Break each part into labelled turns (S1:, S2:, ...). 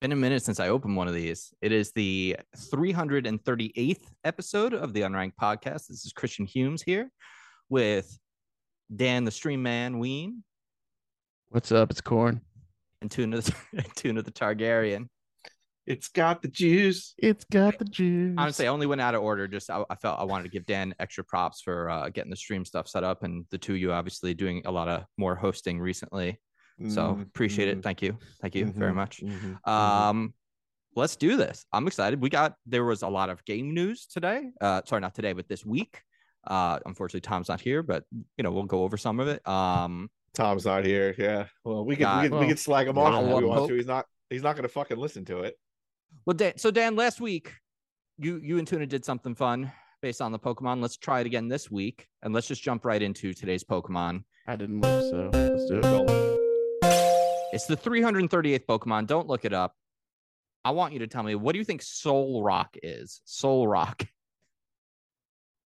S1: Been a minute since I opened one of these. It is the 338th episode of the Unranked Podcast. This is Christian Humes here with Dan, the stream man, Ween,
S2: What's up? It's corn.
S1: and Tuna the, Tuna the Targaryen.
S3: It's got the juice.
S2: It's got the juice.
S1: Honestly, I only went out of order. Just I, I felt I wanted to give Dan extra props for uh, getting the stream stuff set up, and the two of you obviously doing a lot of more hosting recently.
S3: Mm-hmm.
S1: So appreciate it. Thank you. Thank you very much. Um, let's do this. I'm excited. We got there was a lot of game news today. Uh, sorry, not today, but this week. Uh, unfortunately, Tom's not here, but you know we'll go over some of it. Um,
S3: Tom's not here. Yeah. Well, we can
S1: Nah,
S3: we can, we
S2: well,
S3: can slag him
S2: yeah,
S3: off if
S2: I
S3: we want
S2: hope-
S3: to. He's not he's not going to fucking listen to it.
S1: well, Dan, so Dan, last week you you and Tuna did something fun based on the Pokemon. Let's try it again this week, and let's just jump right into today's Pokemon.
S2: I didn't look, so let's do it.
S1: It's the 338th Pokemon. Don't look it up. I want you to tell me what do you think Soul Rock is? Soul Rock.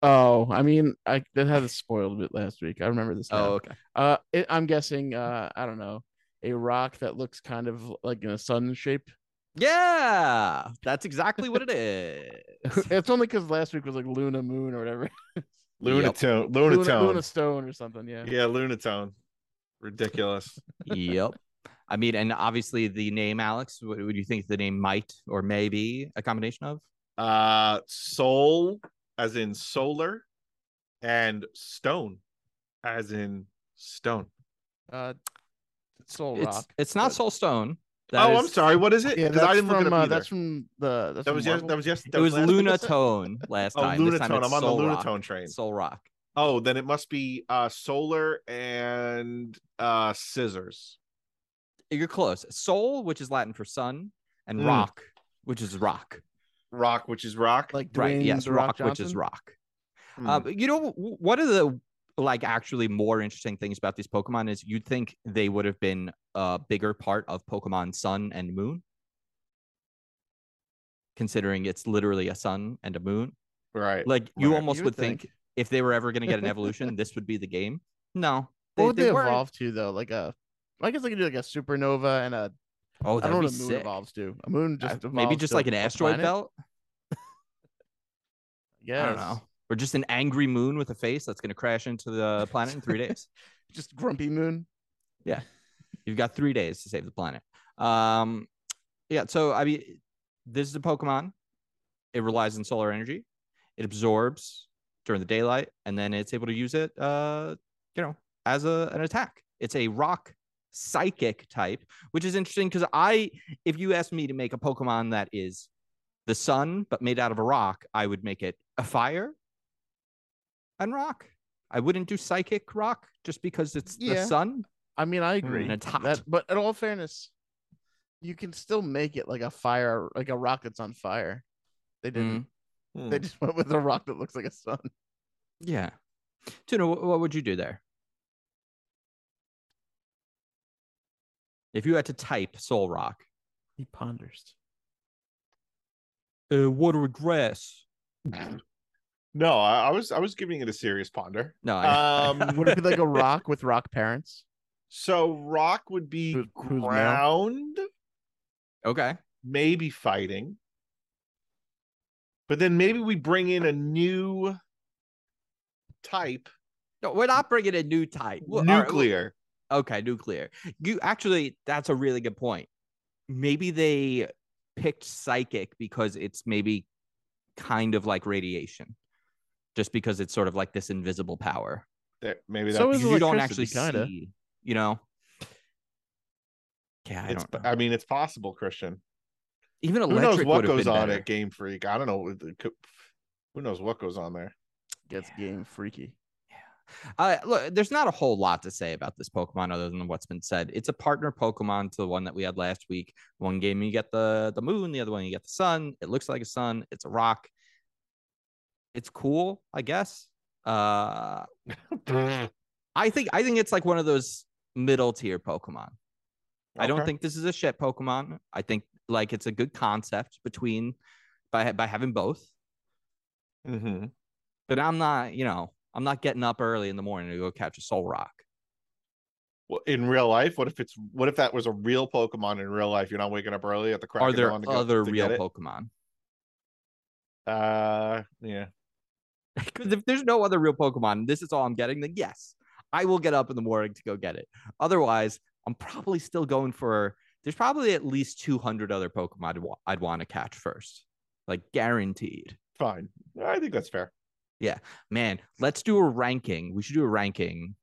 S2: Oh, I mean, I that had it spoiled a bit last week. I remember this.
S1: Oh,
S2: Now.
S1: okay.
S2: Uh, it, I'm guessing. Uh, I don't know, a rock that looks kind of like in a sun shape.
S1: Yeah, that's exactly what it is.
S2: it's only because last week was like Luna Moon or whatever.
S3: Lunatone.
S2: Luna, Luna
S3: Lunatone.
S2: Stone or something. Yeah.
S3: Yeah, Lunatone. Ridiculous.
S1: yep. I mean, and obviously the name Alex. What would you think the name might or may be a combination of?
S3: uh soul as in solar and stone as in stone.
S2: Uh, Soul
S1: It's
S2: Rock.
S1: it's not
S2: but-
S1: Soul Stone.
S3: oh,
S1: That
S3: I'm
S1: is-
S3: sorry. What is it?
S2: Yeah,
S3: Because
S2: that's
S3: I didn't
S2: from
S3: look it
S2: uh,
S3: up
S2: that's
S3: either.
S2: from the that's
S3: That was, yes,
S2: from
S3: that was yes. That
S1: It was
S3: last week,
S1: Luna
S3: that's it?
S1: Tone last
S3: Oh,
S1: time. This time
S3: Lunatone.
S1: it's
S3: I'm on the
S1: Soul Rock.
S3: Lunatone train.
S1: Soul Rock.
S3: Oh, then it must be uh solar and uh scissors.
S1: You're close. Soul, which is Latin for sun, and
S3: Mm.
S1: rock, which is rock.
S3: Rock, which is rock.
S2: like
S1: right.
S2: Dwayne
S1: Yes,
S2: The Rock,
S1: which is
S2: Johnson?
S1: rock.
S3: Hmm.
S1: Uh, but you know, w- one of the like actually more interesting things about these Pokemon is you'd think they would have been a bigger part of Pokemon Sun and Moon, considering it's literally a sun and a moon.
S3: right.
S1: Like you
S3: Right.
S1: almost
S2: You
S1: would think. if they were ever going to get an evolution, this would be the game. No,
S2: What would they,
S1: weren't.
S2: evolve to though? Like a, I guess they could do like a supernova and a.
S1: Oh,
S2: I
S1: that
S2: don't know
S1: would be
S2: what a moon
S1: sick.
S2: evolves to. A moon
S1: Uh,
S2: just evolves
S1: maybe just
S2: to
S1: like an
S2: a
S1: asteroid
S2: planet?
S1: belt.
S2: Yes.
S1: I don't know, or just an angry moon with a face that's going to crash into the planet in three days.
S2: Just grumpy moon.
S1: You've got three days to save the planet. Um, yeah. So I mean, this is a Pokemon. It relies on solar energy. It absorbs during the daylight, and then it's able to use it, uh, you know, as a, an attack. It's a rock psychic type, which is interesting because I, if you asked me to make a Pokemon that is the sun but made out of a rock, I would make it a fire and rock. I wouldn't do psychic rock just because it's the
S2: Yeah.
S1: sun.
S2: I mean, I agree.
S1: And it's hot.
S2: That, but in all fairness, you can still make it like a fire, like a rock that's on fire. They didn't.
S1: Mm.
S3: Hmm.
S2: They just went with a rock that looks like a sun.
S1: Yeah. Tuna, wh- what would you do there? If you had to type Soul Rock,
S2: He ponders.
S1: uh, water grass.
S3: No, I, I was I was giving it a serious ponder.
S1: No, I,
S3: Um,
S2: Would it be like a rock with rock parents?
S3: So rock would be
S2: Who- who's male?
S3: ground,
S1: okay.
S3: maybe fighting. But then maybe we bring in a new type,
S1: No, we're not bringing a new type. Well, all right, well,
S3: nuclear.
S1: okay, nuclear. You actually, that's a really good point. Maybe they picked psychic because it's maybe kind of like radiation, just because it's sort of like this invisible power.
S3: That maybe that's
S2: So is
S1: because you don't actually
S2: electricity, kinda.
S1: see, you know. Yeah, I
S3: it's,
S1: don't know.
S3: I mean, it's possible, Christian.
S1: Even
S3: Who knows
S1: electric
S3: what
S1: would have
S3: goes
S1: been
S3: on
S1: better.
S3: at Game Freak? I don't know. It could- Who knows what goes on there?
S2: Gets game freaky.
S1: Uh, look, there's not a whole lot to say about this Pokemon other than what's been said. It's a partner Pokemon to the one that we had last week. One game you get the the moon, the other one you get the sun. It looks like a sun. It's a rock. It's cool, I guess. Uh, I think I think it's like one of those middle tier Pokemon. I don't
S3: Okay.
S1: think this is a shit Pokemon. I think like it's a good concept between by ha- by having both. Mm-hmm.
S3: Mhm.
S1: But I'm not, you know, I'm not getting up early in the morning to go catch a Soul Rock.
S3: Well, in real life, what if it's what if that was a real Pokemon in real life? You're not waking up early at the crack
S1: Are
S3: of
S1: there
S3: dawn to go-
S1: other
S3: to
S1: real
S3: get it?
S1: Pokemon?
S3: Uh, yeah.
S1: Because if there's no other real Pokemon, this is all I'm getting, then yes, I will get up in the morning to go get it. Otherwise, I'm probably still going for. There's probably at least 200 other Pokemon I'd, wa- I'd want to catch first, like guaranteed.
S3: Fine. I think that's fair.
S1: Man, let's do a ranking. We should do a ranking.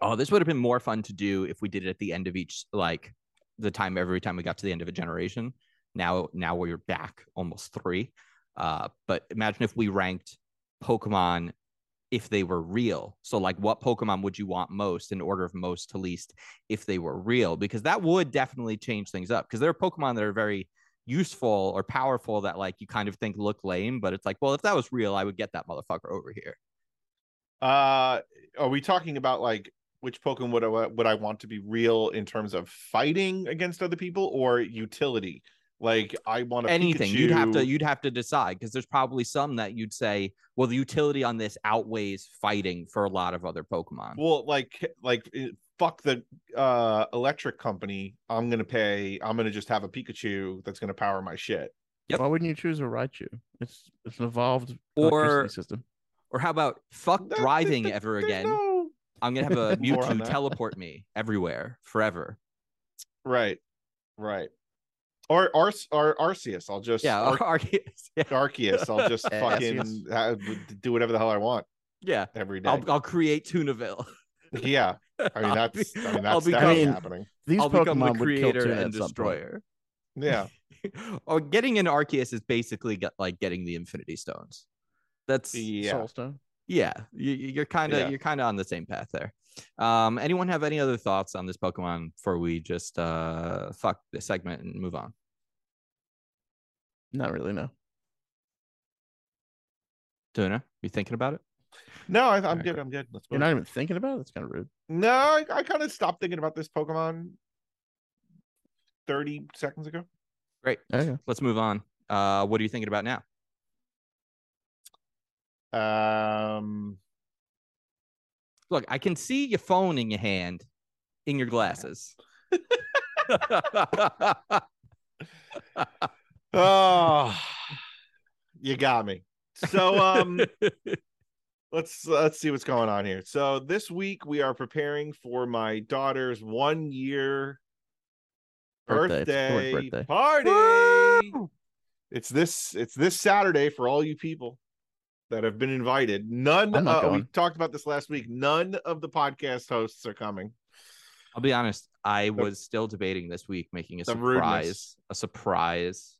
S1: Oh, this would have been more fun to do if we did it at the end of each, like the time every time we got to the end of a generation. Now, now we're back almost three. Uh, but imagine if we ranked Pokemon if they were real. So, like, what Pokemon would you want most in order of most to least if they were real? Because that would definitely change things up. Because there are Pokemon that are very useful or powerful that, like, you kind of think look lame, but it's like, well, if that was real, I would get that motherfucker over here.
S3: Uh, are we talking about like which Pokemon would I, would I want to be real in terms of fighting against other people or utility? Like I want to
S1: Anything you'd have to you'd have to decide because there's probably some that you'd say, well, the utility on this outweighs fighting for a lot of other Pokemon.
S3: well like like eh, fuck the uh electric company. I'm gonna pay. I'm gonna just have a Pikachu that's gonna power my shit.
S1: Yep.
S2: Why wouldn't you choose a Raichu? It's it's an evolved
S1: Or-
S2: electricity system.
S1: Or how about fuck
S3: That-
S1: driving
S3: that-
S1: ever
S3: there's
S1: again?
S3: no-
S1: I'm gonna have a
S3: More
S1: Mewtwo
S3: on that.
S1: teleport me everywhere forever.
S3: Right, right. Or Ar- or Arceus. I'll just
S1: Yeah,
S3: Ar-
S1: Arceus. Yeah.
S3: Arceus. I'll just
S2: Yeah,
S3: fucking ha- do whatever the hell I want
S1: Yeah,
S3: every day.
S1: I'll, I'll create Tunaville.
S3: yeah, I mean
S1: I'll
S3: that's
S1: be-
S3: I mean
S1: I'll
S3: that's definitely
S2: become-
S3: happening.
S2: These
S1: I'll become the
S2: Pokemon would kill
S1: creator
S2: Tuna
S1: and
S2: at some point.
S1: destroyer.
S3: Yeah,
S1: or getting an Arceus is basically get, like getting the Infinity Stones. That's
S3: yeah.
S2: Soulstone.
S1: yeah. You, you're kind of
S3: Yeah.
S1: you're kind of on the same path there. Um, anyone have any other thoughts on this Pokemon before we just uh fuck this segment and move on?
S2: Not really. No.
S1: Tuna, you thinking about it?
S3: No, I, I'm
S1: Okay.
S3: good. I'm good. Let's
S2: You're
S3: move.
S2: not even thinking about it. That's kind of rude.
S3: No, I, I kind of stopped thinking about this Pokemon thirty seconds ago.
S2: Okay.
S1: Let's move on. Uh, what are you thinking about now?
S3: Um,
S1: Look, I can see your phone in your hand, in your glasses.
S3: oh, you got me. So um. let's uh, let's see what's going on here so this week we are preparing for my daughter's one year
S2: Birthday.
S3: birthday,
S2: It's the word birthday.
S3: party
S1: Woo!
S3: it's this it's this saturday for all you people that have been invited none
S2: I'm not
S3: uh, we
S2: going.
S3: talked about this last week none of the podcast hosts are coming
S1: I'll be honest. I was still debating this week making a
S3: the
S1: surprise,
S3: rudeness.
S1: a surprise,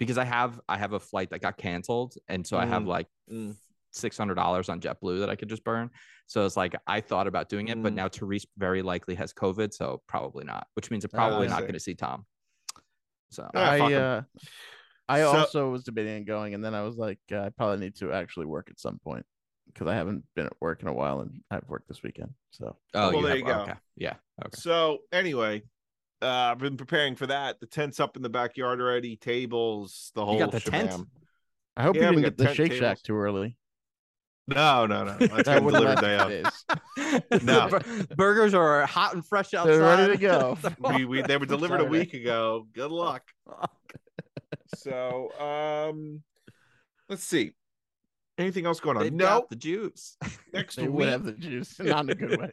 S1: because I have I have a flight that got canceled, and so I have
S3: Mm,
S1: like
S3: mm.
S1: six hundred dollars on JetBlue that I could just burn. So it's like I thought about doing it, but
S3: Mm.
S1: now Therese very likely has COVID, so probably not. Which means I'm probably
S3: Ah, I
S1: not
S3: see.
S1: going to see Tom. So
S3: Ah, fuck
S2: I
S3: 'em.
S2: uh, I
S3: So-
S2: also was debating on going, and then I was like, uh, I probably need to actually work at some point because I haven't been at work in a while, and I've worked this weekend. So
S1: oh,
S3: Well, there you go.
S1: Okay. Yeah. Okay.
S3: so anyway uh i've been preparing for that the tents up in the backyard already tables the whole
S1: got the tent?
S3: shabam.
S2: I hope
S3: Yeah,
S2: you didn't
S3: we got
S2: get the
S3: tent
S2: Shake
S3: tables.
S2: Shack too early.
S3: no no no that's
S2: That
S3: getting
S2: would
S3: delivered
S2: last
S3: day
S2: two
S3: of.
S2: days.
S3: No.
S1: The bur- burgers are hot and fresh outside.
S2: They're ready to go.
S3: we, we they were delivered a
S2: Saturday.
S3: week ago. Good luck. So um let's see. Anything else going on?
S1: They've
S3: no.
S1: got the juice.
S3: Next
S2: They
S3: week
S2: would have the juice, not in a good way.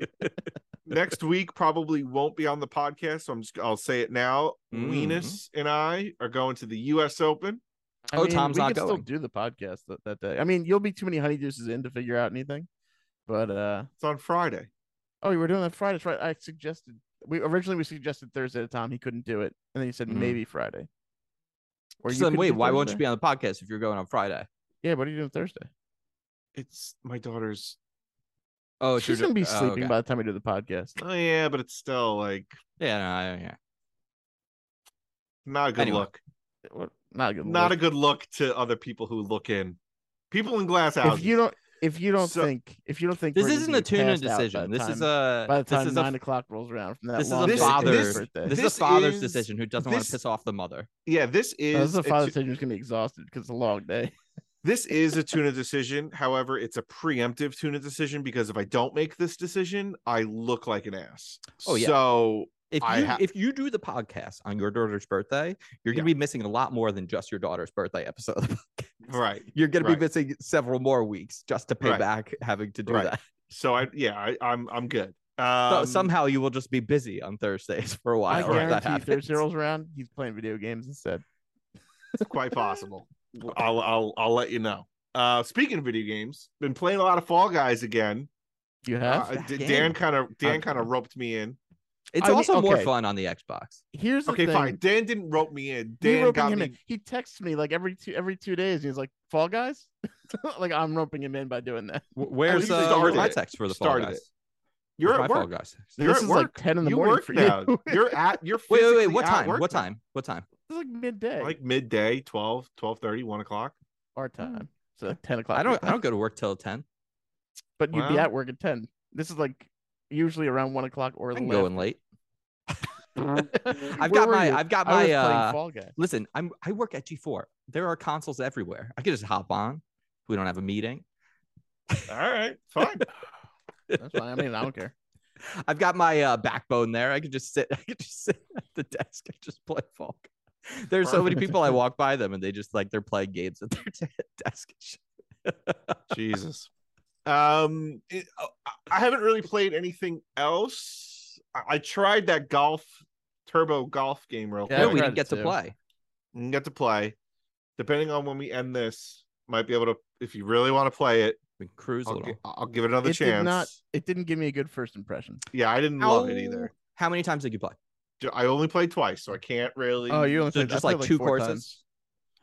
S3: next week probably won't be on the podcast, so I'm just I'll say it now.
S1: Mm.
S3: Weenus and I are going to the US Open.
S2: I
S1: Oh,
S2: mean,
S1: Tom's
S2: we
S1: not
S2: could still
S1: going.
S2: do the podcast that, that day. I mean, you'll be too many honeydews in to figure out anything. But uh
S3: It's on Friday.
S2: oh, we were doing that Friday. That's right. I suggested we originally we suggested Thursday at a time. He couldn't do it, and then he said
S1: Mhm.
S2: maybe Friday. Or
S1: so then
S2: could
S1: wait,
S2: do
S1: why won't you
S2: Thursday.
S1: be on the podcast if you're going on Friday?
S2: Yeah, what are you doing Thursday?
S3: It's my daughter's
S1: Oh, it's your
S2: She's
S1: da-
S2: gonna be
S1: oh,
S2: sleeping
S1: okay.
S2: by the time we do the podcast.
S3: oh yeah, but it's still like
S1: Yeah, no, I- yeah.
S3: not a good
S1: Anyway.
S3: look.
S2: What? Not a good.
S3: Not a
S2: look.
S3: good look to other people who look in. People in glass
S2: If
S3: houses.
S2: you don't, if you don't
S3: So-
S2: think, if you don't think
S1: This
S2: we're gonna
S1: isn't
S2: be
S1: a tune-in
S2: passed out by
S1: decision.
S2: the
S1: This is
S2: time-
S1: a
S2: by the
S1: this
S2: time
S1: is a
S2: nine o'clock rolls around from that
S1: this is
S2: long
S1: a
S2: day to
S1: father-
S2: his birthday.
S1: this is a
S3: This
S1: father's
S3: is-
S1: decision who doesn't want
S3: this-
S1: to piss off the mother.
S3: yeah, this
S2: This
S3: is
S2: is a
S3: it's-
S2: father decision who's gonna be exhausted because it's a long day.
S3: This is a tuna decision. However, it's a preemptive tuna decision because if I don't make this decision, I look like an ass.
S1: Oh, yeah.
S3: So
S1: If
S3: I
S1: you
S3: ha-
S1: if you do the podcast on your daughter's birthday, you're gonna be missing a lot more than just your daughter's birthday episode. of the podcast.
S3: right.
S1: You're gonna
S3: Right.
S1: be missing several more weeks just to pay
S3: Right.
S1: back having to do
S3: Right.
S1: that.
S3: So I yeah, I, I'm I'm good.
S1: So
S3: Um,
S1: somehow you will just be busy on Thursdays for a
S2: I
S1: while. if that
S2: guarantee
S1: happens.
S2: Thursday rolls around, he's playing video games instead.
S3: it's quite possible. I'll I'll I'll let you know. Uh speaking of video games, been playing a lot of Fall Guys again.
S2: You have?
S3: Uh,
S1: that
S3: D-
S1: game?
S3: Dan kind of Dan
S2: Okay.
S3: kind of roped me in.
S1: It's
S2: I mean,
S1: also more
S2: okay.
S1: fun on the Xbox.
S2: Here's the
S3: Okay,
S2: thing.
S3: fine. Dan didn't rope me in.
S2: You
S3: Dan
S2: roping
S3: got
S2: him
S3: me.
S2: in. He texts me like every two every two days. He's like, "Fall guys," like I'm roping him in by doing that.
S1: Where's
S3: you
S1: uh,
S3: started
S1: my
S3: it.
S1: text for the Fall
S3: Started
S1: Guys?
S3: it. You're
S1: Where's
S3: at
S1: my Fall
S3: work.
S1: Guys.
S3: You're
S2: this
S3: at
S2: is
S3: work.
S2: like ten in the
S3: you
S2: morning
S3: work
S2: for
S3: now.
S2: you.
S3: You're at. You're.
S1: Wait, wait, wait.
S3: physically
S1: What
S3: at
S1: time?
S3: work
S1: What
S3: now.
S1: time? What time?
S2: It's like midday
S3: Like midday, 12, 12.30, 1 o'clock.
S2: our time. So like ten o'clock.
S1: hmm. I
S2: your
S1: don't. I
S2: time.
S1: don't go to work till ten.
S2: But you'd
S3: Well.
S2: be at work at ten. This is like usually around one o'clock or
S1: I
S2: the
S1: can go in late.
S2: I've
S1: I've got my. I've got my.
S2: was playing
S1: uh,
S2: Fall Guys.
S1: listen, I'm. I work at G4. There are consoles everywhere. I could just hop on. If we don't have a meeting.
S3: All right, fine.
S2: That's fine. I mean, I don't care.
S1: I've got my uh, backbone there. I could just sit. I could just sit at the desk and just play Fall. Guys. There's so many
S2: Perfect.
S1: people I walk by them and they just like they're playing games at their desk.
S3: Jesus. Um, it- uh, I haven't really played anything else. I, I tried that golf turbo golf game real
S2: Yeah,
S1: Yeah,
S3: quick.
S1: we
S2: tried
S1: didn't
S2: it
S1: get to
S2: too.
S1: play.
S3: and get to play. Depending on when we end this, might be able to. If you really want to play it,
S1: We can cruise a
S3: I'll,
S1: little.
S3: gi- I'll give it another
S2: It
S3: chance.
S2: did not. It didn't give me a good first impression.
S3: Yeah, I didn't love it
S2: Oh.
S3: either.
S1: How many times did you play?
S3: Ju- I only played twice, so I can't really.
S2: Oh, you only
S1: So
S2: played, I
S1: just
S2: played
S1: like two
S2: four
S1: courses?
S2: times.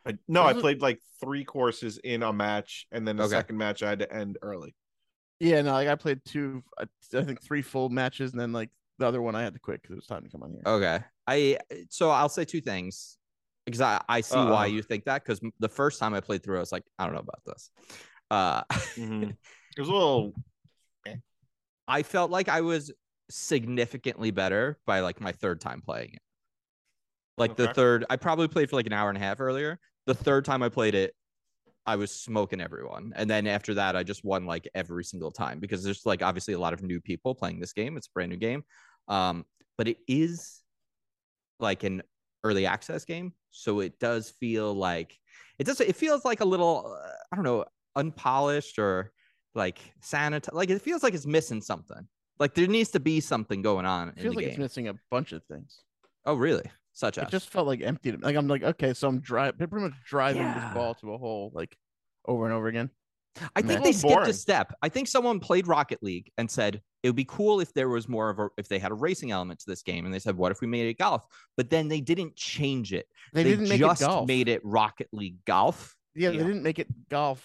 S3: I, no, I
S2: Those are-
S3: played like three courses in a match, and then the
S1: Okay.
S3: second match I had to end early.
S2: Yeah, no, like I played two, I I think three full matches, and then like the other one I had to quit because it was time to come on here.
S1: Okay. I so I'll say two things because I, I see why
S3: Uh-oh.
S1: you think that because the first time I played through, I was like, I don't know about this. Uh,
S3: Mm-hmm. It was a little.
S1: I felt like I was significantly better by like my third time playing it. Like the
S3: Okay.
S1: third, I probably played for like an hour and a half earlier. The third time I played it, I was smoking everyone. And then after that, I just won like every single time because there's like obviously a lot of new people playing this game. It's a brand new game. Um, but it is like an early access game. So it does feel like it does, it feels like a little, uh, I don't know, unpolished or like sanitized. Like it feels like it's missing something. Like there needs to be something going on
S2: It
S1: in the
S2: feels like it's
S1: game.
S2: missing a bunch of things.
S1: Oh, really? Such as
S2: It just felt like empty. To me. Like I'm like, okay, so I'm dri- they're pretty much driving
S1: Yeah.
S2: this ball to a hole like over and over again.
S1: I think
S2: It's
S1: they
S3: a little
S1: skipped a
S3: boring.
S1: step. I think someone played Rocket League and said it would be cool if there was more of a if they had a racing element to this game. And they said, what if we made it golf? But then they didn't change it.
S2: They, didn't make
S1: just
S2: it golf.
S1: made it Rocket League golf.
S2: yeah,
S1: yeah.
S2: they didn't make it golf.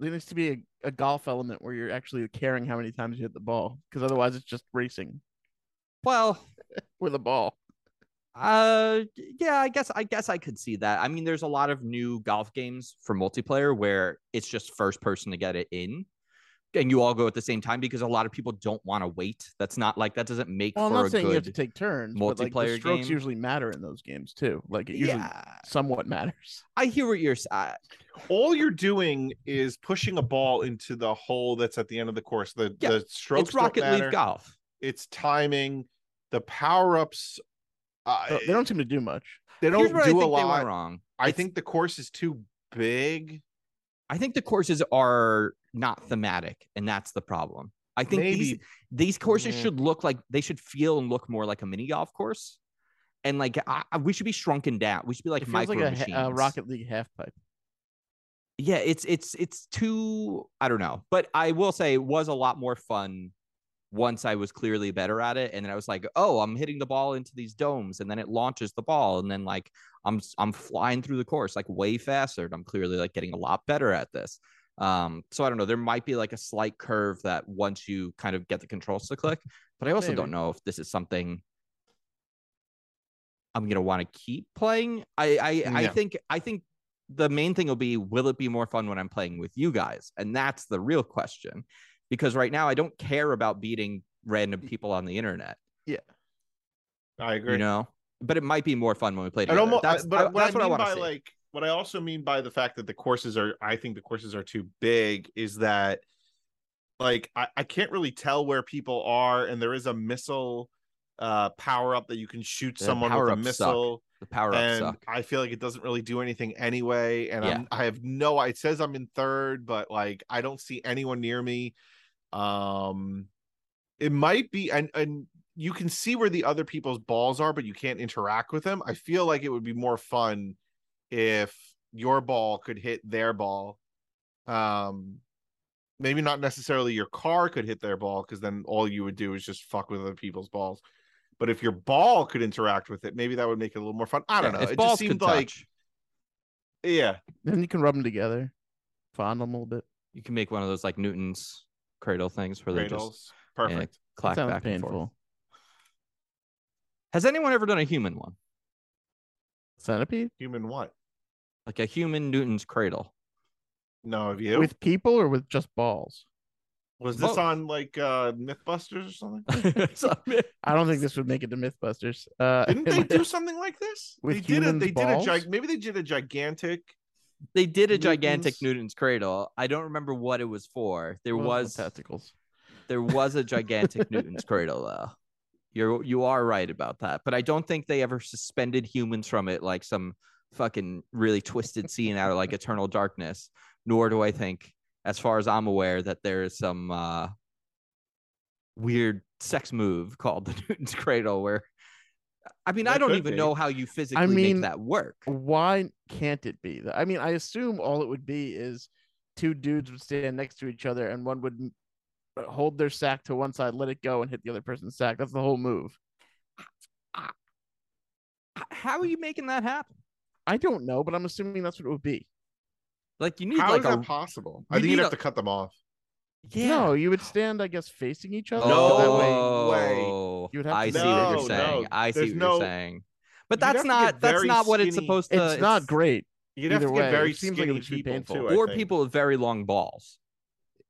S2: There needs to be a, a golf element where you're actually caring how many times you hit the ball, because otherwise it's just racing
S1: Well,
S2: with a ball.
S1: Uh, yeah, I guess I guess I could see that. I mean, there's a lot of new golf games for multiplayer where it's just first person to get it in, and you all go at the same time because a lot of people don't want to wait. That's not like that doesn't make
S2: Well, I'm
S1: for
S2: not
S1: a
S2: saying
S1: good
S2: you have to take turns, but like
S1: multiplayer
S2: the strokes
S1: game.
S2: usually matter in those games too. Like it usually
S1: yeah,
S2: somewhat matters.
S1: I hear what you're. s- uh, I
S3: All you're doing is pushing a ball into the hole that's at the end of the course. The
S1: Yeah,
S3: the strokes
S1: it's Rocket
S3: don't matter.
S1: League golf.
S3: It's timing. The power ups. Uh,
S2: They- they don't seem to do much.
S3: They
S1: Here's
S3: don't
S1: where I
S3: do
S1: think
S3: a
S1: they went
S3: lot.
S1: wrong.
S3: I
S1: It's-
S3: think the course is too big.
S1: I think the courses are not thematic, and that's the problem. I think these
S3: Maybe
S1: these courses
S3: Yeah.
S1: should look like they should feel and look more like a mini golf course, and like I, I- we should be shrunken down. We should be like
S2: it feels
S1: micro
S2: like a,
S1: machines.
S2: ha- a Rocket League half pipe.
S1: Yeah, it's it's it's too. I don't know, but I will say it was a lot more fun once I was clearly better at it, and then I was like, oh, I'm hitting the ball into these domes, and then it launches the ball, and then like I'm s- I'm flying through the course like way faster, and I'm clearly like getting a lot better at this. Um, so I don't know. There might be like a slight curve that once you kind of get the controls to click, but I also don't
S2: Maybe.
S1: know if this is something I'm gonna want to keep playing. I I, I
S3: Yeah.
S1: think I think the main thing will be will it be more fun when I'm playing with you guys, and that's the real question, because right now I don't care about beating random people on the internet.
S3: I agree.
S1: You know. But it might be more fun when we play
S3: It
S1: together.
S3: almost,
S1: that's
S3: but
S1: I,
S3: what
S1: that's
S3: I
S1: what I
S3: mean
S1: want
S3: by
S1: to see.
S3: like what I also mean by the fact that the courses are, I think the courses are too big, is that like I, I can't really tell where people are, and there is a missile uh power up that you can shoot
S1: The
S3: someone with a
S1: power-ups suck.
S3: missile.
S1: The power ups
S3: and
S1: suck.
S3: I feel like it doesn't really do anything anyway. And I'm, I have no. It says I'm in third, but like I don't see anyone near me. Um, it might be, and and you can see where the other people's balls are, but you can't interact with them. I feel like it would be more fun if your ball could hit their ball. Um. Maybe not necessarily your car could hit their ball because then all you would do is just fuck with other people's balls. But if your ball could interact with it, maybe that would make it a little more fun. I don't
S1: Yeah,
S3: know.
S1: If
S3: It just
S1: balls could
S3: seemed like
S1: touch,
S3: yeah,
S2: Then you can rub them together, fondle them a little bit.
S1: you can make one of those like Newton's cradle things where they just
S3: cradles. Perfect.
S1: clack
S2: sounds
S1: back
S2: painful.
S1: and forth. Has anyone ever done a human one?
S2: Centipede
S3: Human what?
S1: Like a human Newton's cradle?
S3: No, of you.
S2: with people or with just balls?
S3: was this
S1: both.
S3: on like uh MythBusters or something?
S1: So,
S2: I don't think this would make it to MythBusters. Uh,
S3: Didn't
S2: it
S3: they
S2: might-
S3: do something like this?
S2: With
S3: they did it.
S2: humans'
S3: They
S2: balls?
S3: did a gig. Maybe they did a gigantic.
S1: they did a gigantic
S3: Newton's-
S1: Newton's cradle. I don't remember what it was for. There
S2: Well,
S1: was
S2: testicles.
S1: there was a gigantic Newton's cradle though. You're you are right about that, but I don't think they ever suspended humans from it like some fucking really twisted scene out of like Eternal Darkness. Nor do I think, as far as I'm aware, that there is some uh, weird sex move called the Newton's cradle where. I mean, I
S3: There
S1: don't
S3: could
S1: even
S3: be.
S1: know how you physically
S2: mean,
S1: make that work.
S2: why can't it be? I mean, I assume all it would be is two dudes would stand next to each other and one would m- hold their sack to one side, let it go, and hit the other person's sack. That's the whole move.
S1: H- How are you making that happen?
S2: I don't know, but I'm assuming that's what it would be.
S1: Like you need
S3: How is
S1: like a
S3: that possible? I
S1: you
S3: think you'd
S1: need
S3: have
S1: a-
S3: to cut them off.
S1: yeah.
S2: No, you would stand, I guess, facing each other.
S3: No
S2: so that way-
S3: Oh. way.
S2: You would have
S1: I
S2: to-
S1: see what
S3: No,
S1: you're saying.
S3: no,
S1: I see
S3: there's
S1: what
S3: no-
S1: you're saying. But
S3: You'd have
S1: that's
S3: to get
S1: not that's
S3: very
S1: not what it's
S3: skinny-
S1: supposed to.
S2: it's not great.
S3: You'd have
S2: Either
S3: to
S2: way,
S3: get very
S2: it seems like it
S3: skinny
S2: would be
S3: people
S2: painful.
S3: too. I
S1: Or
S3: think.
S1: people with very long balls.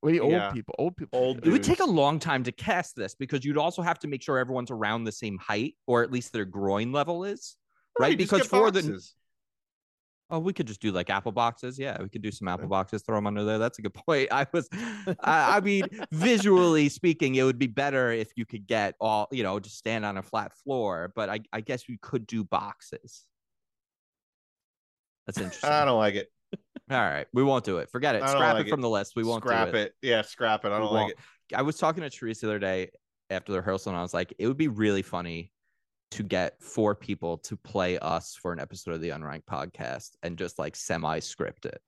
S2: We old
S3: Yeah.
S2: people, old people.
S3: Old
S1: It would take a
S3: Dudes.
S1: long time to cast this because you'd also have to make sure everyone's around the same height or at least their groin level is.
S3: No,
S1: right,
S3: you just
S1: because
S3: get
S1: for the-
S3: boxes.
S1: Oh, we could just do like apple boxes. Yeah, we could do some apple boxes, throw them under there. That's a good point. I was, I, I mean, visually speaking, it would be better if you could get all, you know, just stand on a flat floor. But I, I guess we could do boxes. That's interesting.
S3: I
S1: all
S3: don't like it.
S1: right, we won't do it. Forget it.
S3: I don't
S1: Scrap
S3: like
S1: it from the list. We won't
S3: scrap
S1: do it.
S3: Yeah, scrap it. I
S1: We
S3: don't like
S1: won't.
S3: it.
S1: I was talking to Therese the other day after the rehearsal, and I was like, it would be really funny to get four people to play us for an episode of the Unranked podcast and just like semi script it.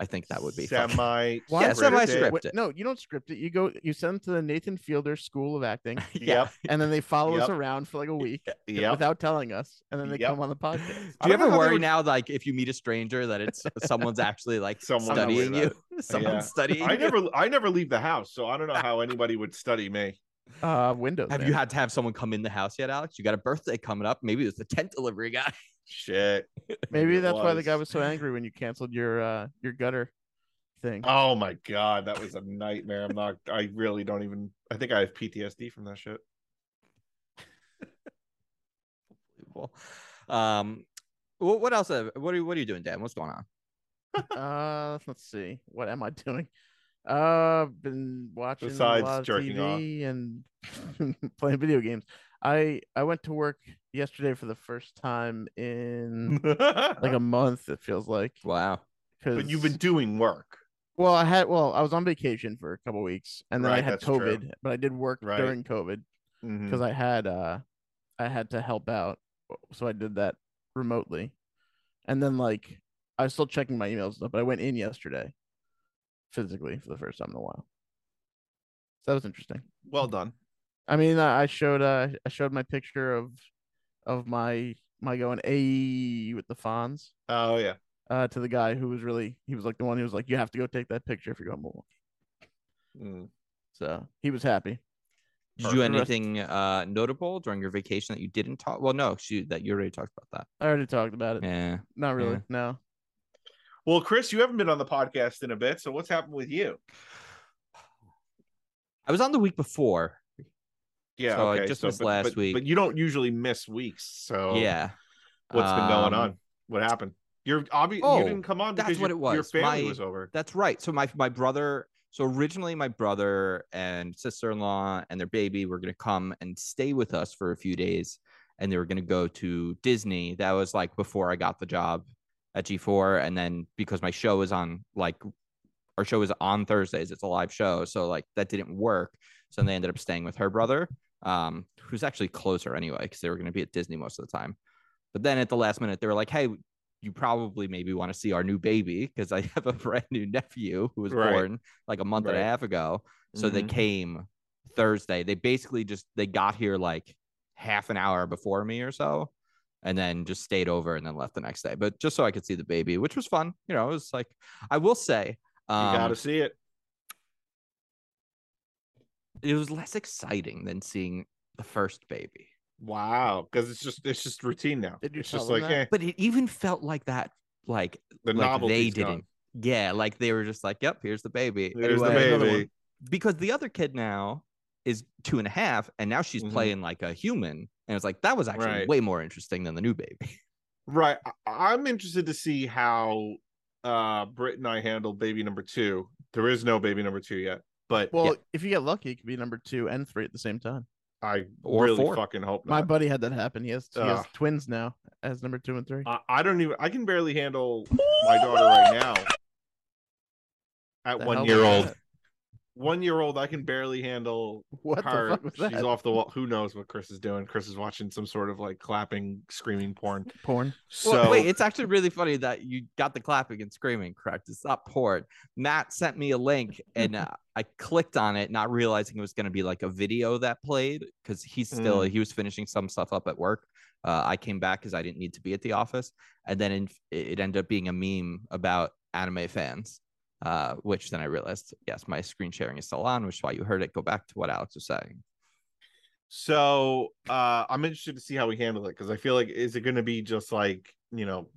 S1: I think that would be fun.
S3: semi.
S2: Why
S1: Yeah,
S2: would
S1: semi
S2: they-
S1: script
S2: wait,
S1: it.
S2: No, you don't script it. You go, you send them to the Nathan Fielder School of Acting,
S1: Yeah.
S3: Yep.
S2: and then they follow us
S3: Yep.
S2: around for like a week
S3: Yep.
S2: without telling us, and then they
S3: Yep.
S2: come on the
S1: Do
S2: podcast.
S3: I
S1: you
S3: don't know
S1: ever
S3: how they
S1: worry
S3: would-
S1: now, like if you meet a stranger, that it's someone's actually like
S3: Someone-
S2: I'm not worried
S1: studying you?
S2: about
S1: Someone's
S3: Yeah.
S1: studying.
S3: I
S1: you?
S3: never, I never leave the house, so I don't know how anybody would study me.
S2: Uh, Windows.
S1: Have
S2: man.
S1: you had to have someone come in the house yet, Alex? You got a birthday coming up. Maybe it's the tent delivery guy.
S3: Shit.
S2: Maybe
S3: it
S2: that's why the guy
S3: was.
S2: was so angry when you canceled your uh your gutter thing.
S1: Uh.
S3: Oh my god, that was a nightmare. I'm not. I really don't even. I think I have PTSD from that shit.
S1: Unbelievable. Um, wh- what else? have- What are what are you doing, Dan? What's going on?
S2: Uh, let's see. What am I doing? Uh, been watching
S3: Besides
S2: a lot of
S3: jerking off.
S2: TV and playing video games. I I went to work yesterday for the first time in like a month. It feels like
S1: Wow.
S3: but you've
S2: 'cause-
S3: been doing work.
S2: well. I had well. I was on vacation for a couple weeks, and then I
S3: Right,
S2: had
S3: that's true.
S2: COVID. But I did work
S3: Right. Hmm.
S2: during COVID
S3: Mm-hmm.
S2: because I had uh I had to help out, so I did that remotely, and then like I was still checking my emails and stuff, but I went in yesterday, physically for the first time in a while. So that was interesting.
S3: Well done.
S2: I mean, I I showed uh I showed my picture of of my my going a E with the Fonz
S3: Oh yeah.
S2: uh to the guy who was really he was like the one who was like you have to go take that picture if you're going Milwaukee.
S3: Mm.
S2: So he was happy.
S1: Did you do
S2: Perfect.
S1: anything uh, notable during your vacation that you didn't talk? Well, no, shoot, that you already talked about
S2: I already talked about it.
S1: that. Yeah.
S2: Not really.
S1: yeah.
S2: No.
S3: Well, Chris, you haven't been on the podcast in a bit, so what's happened with you?
S1: I was on the week before.
S3: Yeah,
S1: So I
S3: okay.
S1: just
S3: so,
S1: missed
S3: but,
S1: last
S3: but-
S1: week.
S3: But you don't usually miss weeks, so
S1: yeah.
S3: What's been going
S1: Um,
S3: on? What happened? You're obviously
S1: Oh,
S3: you didn't come on
S1: that's
S3: because
S1: what
S3: your-
S1: it
S3: Your
S1: was.
S3: family
S1: My-
S3: was over.
S1: That's right. So my my brother. So originally, my brother and sister in law and their baby were going to come and stay with us for a few days, and they were going to go to Disney. That was like before I got the job at G four, and then because my show is on like our show is on Thursdays, it's a live show, so like that didn't work. So they ended up staying with her brother, um, who's actually closer anyway, because they were going to be at Disney most of the time. But then at the last minute, they were like, "Hey, you probably maybe want to see our new baby because I have a brand new nephew who was
S3: Right.
S1: born like a month and a
S3: Right.
S1: half ago. So they
S3: Mhm.
S1: came Thursday. They basically just they got here like half an hour before me or so, and then just stayed over and then left the next day. But just so I could see the baby, which was fun. You know, it was like I will say, um,
S3: you gotta see it.
S1: it was less exciting than seeing the first baby.
S3: Wow, because it's just it's just routine now.
S2: Did you
S3: it's just
S2: tell them
S3: like
S2: that?
S3: eh,
S1: But it even felt like that, like
S3: the
S1: like
S3: novelty.
S1: they didn't. Yeah, like they were just like, "Yep, here's the baby."
S3: There's the
S1: Anyway,
S2: another one.
S3: baby.
S1: because the other kid now is two and a half, and now she's
S3: Mhm.
S1: playing like a human, and it's like that was actually
S3: Right.
S1: way more interesting than the new baby.
S3: Right. I- I'm interested to see how uh Britt and I handle baby number two. There is no baby number two yet, but
S2: Well, if you get lucky, it could be number two and three at the same time.
S3: I
S1: Or
S3: really
S1: four.
S3: fucking hope
S2: My
S3: not.
S2: buddy had that happen. He has, he has
S3: Ugh.
S2: twins now as number two and three.
S3: I, I don't even I can barely handle my daughter right now. At
S2: The
S3: one
S2: hell
S3: year
S2: was
S3: old.
S2: that?
S3: One year old, I can barely handle
S2: What
S3: her.
S2: the fuck was
S3: She's
S2: that?
S3: off the wall. Who knows what Chris is doing? Chris is watching some sort of like clapping, screaming porn.
S2: Porn.
S3: So
S1: Well, wait, it's actually really funny that you got the clapping and screaming correct. It's not porn. Matt sent me a link and uh, I clicked on it, not realizing it was going to be like a video that played because he's still he was finishing some stuff up at work. Uh, I came back because I didn't need to be at the office, and then in, it ended up being a meme about anime fans. Uh, which then I realized, yes, my screen sharing is still on, which is why you heard it. Go back to what Alex was saying.
S3: So uh I'm interested to see how we handle it because I feel like is it going to be just like you know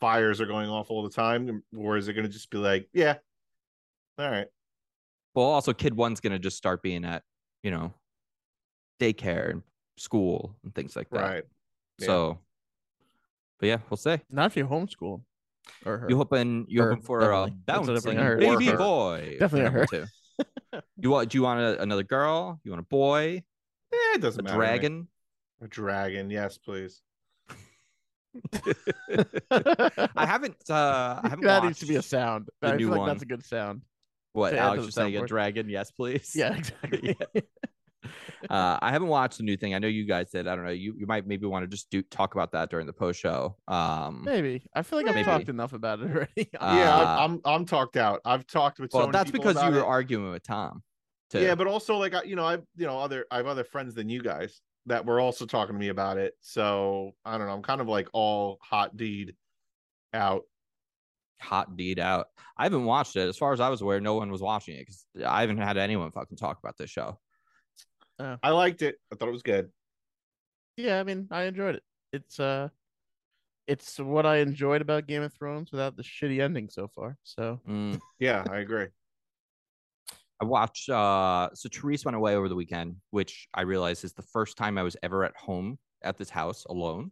S3: fires are going off all the time, or is it going to just be like yeah, all right,
S1: Well, also, kid one's going to just start being at, you know, daycare and school and things like that.
S3: right? Yeah.
S1: So, but yeah, we'll see.
S2: Not if you homeschool. Or her.
S1: You hoping you
S2: Her,
S1: hoping for a
S2: definitely. That's what
S1: bouncing
S2: everyone heard.
S1: baby
S3: Or her.
S1: boy?
S2: Definitely
S1: for
S2: a
S1: number
S2: her.
S1: two. you want? Do you want a, another girl? You want a boy?
S3: yeah,
S1: A
S3: it doesn't matter. to me.
S1: dragon?
S3: a dragon, yes, please.
S1: I haven't. Uh, I haven't
S2: that
S1: watched
S2: needs to be a sound.
S1: the
S2: I
S1: new
S2: feel like
S1: one.
S2: that's a good sound.
S1: what
S2: to add to
S1: Alex
S2: the
S1: was saying. A
S2: soundboard.
S1: dragon? Yes, please.
S2: Yeah, exactly.
S1: Uh, I haven't watched the new thing. I know you guys did. I don't know. You you might maybe want to just do talk about that during the post show. Um,
S2: Maybe. I feel like I've
S1: Maybe.
S2: talked enough about it already.
S3: yeah,
S1: Uh,
S3: I, I'm I'm talked out. I've talked with. so
S1: well,
S3: many
S1: that's
S3: people
S1: because you
S3: about
S1: were
S3: it.
S1: arguing with Tom. Too.
S3: Yeah, but also like I, you know, I you know other I have other friends than you guys that were also talking to me about it. So I don't know. I'm kind of like all hot deed out.
S1: hot deed out. I haven't watched it. As far as I was aware, no one was watching it because I haven't had anyone fucking talk about this show.
S3: I liked it. I thought it was good.
S2: yeah, I mean, I enjoyed it. It's uh it's what I enjoyed about Game of Thrones without the shitty ending so far. So
S1: Mm.
S3: Yeah, I agree.
S1: I watched. Uh, so Therese went away over the weekend, which I realized is the first time I was ever at home at this house alone.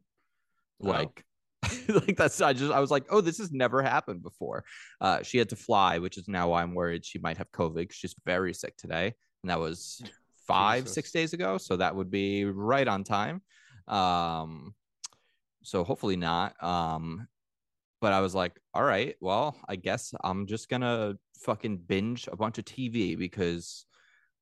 S2: Oh.
S1: Like, like that's I just I was like, oh, this has never happened before. Uh, she had to fly, which is now why I'm worried she might have COVID. She's very sick today, and that was five
S3: Jesus.
S1: six days ago, so that would be right on time. Um, so hopefully not. Um, but I was like, all right, well, I guess I'm just gonna fucking binge a bunch of TV because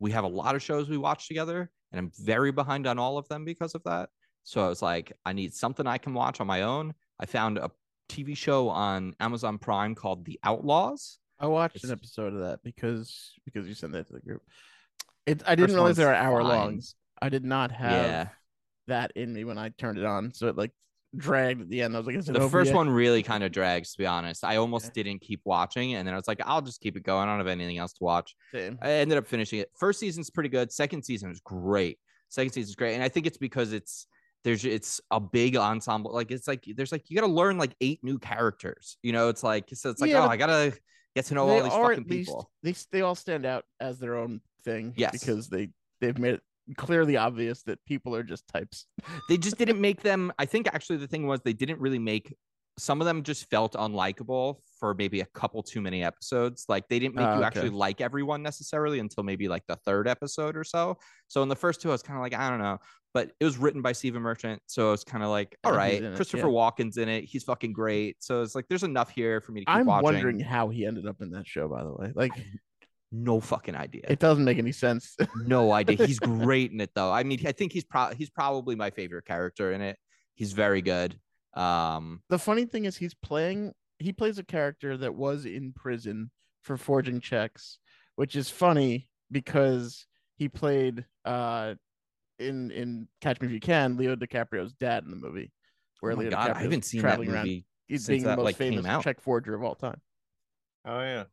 S1: we have a lot of shows we watch together, and I'm very behind on all of them because of that. So I was like, I need something I can watch on my own. I found a TV show on Amazon Prime called The Outlaws.
S2: I watched
S1: It's-
S2: an episode of that because because you sent that to the group. It I didn't realize
S1: one's
S2: they were hour
S1: fine.
S2: long. I did not have
S1: yeah,
S2: that in me when I turned it on. So it like dragged at the end. I was like, is it
S1: the
S2: over
S1: first
S2: yet?
S1: one really kind of drags, to be honest. I almost
S2: Okay.
S1: didn't keep watching, and then I was like, I'll just keep it going. I don't have anything else to watch.
S2: Same.
S1: I ended up finishing it. First season's pretty good. Second season was great. Second season's great, and I think it's because it's there's it's a big ensemble. Like it's like there's like you got to learn like eight new characters. You know, it's like so it's like
S2: Yeah,
S1: oh
S2: but
S1: I gotta get to know
S2: they
S1: all these
S2: are
S1: fucking
S2: at least,
S1: people.
S2: They s- they all stand out as their own thing.
S1: Yes.
S2: because they they've made it clearly obvious that people are just types.
S1: They just didn't make them. I think actually the thing was they didn't really make some of them just felt unlikable for maybe a couple too many episodes. Like they didn't make
S2: Ah,
S1: you
S2: okay.
S1: actually like everyone necessarily until maybe like the third episode or so. So in the first two, I was kind of like, I don't know. But it was written by Steven Merchant, so it's kind of like, all
S2: And he's
S1: right,
S2: in it,
S1: Christopher Walken's in it. He's fucking great. So it's like, there's enough here for me to keep
S2: I'm
S1: watching.
S2: wondering how he ended up in that show, by the way. Like,
S1: no fucking idea.
S2: it doesn't make any sense.
S1: no idea. He's great in it though. I mean, I think he's pro- he's probably my favorite character in it. He's very good. Um,
S2: the funny thing is, he's playing, he plays a character that was in prison for forging checks, which is funny because he played uh, in in Catch Me If You Can, Leo DiCaprio's dad in the movie. Where
S1: oh my
S2: Leo
S1: God, I
S2: DiCaprio's
S1: haven't seen that
S2: traveling
S1: movie.
S2: around. He's
S1: since
S2: being the
S1: that,
S2: most
S1: like, came
S2: famous
S1: out.
S2: check forger of all time.
S3: Oh yeah,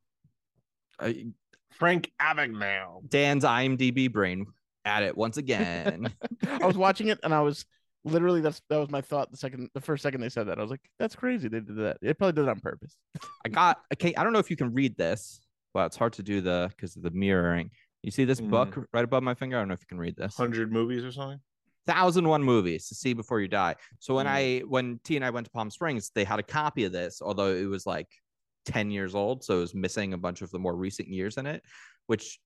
S1: I-
S3: Frank Abagnale.
S1: Dan's IMDb brain at it once again.
S2: I was watching it and I was literally that's that was my thought the second the first second they said that. I was like, that's crazy they did that. They probably did it on purpose.
S1: I got okay. I don't know if you can read this. Well, it's hard to do the because of the mirroring. You see
S2: Mm-hmm.
S1: this book right above my finger. I don't know if you can read this.
S3: Hundred movies or something.
S1: thousand one movies to see before you die. So when
S3: Mm.
S1: I when T and I went to Palm Springs, they had a copy of this, although it was like ten years old, so it was missing a bunch of the more recent years in it, which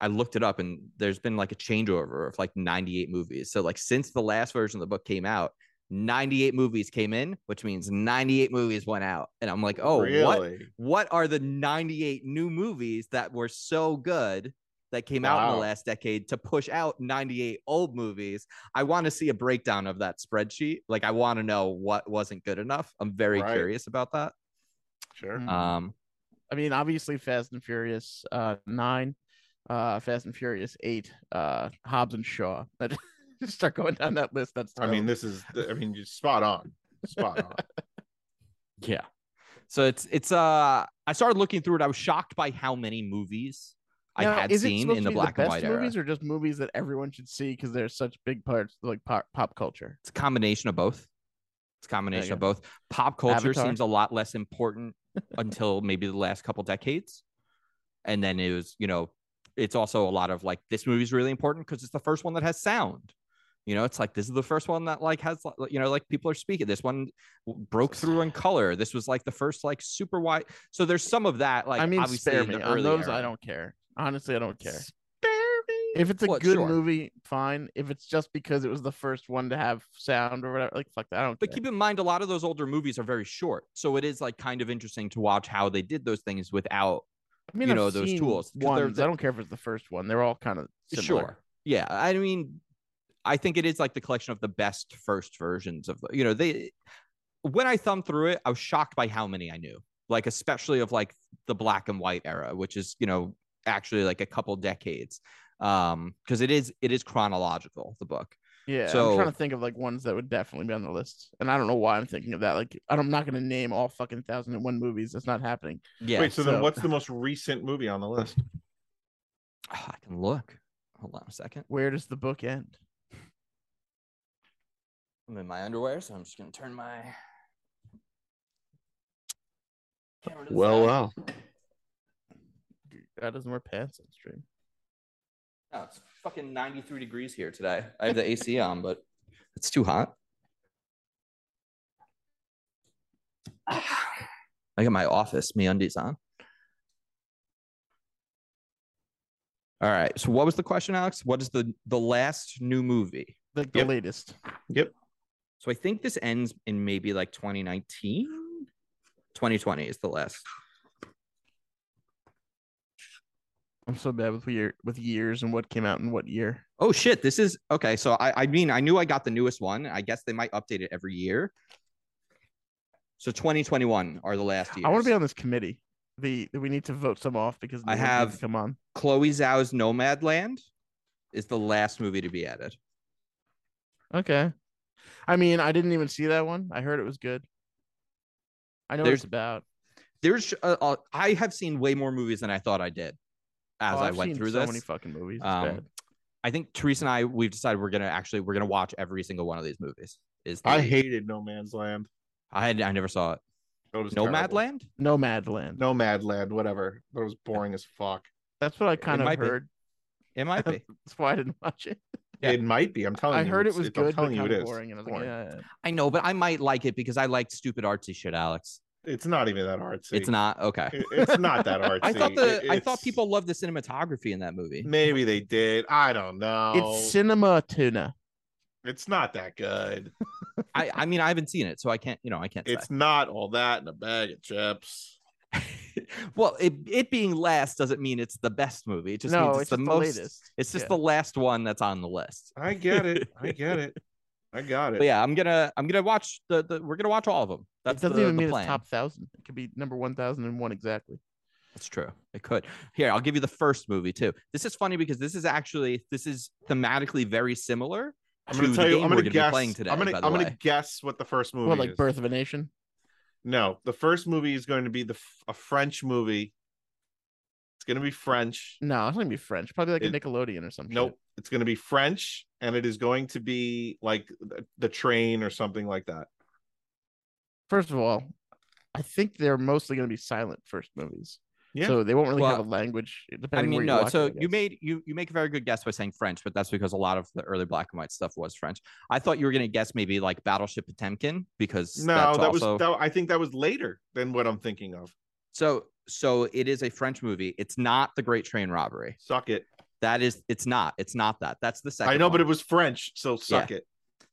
S1: I looked it up and there's been like a changeover of like 98 movies. So like since the last version of the book came out, 98 movies came in, which means 98 movies went out. And I'm like, oh, what
S3: really?
S1: what are the 98 new movies that were so good that came out in
S3: Wow.
S1: the last decade to push out 98 old movies? I want to see a breakdown of that spreadsheet. Like, I want to know what wasn't good enough. I'm very
S3: Right.
S1: curious about that.
S3: Sure.
S2: Mm.
S1: Um,
S2: I mean, obviously Fast and Furious uh nine, uh Fast and Furious eight, uh Hobbs and Shaw. That just start going down that list. That's
S3: I mean, this is. I mean, you're spot on. Spot on.
S1: yeah. So it's it's uh I started looking through it. I was shocked by how many movies I
S2: Now,
S1: had
S2: is it
S1: seen
S2: supposed
S1: in the
S2: to be
S1: black
S2: the
S1: and
S2: best
S1: white era.
S2: movies or just movies that everyone should see because they're such big parts of, like pop, pop culture.
S1: it's a combination of both. It's a combination
S2: you
S1: of both. Pop culture
S2: Avatar.
S1: seems a lot less important until maybe the last couple decades. And then it was, you know, it's also a lot of like this movie's really important because it's the first one that has sound. You know, it's like this is the first one that like has like, you know like people are speaking. This one w- broke through in color. This was like the first like super wide. So there's some of that like
S2: I mean,
S1: obviously
S2: spare
S1: in the
S2: me. On
S1: early
S2: those,
S1: era.
S2: I don't care. Honestly, I don't care.
S1: Spare me.
S2: If it's a
S1: Well,
S2: good
S1: sure.
S2: movie, fine. If it's just because it was the first one to have sound or whatever, like fuck that. I don't
S1: But
S2: care.
S1: keep in mind, a lot of those older movies are very short, so it is like kind of interesting to watch how they did those things without.
S2: I mean,
S1: you
S2: I've
S1: know, those
S2: seen
S1: tools, 'cause they're-
S2: Ones. I don't care if it's the first one. They're all kind of similar.
S1: Sure, yeah. I mean, I think it is like the collection of the best first versions of the- you know they. When I thumbed through it, I was shocked by how many I knew, like especially of like the black and white era, which is you know actually like a couple decades, um, because it is it is chronological the book.
S2: Yeah. I'm
S1: So-
S2: trying to think of like ones that would definitely be on the list, and I don't know why I'm thinking of that. Like, I don't- I'm not going to name all fucking thousand and one movies. That's not happening.
S1: Yeah,
S3: Wait. So,
S2: so-
S3: then, what's the most recent movie on the list?
S1: Ah, I can look. Hold on a second.
S2: Where does the book end?
S1: I'm in my underwear, so I'm just gonna turn my. camera to the side.
S3: well.
S2: That doesn't wear pants on stream.
S1: No, Oh, it's fucking 93 degrees here today. I have the AC on, but it's too hot. I got my office me undies on. All right. So what was the question, Alex? What is the the last new movie?
S2: Like the
S3: Yep.
S2: latest.
S1: So I think this ends in maybe like 2019. 2020 is the last.
S2: I'm so bad with year with years and what came out in what year.
S1: Oh shit, this is okay. So I I mean I knew I got the newest one. I guess they might update it every year. So 2021 are the last years.
S2: I want to be on this committee. The we need to vote some off because
S1: I
S2: no one can
S1: have-
S2: come on.
S1: Chloe Zhao's Nomad Land is the last movie to be added.
S2: Okay. I mean, I didn't even see that one. I heard it was good. I know what
S1: There's-
S2: it's about.
S1: There's uh, uh, I have seen way more movies than I thought I did as
S2: Oh,
S1: I
S2: I've
S1: went
S2: seen
S1: through
S2: so
S1: this.
S2: many fucking movies. It's
S1: Um,
S2: bad.
S1: I think Teresa and I we've decided we're gonna actually we're gonna watch every single one of these movies. Is
S3: I
S1: the-
S3: hated No Man's Land.
S1: I had I never saw it.
S3: That was
S1: Nomad
S3: terrible.
S1: Land.
S2: Nomadland. No,
S3: Nomad Land. Whatever. That was boring as fuck.
S2: that's what I kind of
S1: might be.
S2: heard.
S1: It might be.
S2: That's why I didn't watch it.
S1: Yeah.
S3: It might be. I'm telling
S2: I
S3: you.
S2: heard it
S3: it's-
S2: was
S3: it's- I'm
S2: good, but
S3: telling you
S2: kind
S3: it
S2: of
S3: is.
S2: boring. And I was like,
S3: Boring.
S2: yeah, yeah, yeah.
S1: I know, but I might like it because I like stupid artsy shit, Alex.
S3: It's not even that artsy.
S1: It's not okay.
S3: It- it's not that artsy.
S1: I thought the
S3: It-
S1: I thought
S3: it's-
S1: people loved the cinematography in that movie.
S3: Maybe they did. I don't know.
S2: it's cinema tuna.
S3: It's not that good.
S1: I I mean I haven't seen it, so I can't you know I can't.
S3: It's not all that in a bag of chips.
S1: say. well, it it being last doesn't mean it's the best movie. It just
S2: no,
S1: means
S2: it's,
S1: it's, the
S2: just
S1: most.
S2: latest.
S1: it's just
S2: Yeah.
S1: the last one that's on the list.
S3: I get it. I get it. I got it.
S1: But yeah, I'm gonna I'm gonna watch the, the we're gonna watch all of them. That's
S2: it doesn't
S1: the,
S2: even
S1: the
S2: mean
S1: plan.
S2: it's top thousand. It could be number one thousand and one exactly.
S1: That's true. It could. Here, I'll give you the first movie too. This is funny because this is actually this is thematically very similar.
S3: I'm gonna
S1: to
S3: tell
S1: the
S3: you.
S1: game
S3: I'm
S1: we're
S3: gonna
S1: gonna be
S3: guess.
S1: playing today,
S3: I'm gonna.
S1: by the
S3: I'm
S1: way.
S3: gonna guess what the first movie
S2: Well, like
S3: is.
S2: Birth of a Nation.
S3: No, the first movie is going to be the f- a French movie. It's going to be French.
S2: No, it's gonna be French. Probably like a
S3: It-
S2: Nickelodeon or something.
S3: Nope, it's going to be French, and it is going to be like th- the train or something like that.
S2: First of all, I think they're mostly gonna be silent first movies.
S3: Yeah.
S2: So they won't really have a
S1: Well,
S2: language.
S1: I
S2: Depending
S1: mean,
S2: where you
S1: no.
S2: watch it,
S1: So
S2: I
S1: you
S2: guess.
S1: made you you make a very good guess by saying French, but that's because a lot of the early black and white stuff was French. I thought you were gonna guess maybe like Battleship Potemkin because
S3: No,
S1: that's
S3: that
S1: also
S3: was. That, I think that was later than what I'm thinking of.
S1: so so it is a French movie. It's not the Great Train Robbery.
S3: Suck it.
S1: That is it's not. It's not that. That's the second.
S3: I know, but
S1: one.
S3: it was French, so suck it.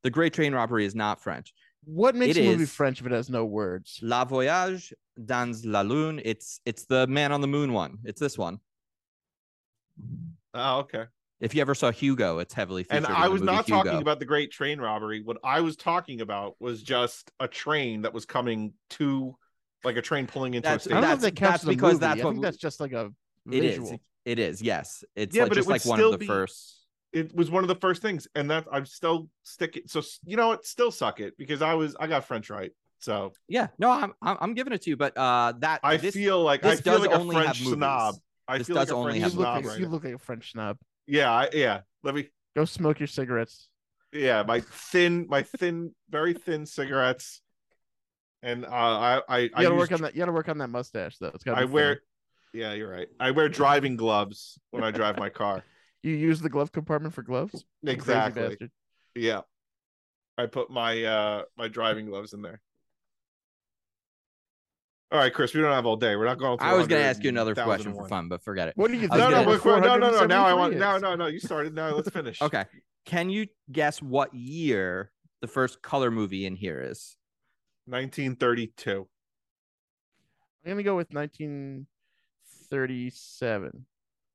S1: the Great Train Robbery is not French.
S2: what makes
S1: it
S2: a movie
S1: is-
S2: French if it has no words?
S1: La Voyage dans la Lune. It's it's the Man on the Moon one. It's this one.
S3: Oh, okay.
S1: If you ever saw Hugo, it's heavily featured.
S3: And
S1: in
S3: I
S1: the
S3: was
S1: movie
S3: not
S1: Hugo.
S3: talking about the Great Train Robbery. What I was talking about was just a train that was coming to, like a train pulling into
S1: That's-
S3: a
S2: I don't
S3: station.
S2: know if that counts
S1: that's
S2: as a
S1: because
S2: movie.
S1: that's
S2: I
S1: what
S2: think
S1: we-
S2: that's just like a
S1: It is.
S2: visual.
S1: It is yes. It's
S3: Yeah,
S1: like,
S3: but it
S1: just
S3: would
S1: like one
S3: still
S1: of the
S3: be-
S1: first.
S3: it was one of the first things and that i'm still sticking so s- you know what still suck it because i was i got french right so
S1: Yeah, no, I'm I'm, I'm giving it to you, but uh, that
S3: i
S1: this,
S3: feel like i
S1: this
S3: feel
S1: does
S3: like a
S1: only have
S3: french
S1: movies.
S3: snob i
S1: This
S3: feel like
S1: does
S3: a
S1: only
S3: french
S2: You
S1: have
S2: look,
S3: snob
S2: like,
S1: movies.
S3: right
S2: you
S3: now.
S2: look like a French snob.
S3: yeah I, yeah let me
S2: Go smoke your cigarettes.
S3: yeah my thin my thin very thin cigarettes and uh i i
S2: You
S3: I,
S2: gotta work
S3: use,
S2: on that. You gotta work on that mustache though. It's gotta.
S3: I
S2: be
S3: wear yeah you're right i wear driving gloves when i drive my car
S2: thinner. You use the glove compartment for gloves. You crazy
S3: exactly
S2: bastard.
S3: yeah i put my uh my driving gloves in there all right chris we don't have all day we're not going through
S1: I was going to ask you another
S3: 100,001.
S1: question for fun, but forget it.
S2: What do you?
S1: I was
S3: no no,
S1: gonna-
S3: we're, we're- no no no now i want no
S2: now
S3: no no you started now let's finish
S1: Okay, can you guess what year the first color movie in here is?
S3: 1932
S2: I'm gonna go with 1937.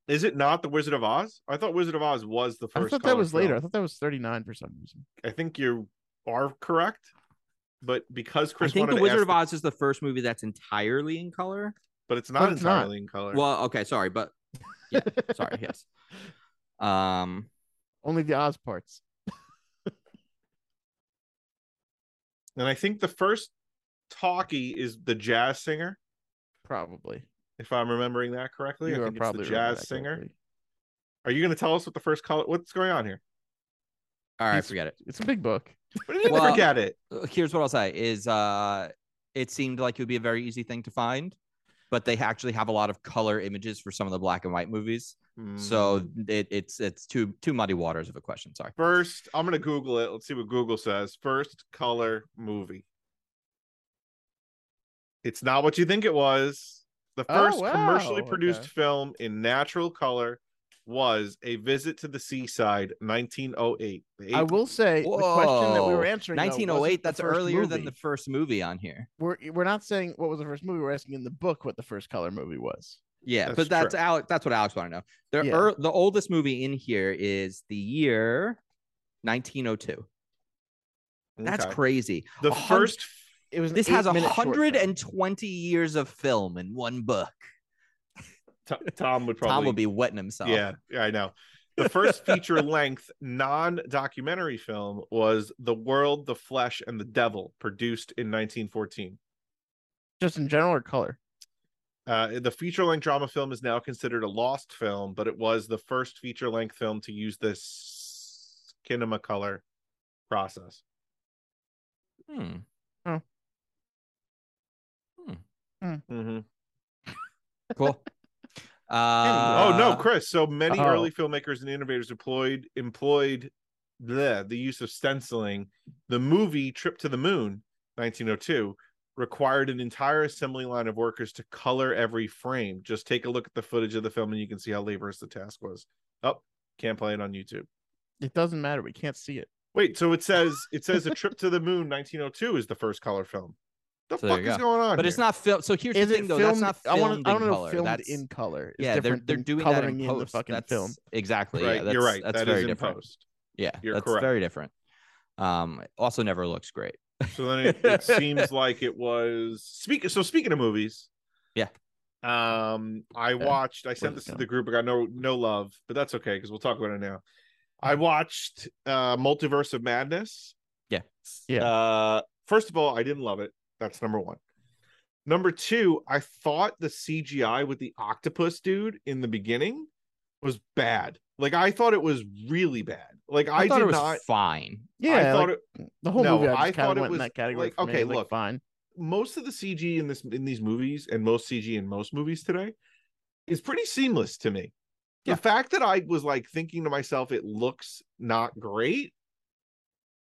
S3: is it not the wizard of oz i thought wizard of oz was the first
S2: I thought that
S3: color
S2: was later. I thought
S3: film.
S2: that was 39 for some reason.
S3: i think you are correct but because chris
S1: I think
S3: wanted
S1: The
S3: to
S1: Wizard
S3: ask
S1: of Oz is the first movie that's entirely in color.
S3: but it's not
S2: it's not.
S3: entirely in color
S1: Well, okay, sorry, but yeah, sorry, yes. Um,
S2: Only the Oz parts.
S3: and i think the first talkie is the jazz singer
S2: Probably.
S3: if i'm remembering that correctly
S2: You
S3: i
S2: are
S3: think
S2: probably
S3: it's
S2: right
S3: the
S2: about
S3: jazz
S2: that
S3: singer
S2: correctly.
S3: Are you going to tell us what the first color? What's going on here?
S1: all right,
S2: He's-
S1: forget it.
S2: It's a big book.
S3: What do you mean
S1: Well-
S3: forget it?
S1: Uh, Here's what I'll say: is uh, it seemed like it would be a very easy thing to find, but they actually have a lot of color images for some of the black and white movies. So
S2: Mm.
S1: it, it's it's too too muddy waters of a question. Sorry.
S3: first, I'm going to Google it. Let's see what Google says. First color movie. It's not what you think it was. The
S2: Oh,
S3: first commercially
S2: wow,
S3: produced
S2: okay.
S3: film in natural color was A Visit to the Seaside, 1908. The
S2: I
S3: eighth-
S2: will say the question that we
S1: Whoa.
S2: were answering. though, wasn't
S1: 1908.
S2: the
S1: That's
S2: first
S1: earlier than the
S2: movie.
S1: first movie on here.
S2: We're we're not saying what was the first movie. We're asking in the book what the first color movie was.
S1: Yeah,
S3: That's
S1: but that's
S3: true.
S1: Alex. That's what Alex want to know. The
S2: Yeah.
S1: ear- the oldest movie in here is the year 1902. That's
S3: Okay.
S1: crazy.
S3: The
S1: A hun-
S3: first
S2: It was. an
S1: This has
S2: eight-minute short film.
S1: 120 years of film in one book.
S3: T- Tom would probably
S1: Tom will be wetting himself.
S3: Yeah, yeah, I know. The first feature length non documentary film was The World, the Flesh, and the Devil, produced in 1914.
S2: Just in general or color.
S3: Uh, the feature length drama film is now considered a lost film, but it was the first feature length film to use this kinema color process.
S1: Hmm.
S3: hmm
S1: Cool. Uh,
S3: oh no, Chris! So many
S2: oh.
S3: early filmmakers and innovators employed employed bleh, the use of stenciling, the movie Trip to the Moon, 1902, required an entire assembly line of workers to color every frame. Just take a look at the footage of the film and you can see how laborious the task was. Oh, can't play it on YouTube.
S2: It doesn't matter. We can't see it.
S3: Wait, so it says it says a trip to the moon 1902 is the first color film. The
S1: So there
S3: fuck
S1: you
S3: is
S1: go.
S3: going on?
S1: But
S3: here?
S1: it's not film. So here's
S2: Is
S1: the thing,
S2: it
S1: though.
S2: filmed?
S1: That's not
S2: I
S1: filmed
S2: I
S1: in
S2: want to know.
S1: color.
S2: Filmed
S1: that's
S2: in color. It's
S1: yeah. They're
S2: different
S1: they're
S2: than
S1: doing that
S2: coloring
S1: in
S2: the
S1: post.
S2: fucking
S1: that's,
S2: film.
S1: Exactly.
S3: right.
S1: Yeah, that's,
S3: You're right.
S1: That's
S3: That
S1: very
S3: is in
S1: different.
S3: post.
S1: Yeah,
S3: You're
S1: that's
S3: correct.
S1: very different. Um, it also never looks great.
S3: So then it, it seems like it was speak so speaking of movies.
S1: Yeah.
S3: Um I
S2: Okay.
S3: watched I sent
S2: Where's it
S3: this to
S2: going?
S3: the group. I got no no love, but that's okay because we'll talk about it now. I watched uh Multiverse of Madness.
S1: Yeah.
S2: Yeah.
S3: Uh first of all, I didn't love it. That's number one. Number two, I thought the CGI with the octopus dude in the beginning was bad. Like I thought it was really bad. Like I,
S1: thought
S3: did
S1: it was
S3: not
S1: fine.
S2: Yeah,
S3: I thought
S2: like,
S3: it,
S2: the whole
S3: no,
S2: movie. I,
S3: I
S2: just kind
S3: thought
S2: of
S3: it
S2: went in
S3: was,
S2: that category.
S3: like,
S2: for me.
S3: okay,
S2: Like,
S3: look.
S2: fine.
S3: most of the CG in this in these movies and most CG in most movies today is pretty seamless to me.
S1: Yeah.
S3: The fact that I was like thinking to myself, it looks not great.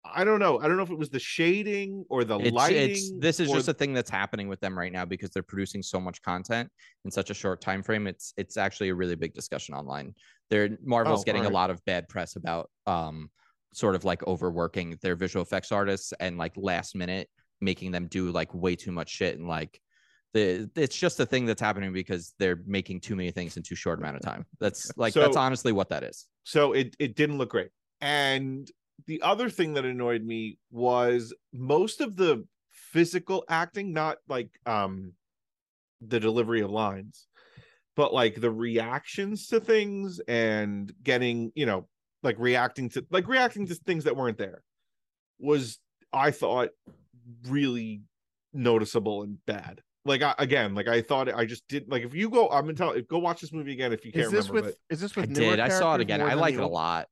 S3: I don't know. I don't know if it was the shading or the
S1: It's,
S3: lighting.
S1: it's this is
S3: or-
S1: just a thing that's happening with them right now because they're producing so much content in such a short time frame. It's it's actually a really big discussion online. They're Marvel's
S3: Oh,
S1: getting a
S3: alright.
S1: lot of bad press about um sort of like overworking their visual effects artists and like last minute making them do like way too much shit and like the it's just a thing that's happening because they're making too many things in too short amount of time. That's like that's
S3: So-
S1: honestly what that is.
S3: so it it didn't look great. And the other thing that annoyed me was most of the physical acting, not like um the delivery of lines, but like the reactions to things and getting, you know, like reacting to like reacting to things that weren't there was I thought really noticeable and bad. Like I, again, like I thought I just did like if you go I'm gonna tell go watch this movie again if you can't
S2: Is this
S3: remember
S2: with?
S3: but-
S2: Is this
S1: I
S2: with? newer
S1: did. I saw it
S2: characters
S1: again.
S2: more
S1: I
S2: than
S1: like it
S2: the
S1: a
S2: old-
S1: lot.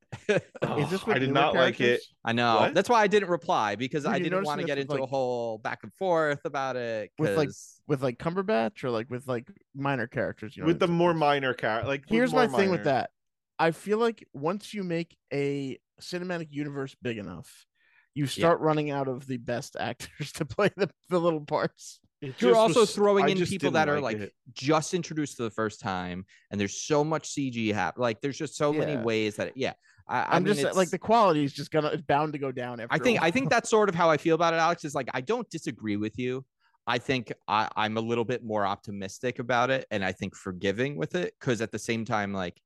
S2: Is this with
S3: I did
S2: newer
S3: not like it.
S2: characters?
S1: I know.
S3: What?
S1: That's why I didn't reply because
S2: Were
S1: I
S2: you
S1: didn't want to
S2: noticing
S1: get
S2: this
S1: into
S2: with,
S1: a
S2: like-
S1: whole back and forth about it.
S2: With, like,
S1: 'cause-
S2: with like Cumberbatch or like with like minor characters. You know what
S3: with the
S2: I'm
S3: more
S2: talking about?
S3: minor character. Like with
S2: Here's my
S3: more
S2: thing with
S3: minor-
S2: that. I feel like once you make a cinematic universe big enough, you start running out of the best actors to play the, the little parts.
S3: It
S1: you're
S3: just
S1: also
S3: was-
S1: throwing
S3: I
S1: in
S3: just
S1: people
S3: didn't
S1: that are like
S3: it.
S1: just introduced for the first time, and there's so much CG hap. Like there's just so many
S2: Yeah.
S1: ways that it, yeah. I, I
S2: I'm
S1: mean,
S2: just saying, like
S1: it's-
S2: the quality is just gonna it's bound to go down. After
S1: I
S2: a
S1: think I
S2: while.
S1: think that's sort of how I feel about it, Alex. Is like I don't disagree with you. I think I, I'm a little bit more optimistic about it, and I think forgiving with it because at the same time, like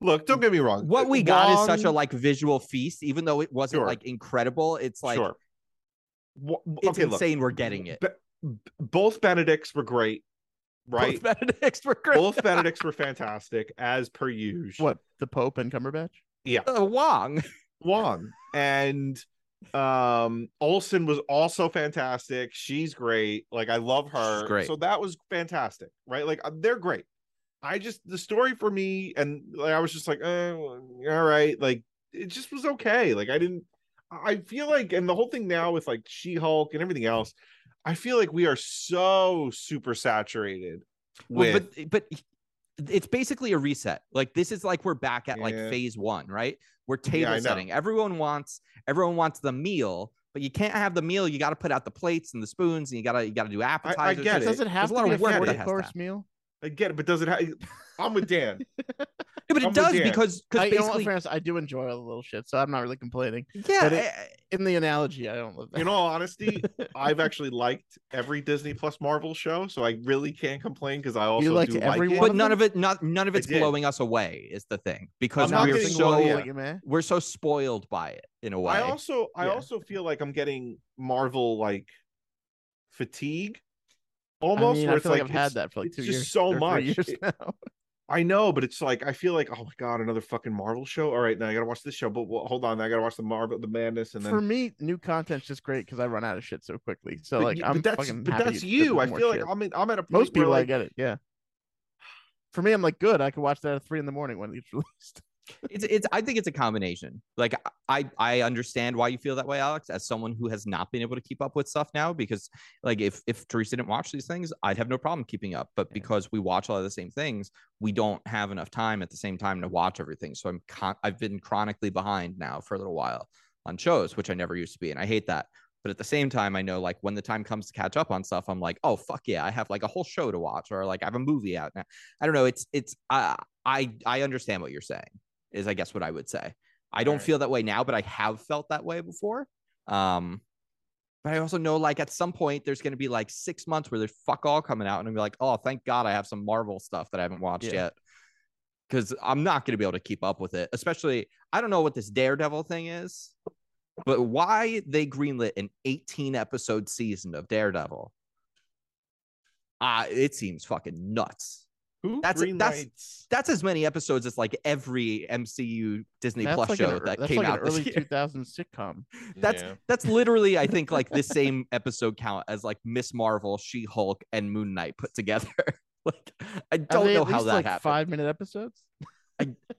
S3: Look, don't get me wrong.
S1: what we got is such a
S3: Uh, Wong-
S1: like visual feast, even though it wasn't
S3: Sure.
S1: like incredible. It's like
S3: sure. Wha-
S1: it's
S3: okay, look.
S1: insane we're getting it.
S3: Be- b- both Benedicts were great,
S1: Both
S3: right?
S1: Benedicts were great.
S3: Both Benedicts were fantastic, as per usual.
S2: what the Pope and Cumberbatch.
S3: Yeah,
S1: Uh, Wong.
S3: Wong and um Olsen was also fantastic. She's great. Like I love her.
S1: She's great.
S3: So that was fantastic, right? Like uh, they're great. I just the story for me and like I was just like, eh, well, all right, like it just was okay. Like I didn't I feel like and the whole thing now with like She-Hulk and everything else, I feel like we are so super saturated
S1: Well,
S3: with
S1: but but it's basically a reset. Like this is like we're back at like
S3: Yeah.
S1: phase one, right? We're
S3: Yeah,
S1: table
S3: I know.
S1: setting. Everyone wants everyone wants the meal, but you can't have the meal. You got to put out the plates and the spoons, and you gotta you gotta do appetizers.
S3: get
S2: Does
S3: It-
S2: it have
S1: a
S2: to
S1: lot
S2: be
S1: of
S2: a
S1: work that
S2: forty
S1: has to
S2: course
S1: happen.
S2: meal?
S3: I get it, but does it have I'm with Dan.
S1: Yeah, but
S3: I'm
S1: it
S3: with
S1: does
S3: Dan.
S1: because because
S2: I, you know what,
S1: basically,
S2: Francis, I do enjoy all the little shit, so I'm not really complaining.
S1: yeah, eh,
S2: but it-
S1: I-
S2: In the analogy, I don't love that.
S3: in all honesty, I've actually liked every Disney Plus Marvel show, so I really can't complain because I also
S2: liked
S3: do
S2: every
S3: like
S1: but
S2: one
S3: it.
S2: of
S1: none
S2: them?
S1: of it not none of
S3: I
S1: it's
S3: did.
S1: blowing us away is the thing because
S3: I'm not
S1: we're
S3: getting
S1: so
S3: blown away.
S2: man.
S1: we're so spoiled by it in a way.
S3: I also I
S2: Yeah.
S3: also feel like I'm getting Marvel like fatigue almost
S2: I, mean,
S3: where
S2: I
S3: it's
S2: feel
S3: like,
S2: like, I've had
S3: it's-
S2: that for like
S3: it's
S2: two
S3: just
S2: years.
S3: so
S2: or three
S3: much.
S2: years
S3: It-
S2: now.
S3: I know, but it's like I feel like oh my god, another fucking Marvel show. All right, now I gotta watch this show, but well, hold on, I gotta watch the Marvel the madness and then
S2: for me, new content's just great because I run out of shit so quickly. So
S3: but
S2: like,
S3: you-
S2: I'm
S3: but that's
S2: fucking
S3: but
S2: happy
S3: that's
S2: that
S3: you. I
S2: there's more
S3: feel like
S2: shit.
S3: I'm in, I'm at a point
S2: most
S3: where,
S2: people I
S3: like
S2: get it. Yeah. For me, I'm like good. I could watch that at three in the morning when it gets released.
S1: it's it's I think it's a combination. Like I I understand why you feel that way, Alex, as someone who has not been able to keep up with stuff now because like if if Teresa didn't watch these things, I'd have no problem keeping up. But
S2: Yeah.
S1: because we watch a lot of the same things, we don't have enough time at the same time to watch everything. So I'm con- I've been chronically behind now for a little while on shows, which I never used to be, and I hate that. But at the same time, I know like when the time comes to catch up on stuff, I'm like, oh fuck yeah, I have like a whole show to watch, or like I have a movie out now. I don't know. It's it's I I I understand what you're saying is I guess what I would say. I don't
S2: Alright.
S1: feel that way now, but I have felt that way before. Um, but I also know like at some point there's going to be like six months where there's fuck all coming out, and I'm like, oh, thank God I have some Marvel stuff that I haven't watched
S2: Yeah.
S1: yet, because I'm not going to be able to keep up with it. Especially, I don't know what this Daredevil thing is, but why they greenlit an 18 episode season of Daredevil? Ah, it seems fucking nuts
S3: Who
S1: That's-
S3: green
S1: that's-
S3: lights?
S1: that's as many episodes as like every MCU Disney
S2: That's
S1: Plus
S2: like an
S1: show
S2: ear-
S1: that
S2: that's
S1: came
S2: like
S1: out
S2: an early
S1: this year.
S2: 2000s sitcom.
S1: That's
S3: Yeah.
S1: that's literally I think like the same episode count as like Miss Marvel, She Hulk, and Moon Knight put together. like I
S2: Are
S1: don't
S2: they
S1: know
S2: at
S1: how
S2: least,
S1: that
S2: like
S1: happened.
S2: Five minute episodes.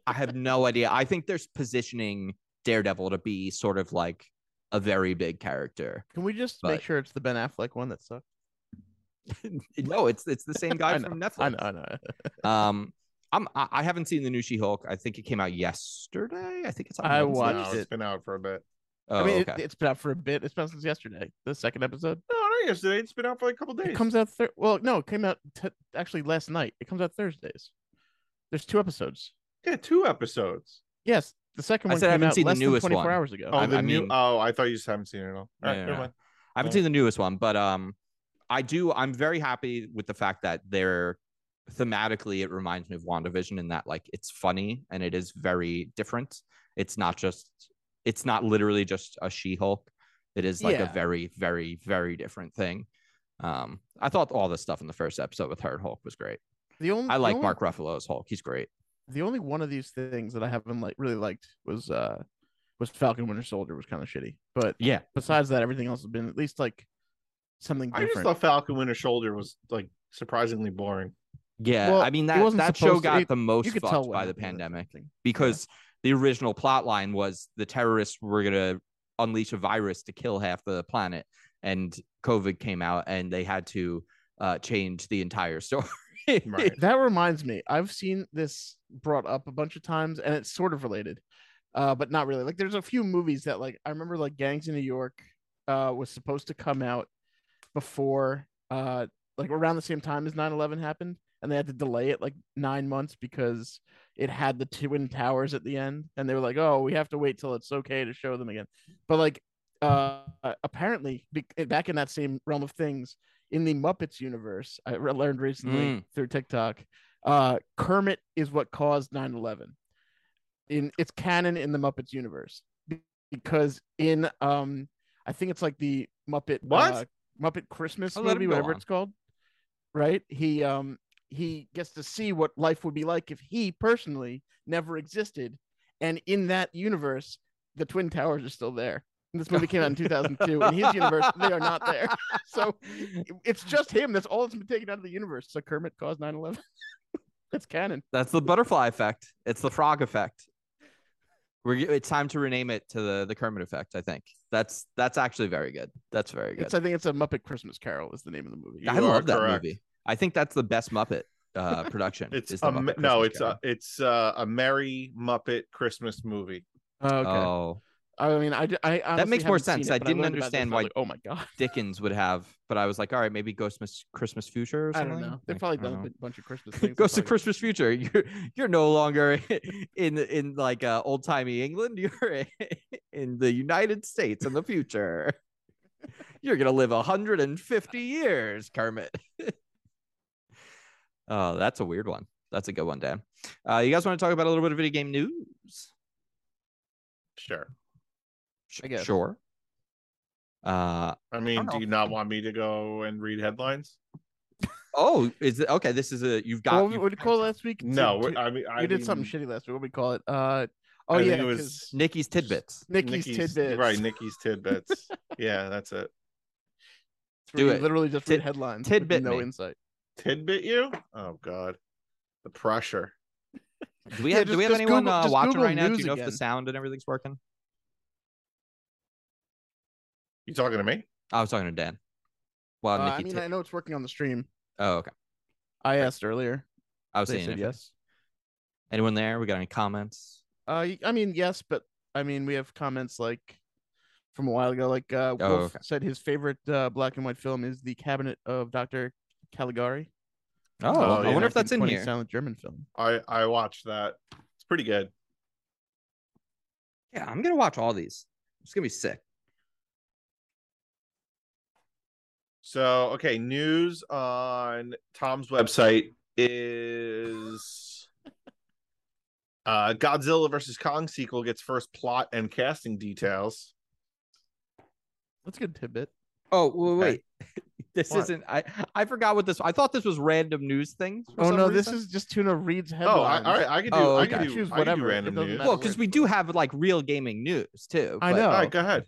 S1: I have no idea. I think there's positioning Daredevil to be sort of like a very big character.
S2: Can we just
S1: But-
S2: make sure it's the Ben Affleck one that sucked?
S1: No, it's it's the same guy
S2: I
S1: from
S2: I
S1: Netflix.
S2: know, I know.
S1: Um, I'm I I haven't seen the new She Hulk. I think it came out yesterday. I think it's on
S2: I
S1: Wednesday.
S3: No,
S2: watched
S3: it's
S2: it.
S3: been out for a bit.
S1: Oh,
S2: I mean,
S1: okay.
S2: it, it's been out for a bit. It's been out since yesterday. The second episode.
S3: No, not yesterday. It's been out for like a couple days.
S2: It comes out. Thir- well, no, it came out t- actually last night. It comes out Thursdays. There's two episodes.
S3: yeah, two episodes.
S2: Yes, the second
S1: I
S2: one
S1: said I
S2: came
S1: haven't
S2: out
S1: seen the
S2: less
S1: newest
S2: than 24
S1: one.
S2: hours ago.
S3: Oh,
S1: I-
S3: the
S1: I
S3: new.
S1: mean-
S3: oh, I thought you just haven't seen it all. All right,
S1: Yeah,
S3: never
S1: yeah.
S3: mind.
S1: I haven't
S3: Alright.
S1: seen the newest one, but um, I do. I'm very happy with the fact that they're thematically. It reminds me of Wandavision in that like it's funny and it is very different. It's not just. It's not literally just a She-Hulk. It is like a
S2: Yeah.
S1: very, very, very different thing. Um, I thought all the stuff in the first episode with her and Hulk was great.
S2: the only
S1: I
S2: the
S1: like
S2: only-
S1: Mark Ruffalo as Hulk. He's great.
S2: The only one of these things that I haven't like really liked was uh was Falcon Winter Soldier was kind of shitty. But
S1: Yeah,
S2: besides that, everything else has been at least like something
S3: I
S2: different.
S3: just thought Falcon Winter Shoulder was like surprisingly boring.
S1: yeah.
S2: Well,
S1: I mean
S2: it
S1: that
S2: wasn't
S1: that show
S2: supposed to-
S1: got
S2: it-
S1: the most
S2: you could
S1: fucked
S2: tell
S1: by
S2: when
S1: the
S2: it was
S1: pandemic.
S2: something.
S1: because the original plot line was the terrorists were going to unleash a virus to kill half the planet and covid came out and they had to uh, change the entire story
S3: Right.
S2: That reminds me, I've seen this brought up a bunch of times, and it's sort of related, uh, but not really. Like, there's a few movies that, like, I remember, like, Gangs in New York, uh, was supposed to come out before, uh, like around the same time as 9/11 happened, and they had to delay it like nine months because it had the twin towers at the end, and they were like, "Oh, we have to wait till it's okay to show them again." But like, uh, apparently, be- back in that same realm of things, in the Muppets universe, I re- learned recently
S1: Mm.
S2: through TikTok, uh, Kermit is what caused 9/11. In it's canon in the Muppets universe Be- because in um, I think it's like the Muppet
S3: What?
S2: uh, Muppet Christmas
S1: I'll let him
S2: movie,
S1: go
S2: whatever
S1: on.
S2: it's called. Right? He um he gets to see what life would be like if he personally never existed, and in that universe, the twin towers are still there. And this movie came out in 2002. In his universe, they are not there. So it- it's just him. That's all that's been taken out of the universe. So Kermit caused 9/11. that's canon.
S1: that's the butterfly effect it's the frog effect we're, g- it's time to rename it to the, the kermit effect i think that's that's actually very good that's very good
S2: It's I think it's a Muppet Christmas Carol is the name of the movie.
S3: You
S1: i
S3: are
S1: love that
S3: correct.
S1: movie i think that's the best muppet uh, production
S3: It's
S1: is the
S3: a
S1: Muppet
S3: me- no,
S1: Christmas
S3: it's
S1: Carol.
S3: a it's uh, a merry Muppet Christmas movie. uh,
S2: Oh, okay.
S1: oh
S2: I mean, I, d- I honestly
S1: makes more
S2: haven't seen
S1: sense.
S2: it,
S1: I
S2: but
S1: didn't
S2: learned about this,
S1: understand
S2: and I was like, oh my god.
S1: Dickens would have, but I was like, all right, maybe Ghost Miss Christmas Future or
S2: I
S1: something.
S2: don't know. They've
S1: Like,
S2: probably
S1: I don't
S2: done a
S1: know.
S2: bit- bunch of Christmas things.
S1: Ghost of Christmas
S2: Christmas.
S1: Future. You're you're no longer in in like uh, old timey England. You're in the United States in the future. You're gonna live 150 years, Kermit. oh, that's a weird one. That's a good one, Dan. Uh, you guys want to talk about a little bit of video game news?
S3: Sure.
S1: Sh-
S2: I guess.
S1: Sure. Uh,
S3: I mean,
S2: Oh,
S1: don't
S3: do
S1: know.
S3: you not want me to go and read headlines?
S1: oh, is it okay? This is a you've got
S2: What
S1: you-
S2: would you call it last week?
S3: No,
S2: we
S3: we're- I mean, I
S2: did something
S3: mean,
S2: shitty last week. What we call it? Uh, oh
S3: I think
S2: yeah,
S3: it was
S2: 'cause
S1: Nikki's tidbits.
S2: Nikki's, tidbits.
S3: Right, Nikki's tidbits. yeah, that's it.
S1: Do
S2: Do
S1: it.
S2: it. Literally just
S1: Tid-
S2: read headlines. with
S1: tidbit
S2: no
S1: me.
S2: insight.
S3: Tidbit you? Oh God, the pressure.
S1: Do we
S2: Yeah,
S1: have
S2: just-
S1: do we have
S2: just
S1: anyone
S2: Google-
S1: uh,
S2: just
S1: watching
S2: Google
S1: right now? Do you
S2: news
S1: know if
S2: again.
S1: the sound and everything's working?
S3: You talking to me?
S1: I was talking to Dan. Well,
S2: Uh, I
S1: Nikki.
S2: mean,
S1: ta-
S2: I know it's working on the stream.
S1: oh, okay.
S2: I asked earlier.
S1: I was
S2: They
S1: saying
S2: said
S1: if
S2: yes.
S1: anyone there. We got any comments?
S2: Uh, y- I mean, yes, but I mean, we have comments like from a while ago. Like uh,
S1: Oh,
S2: Wolf
S1: okay.
S2: said, his favorite uh, black and white film is The Cabinet of Dr. Caligari.
S1: Oh,
S3: Oh,
S1: I
S3: yeah.
S1: wonder if that's in
S2: 1920s
S1: here.
S2: Silent German film.
S3: I I watched that. It's pretty good.
S1: Yeah, I'm gonna watch all these. It's gonna be sick.
S3: So okay, news on Tom's website is uh Godzilla versus Kong sequel gets first plot and casting details.
S2: That's a good tidbit.
S1: Oh wait,
S3: Okay.
S1: wait. this
S3: What?
S1: isn't. I I forgot what this. I thought this was random news things. for
S2: Oh
S1: some
S2: no,
S1: reason.
S2: this is just Tuna Reed's headlines.
S3: Oh, I, all right, I could do.
S1: Oh,
S3: I could
S1: okay.
S3: do.
S2: Choose
S3: I could do
S2: whatever, it
S3: random
S2: doesn't
S3: news.
S2: matter.
S1: well because we do have like real gaming news too.
S2: I
S1: but-
S2: know.
S3: All right, go ahead.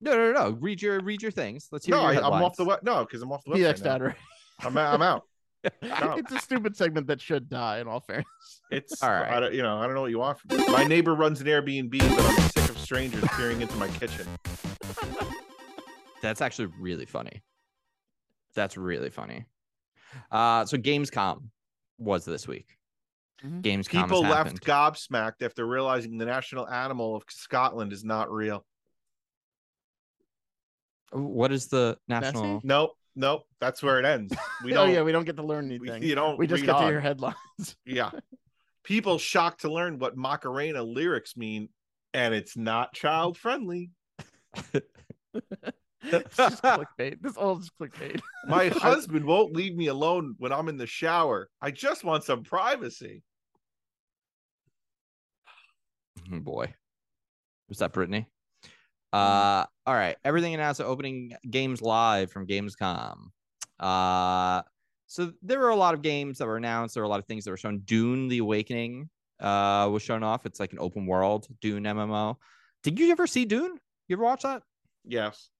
S1: No, no, no. no. Read your read your things. Let's hear.
S3: No,
S1: your
S3: I, I'm off the
S1: headlines.
S3: web. No, because I'm off the
S2: He
S3: website.
S2: X'd
S3: now.
S2: out already.
S3: I'm out. I'm out. No.
S2: It's a stupid segment that should die. In all fairness,
S3: It's
S1: All
S3: all
S1: right.
S3: right. I don't, you know, I don't know what you want from me. My neighbor runs an Airbnb, but I'm sick of strangers peering into my kitchen.
S1: That's actually really funny. That's really funny. Uh, so Gamescom was this week.
S2: Mhm.
S1: Gamescom has
S3: Mm-hmm. People
S1: happened.
S3: left gobsmacked after realizing the national animal of Scotland is not real.
S1: What is the national?
S3: Nope, nope. That's where it ends. We
S2: oh
S3: don't.
S2: yeah, we don't get to learn anything.
S3: we, you don't.
S2: we just
S3: read
S2: get to
S3: on.
S2: hear headlines.
S3: Yeah. People shocked to learn what Macarena lyrics mean, and it's not child friendly.
S2: it's just clickbait. This all is clickbait.
S3: My husband won't leave me alone when I'm in the shower. I just want some privacy.
S1: Oh, boy, was that Brittany?
S2: Mm.
S1: Uh, all right. Everything announced at opening games live from Gamescom. Uh, so there were a lot of games that were announced. There were a lot of things that were shown. Dune: The Awakening uh, was shown off. It's like an open world Dune MMO. Did you ever see Dune? You ever watch that?
S3: Yes,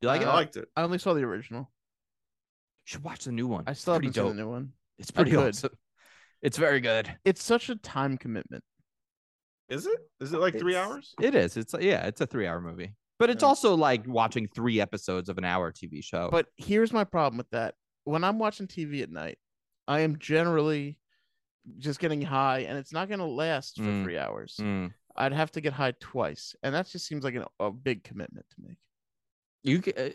S1: You like it?
S3: I liked it.
S2: Uh, I only saw the original.
S1: You should watch the new one.
S2: I
S1: it's
S2: still
S1: pretty
S2: haven't
S1: dope.
S2: seen the new one.
S1: It's
S2: I
S1: pretty
S2: could.
S1: awesome. It's very good.
S2: It's such a time commitment.
S3: Is it? Is it like three
S1: It's-
S3: hours?
S1: It is. It's yeah. It's a three-hour movie, but it's
S3: Yeah.
S1: also like watching three episodes of an hour TV show.
S2: But here's my problem with that. When I'm watching TV at night, I am generally just getting high, and it's not going to last for
S1: Mm.
S2: three hours.
S1: Mm.
S2: I'd have to get high twice, and that just seems like an, a big commitment to make.
S1: you, c- uh,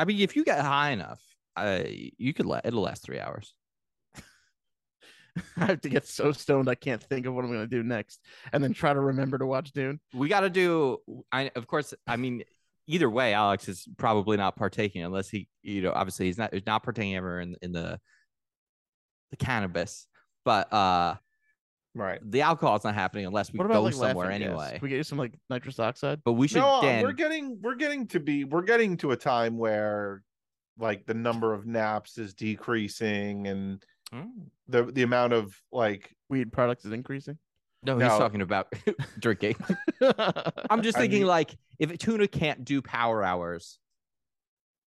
S1: I mean, if you get high enough, uh, you could let it'll last three hours.
S2: I have to get so stoned I can't think of what I'm going to do next, and then try to remember to watch Dune.
S1: We got to do. I of course. I mean, either way, Alex is probably not partaking unless he, you know, obviously he's not he's not partaking ever in in the the cannabis, but uh
S3: Right.
S1: the alcohol's not happening unless we
S2: What
S1: go
S2: about like
S1: somewhere
S2: laughing gas?
S1: anyway.
S2: Can we get you some like nitrous oxide?
S1: But we should
S3: No, uh,
S1: then.
S3: we're getting we're getting to be we're getting to a time where like the number of naps is decreasing and
S1: Mm.
S3: the the amount of like
S2: Weed products is increasing.
S1: No, he's
S3: No.
S1: talking about drinking. I'm just
S3: I
S1: thinking
S3: mean-
S1: like if Tuna can't do power hours,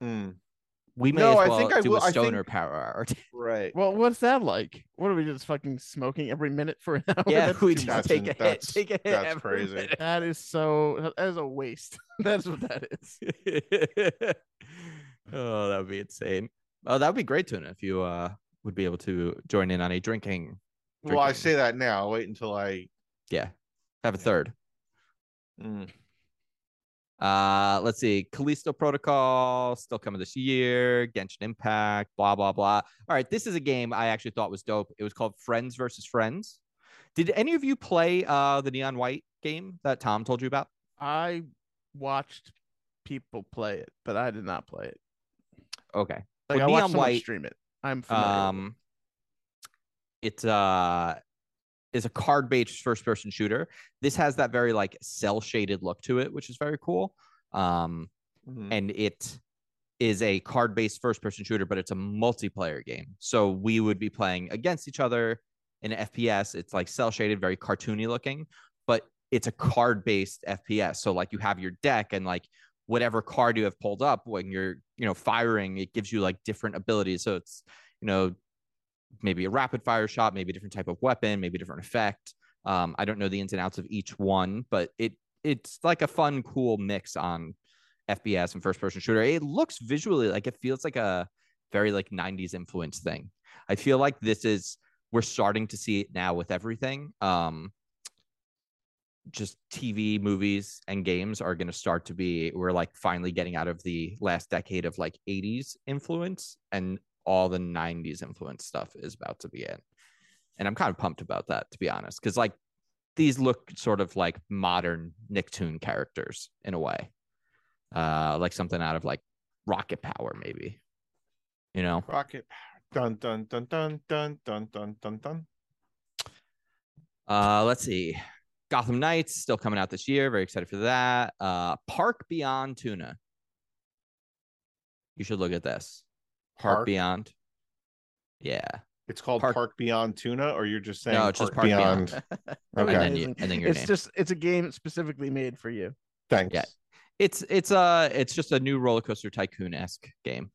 S3: mm,
S1: we may
S3: No, I
S1: as well
S3: think I
S1: do
S3: will-
S1: a
S3: I think-
S1: stoner power hour.
S3: right
S2: well, what's that like? What are we just fucking smoking every minute for an hour?
S1: yeah,
S2: That's
S1: we
S2: too
S1: just
S2: much.
S3: that's-
S1: take a hit,
S3: that's-
S1: take a hit.
S3: that's
S1: every
S3: crazy.
S1: minute.
S2: That is so. That is a waste. That's what that is.
S1: oh, that would be insane. Oh, that would be great, Tuna, if you uh would be able to join in on a drinking.
S3: well i
S1: drinking.
S3: say that now wait until i
S1: Yeah, have a third.
S3: mm.
S1: Uh, let's see. Callisto Protocol still coming this year. Genshin Impact. Blah blah blah. All right, this is a game I actually thought was dope. It was called Friends versus Friends. Did any of you play uh the Neon White game that Tom told you about?
S2: I watched people play it, but I did not play it.
S1: Okay.
S2: Like
S1: Well,
S2: I
S1: Neon
S2: watched someone
S1: White,
S2: stream it. I'm familiar. with
S1: Um, it's uh is a card based first person shooter. This has that very like cell shaded look to it, which is very cool. Um,
S3: mm.
S1: and it is a card based first person shooter, but it's a multiplayer game. So we would be playing against each other in a FPS. It's like cell shaded, very cartoony looking, but it's a card based FPS. So like you have your deck and like whatever card you have pulled up when you're, you know, firing, it gives you like different abilities. So it's, you know, maybe a rapid fire shot, maybe a different type of weapon, maybe a different effect. Um, I don't know the ins and outs of each one, but it it's like a fun, cool mix on FBS and first person shooter. It looks visually like it feels like a very like 90s influence thing. I feel like this is we're starting to see it now with everything. Um, just TV, movies, and games are going to start to be, we're like finally getting out of the last decade of like 80s influence and all the 90s influence stuff is about to be in. And I'm kind of pumped about that, to be honest, because like these look sort of like modern Nicktoon characters in a way, uh, like something out of like Rocket Power, maybe, you know?
S3: Rocket Dun dun dun dun dun dun dun dun dun.
S1: Uh, let's see. Gotham Knights still coming out this year. Very excited for that. Uh, Park Beyond Tuna. You should look at this. Park,
S3: Park?
S1: Beyond. Yeah.
S3: It's called
S1: Park-
S3: Park, Beyond Tuna, or you're just saying
S1: No, it's
S3: Park,
S1: just Park Beyond.
S3: Beyond. Okay.
S1: And then you, and then your
S2: it's
S1: name.
S2: just it's a game specifically made for you.
S3: Thanks.
S1: Yeah. It's it's uh it's just a new roller coaster tycoon esque game.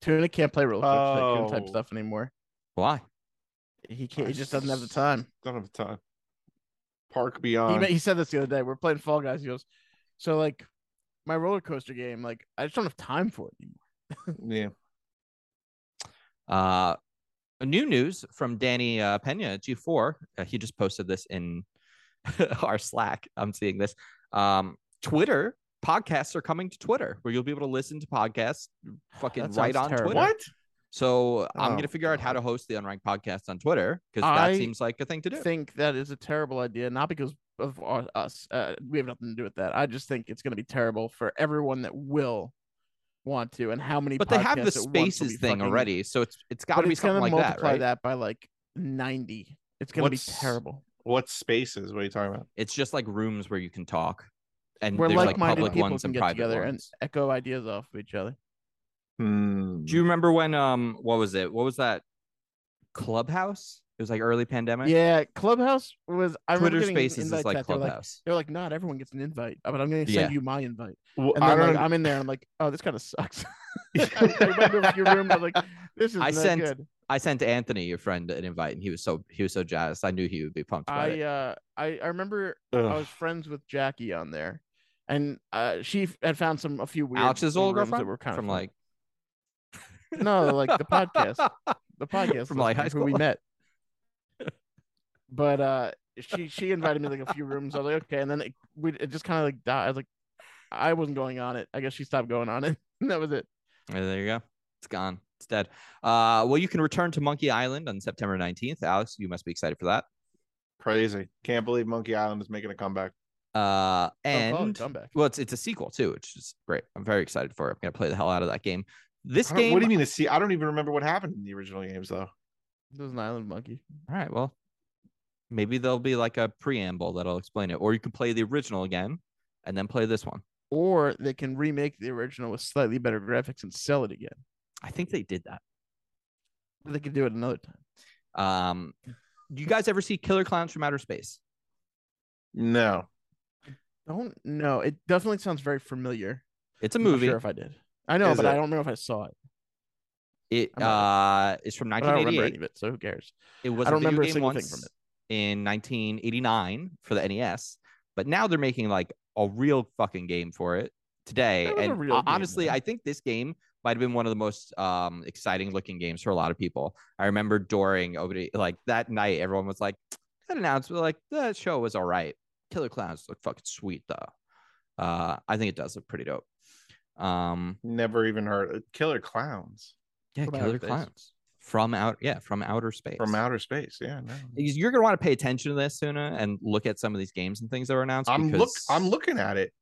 S2: Tuna can't play roller coaster tycoon type
S3: Oh.
S2: stuff anymore.
S1: Why?
S2: He can't. He just doesn't have the time.
S3: Don't have time. Park
S2: He,
S3: Beyond.
S2: ma- he said this the other day. We're playing Fall Guys. He goes, so like my roller coaster game. Like I just don't have time for it anymore.
S3: yeah.
S1: Uh, new news from Danny uh, Pena at G4. Uh, he just posted this in our Slack. I'm seeing this. Um, Twitter podcasts are coming to Twitter, where you'll be able to listen to podcasts fucking
S2: That
S1: right
S2: sounds
S1: on
S2: terrible.
S1: Twitter.
S3: What?
S1: So I'm
S3: Oh,
S1: gonna figure out how to host the unranked podcast on Twitter because that
S2: I
S1: seems like a thing to do.
S2: think that is a terrible idea. Not because of our, us. Uh, we have nothing to do with that. I just think it's going to be terrible for everyone that will want to, and how many.
S1: but they have the
S2: podcasts at once will
S1: spaces
S2: be
S1: thing
S2: fucking-
S1: already, so it's it's got
S2: but
S1: to be
S2: it's gonna
S1: something like that,
S2: multiply
S1: right?
S2: by like ninety. It's going to be
S3: What's-
S2: terrible.
S3: What spaces? What are you talking about?
S1: It's just like rooms where you can talk, and
S2: Where
S1: there's like
S2: like-minded
S1: public
S2: people
S1: ones
S2: can
S1: and
S2: get
S1: private
S2: together
S1: ones.
S2: and echo ideas off of each other.
S3: Hmm.
S1: Do you remember when um what was it? What was that clubhouse? It was like early pandemic.
S2: Yeah, Clubhouse was. I remember
S1: Twitter
S2: getting
S1: Spaces
S2: invites
S1: is like
S2: that. They were like,
S1: Clubhouse.
S2: they're like, not everyone gets an invite, but I'm going to
S1: Yeah.
S2: send you my invite.
S3: Well,
S2: And
S3: I
S2: then
S3: don't.
S2: like, I'm in there, and I'm like, oh, this kind of sucks. I went over to your room, I'm like, this is
S1: I
S2: not
S1: sent-
S2: good.
S1: I sent Anthony, your friend, an invite, and he was so he was so jazzed. I knew he would be pumped about
S2: I
S1: it.
S2: uh, I I remember I
S3: Ugh.
S2: was friends with Jackie on there, and uh, she f- had found some a few weird
S1: Alex's
S2: little
S1: old
S2: rooms that
S1: girlfriend
S2: were kind
S1: from
S2: of
S1: like
S2: fun. no, like the podcast. the podcast
S1: From, like, high
S2: listeners who we
S1: school?
S2: met. but uh she she invited me to, like a few rooms. I was like, okay, and then it we it just kind of like died. I was like, I wasn't going on it. I guess she stopped going on it. And that was it.
S1: Yeah, there you go. It's gone. It's dead. Uh, well, you can return to Monkey Island on September 19th. Alex, you must be excited for that.
S3: Crazy. Can't believe Monkey Island is making a comeback.
S1: Uh,
S2: Oh, oh,
S1: and
S2: comeback.
S1: well, it's it's a sequel too, which is great. I'm very excited for it. I'm gonna play the hell out of that game. This
S3: I don't-
S1: game,
S3: What do you mean to see? I don't even remember what happened in the original games though.
S2: There's an island monkey.
S1: All right. Well, maybe there'll be like a preamble that'll explain it, or you can play the original again and then play this one.
S2: Or they can remake the original with slightly better graphics and sell it again.
S1: I think they did that.
S2: But they could do it another time.
S1: Um, you guys ever see Killer Clowns from Outer Space?
S3: No.
S2: Don't know. It definitely sounds very familiar.
S1: It's a
S2: I'm not
S1: movie.
S2: sure if I did. I know,
S3: Is
S2: but I
S3: it?
S2: don't know if I saw it.
S1: It
S2: I'm
S1: uh is from
S2: But I don't remember
S1: 1988.
S2: any of it, so who cares?
S1: It was
S2: I don't
S1: a video
S2: remember a
S1: game
S2: single
S1: once
S2: thing from it.
S1: in 1989 for the NES, but now they're making like a real fucking game for it today.
S2: That was a
S1: And
S2: real
S1: ho-
S2: game,
S1: honestly,
S2: though.
S1: I think this game might have been one of the most um, exciting looking games for a lot of people. I remember during over like that night, everyone was like, that announcement, like that show was all right. Killer Clowns look fucking sweet though. Uh, I think it does look pretty dope. Um,
S3: Never even heard Killer Clowns
S1: yeah,
S2: From outer
S1: Killer
S2: space.
S1: Clowns from out, yeah, from outer space
S3: from outer space. Yeah. No.
S1: is you're gonna want to pay attention to this sooner and look at some of these games and things that were announced.
S3: I'm look.
S1: because-
S3: I'm looking at it.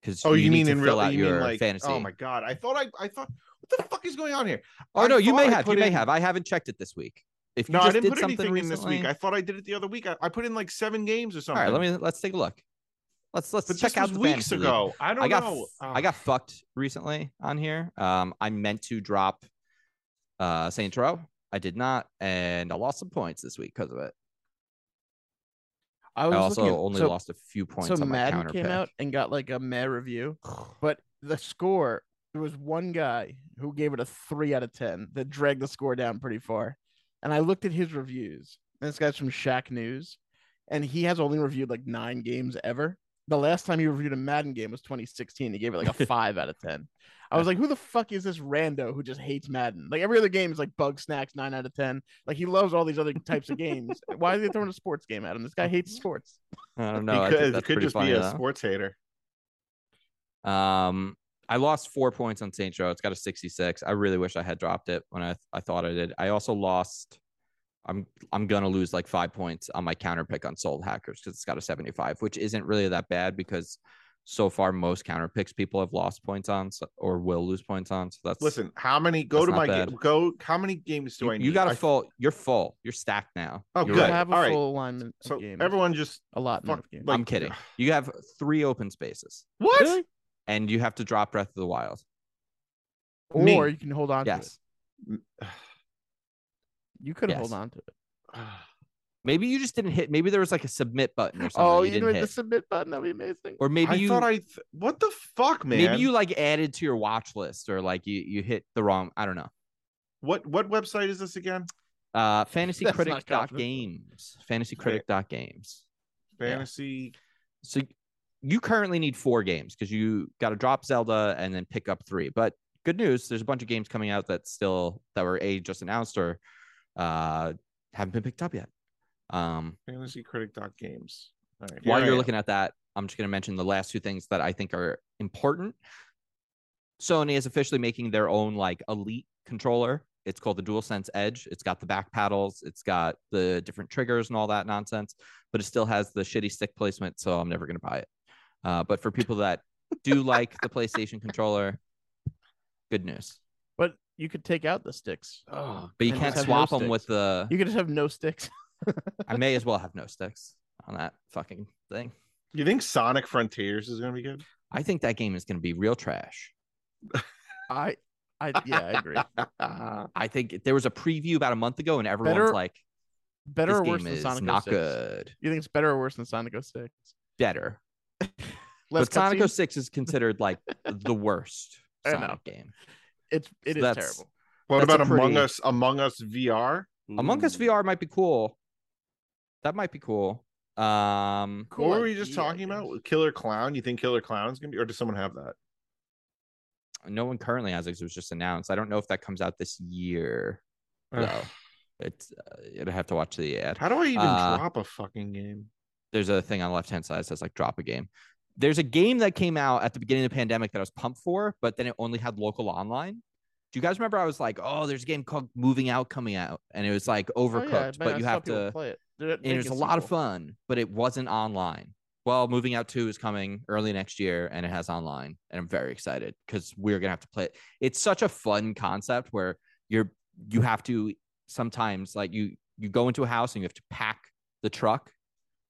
S1: Because
S3: Oh, you,
S1: need
S3: mean
S1: to
S3: in
S1: fill
S3: real?
S1: out
S3: You
S1: your
S3: mean like?
S1: fantasy.
S3: Oh my god! I thought I. I thought. What the fuck is going on here?
S1: Oh
S3: I
S1: no, you
S3: thought
S1: may
S3: I
S1: have. You
S3: put
S1: may
S3: in-
S1: have. I haven't checked it this week. If you
S3: No, I
S1: just
S3: didn't
S1: did
S3: put
S1: something
S3: anything in this
S1: recently,
S3: week. I thought I did it the other week. I, I put in like seven games or
S1: all
S3: something.
S1: right, let me let's take a look. Let's let's
S3: But
S1: check
S3: this
S1: out
S3: was
S1: the
S3: weeks
S1: fantasy league.
S3: ago. I don't
S1: I got
S3: know. Ah. Oh.
S1: I got fucked recently on here. Um, I meant to drop uh Saint Row. I did not, and I lost some points this week because of it.
S2: I
S1: I,
S2: was
S1: also
S2: looking at-
S1: only
S2: so-
S1: lost a few points
S2: so
S1: on my
S2: Madden
S1: counter
S2: came
S1: pick.
S2: out and got like a meh review, but the score there was one guy who gave it a three out of ten that dragged the score down pretty far, and I looked at his reviews. And this guy's from Shaq News, and he has only reviewed like nine games ever. The last time he reviewed a Madden game was 2016. He gave it like a five out of ten. I was like, who the fuck is this rando who just hates Madden? Like every other game is like Bug Snacks nine out of ten. Like he loves all these other types of games. Why is he throwing a sports game at him? This guy hates sports.
S1: I don't know. I
S3: he
S1: think
S3: could,
S1: that's
S3: could
S1: pretty
S3: just
S1: funny,
S3: be a
S1: though.
S3: sports hater.
S1: Um, I lost four points on St. Joe. It's got a 66. I really wish I had dropped it when I, I thought I did. I also lost. I'm I'm gonna lose like five points on my counter pick on Sold Hackers because it's got a 75, which isn't really that bad because so far most counter picks people have lost points on so, or will lose points on. So that's
S3: Listen, how many go
S1: That's
S3: to
S1: not
S3: my
S1: bad.
S3: game? Go. How many games do
S1: You,
S3: I need?
S1: you got
S3: I-
S1: a full. You're full. You're stacked now.
S3: Oh,
S1: You're
S3: good.
S2: I
S1: right.
S2: have a
S3: All right.
S2: full alignment
S3: So
S2: of games.
S3: everyone just
S2: a lot
S3: fuck,
S2: of games.
S3: like
S1: I'm kidding. You have three open spaces,
S3: what?
S2: Really?
S1: and you have to drop Breath of the Wild.
S3: Me.
S2: Or you can hold on to it.
S1: Yes.
S2: You could hold
S1: Yes.
S2: on to it.
S3: Ah,
S1: Maybe you just didn't hit. Maybe there was like a submit button or something.
S2: Oh,
S1: you
S2: you
S1: didn't
S2: can hit
S1: hit.
S2: the submit button. That'd be amazing.
S1: or maybe
S3: I
S1: you
S3: thought I. Th- what the fuck, man?
S1: maybe you like added to your watch list or like you you hit the wrong i don't know
S3: What what website is this again?
S1: uh fantasy
S2: That's not
S1: critic dot
S2: confident.
S1: games fantasy critic dot games Yeah.
S3: Fantasy.
S1: so you currently need four games because you got to drop zelda and then pick up three but good news there's a bunch of games coming out that still that were a just announced or uh haven't been picked up yet um
S3: Fantasy Critic dot games. All right,
S1: while
S3: here I
S1: you're
S3: am.
S1: looking at that, I'm just going to mention the last two things that I think are important. Sony is officially making their own like elite controller. It's called the DualSense Edge. It's got the back paddles, it's got the different triggers and all that nonsense, but it still has the shitty stick placement, so I'm never going to buy it. Uh, but for people that do like the PlayStation controller, good news.
S2: But you could take out the sticks.
S3: Oh,
S1: But you
S2: And
S1: can't
S2: just have no
S1: swap them with
S2: sticks.
S1: the.
S2: You could just have no sticks.
S1: I may as well have no sticks on that fucking thing.
S3: you think Sonic Frontiers is gonna be good?
S1: I think that game is going to be real trash.
S2: I, I yeah, I agree. Ah,
S1: I think there was a preview about a month ago, and everyone's
S2: Better-
S1: like,
S2: Better
S1: "This
S2: or worse
S1: game
S2: than
S1: is
S2: Sonic
S1: not
S2: 06?
S1: good."
S2: You think it's better or worse than Sonic 06?
S1: Better,
S2: Less
S1: but Sonic
S2: cutscenes?
S1: 06 is considered like the worst
S2: I know.
S1: Sonic game.
S2: it's it is
S1: that's-
S2: terrible.
S3: what
S1: That's a
S3: about Among
S1: pretty-
S3: Us? Among Us VR.
S1: Among Us
S3: Ooh.
S1: VR might be cool. That might be cool. Um,
S2: Cool
S3: what were we just
S2: idea, I
S3: talking about?
S2: guess.
S3: Killer Clown? You think Killer Clown's gonna be, or does someone have that?
S1: no one currently has it 'cause it was just announced. I don't know if that comes out this year.
S3: Ugh.
S1: Though. It's uh, you'd have to watch the ad.
S3: How do I even
S1: Uh,
S3: drop a fucking game?
S1: there's a thing on the left hand side that says like drop a game. There's a game that came out at the beginning of the pandemic that I was pumped for, but then it only had local online. Do you guys remember? I was like, oh, there's a game called Moving Out coming out, and it was like
S2: Oh, yeah, I
S1: overcooked,
S2: bet
S1: but
S2: I
S1: you
S2: saw
S1: have
S2: people
S1: to.
S2: play it. They're
S1: And it was a
S2: making
S1: lot of
S2: sequel.
S1: fun, but it wasn't online. Well, Moving Out 2 is coming early next year and it has online. And I'm very excited because we're going to have to play it. It's such a fun concept where you're, you have to sometimes like you, you go into a house and you have to pack the truck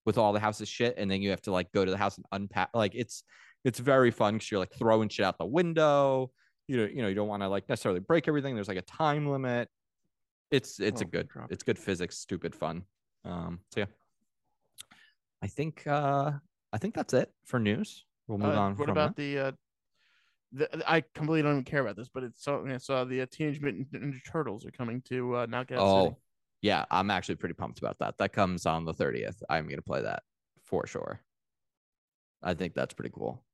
S1: with all the house's shit. And then you have to like go to the house and unpack. Like it's, it's very fun because you're like throwing shit out the window. You know, you know, you don't want to like necessarily break everything. There's like a time limit. It's, it's a
S3: Oh,
S1: good,
S3: drop it.
S1: it's good physics, stupid fun. Um, so yeah, I think uh, I think that's it for news. We'll move
S2: Uh,
S1: on.
S2: What
S1: from
S2: about the, uh, the? I completely don't even care about this, but it's something I saw. The uh, Teenage Mutant Ninja Turtles are coming to uh, Knockout
S1: that.
S2: City.
S1: Oh, yeah, I'm actually pretty pumped about that. That comes on the 30th. I'm gonna play that for sure. I think that's pretty cool.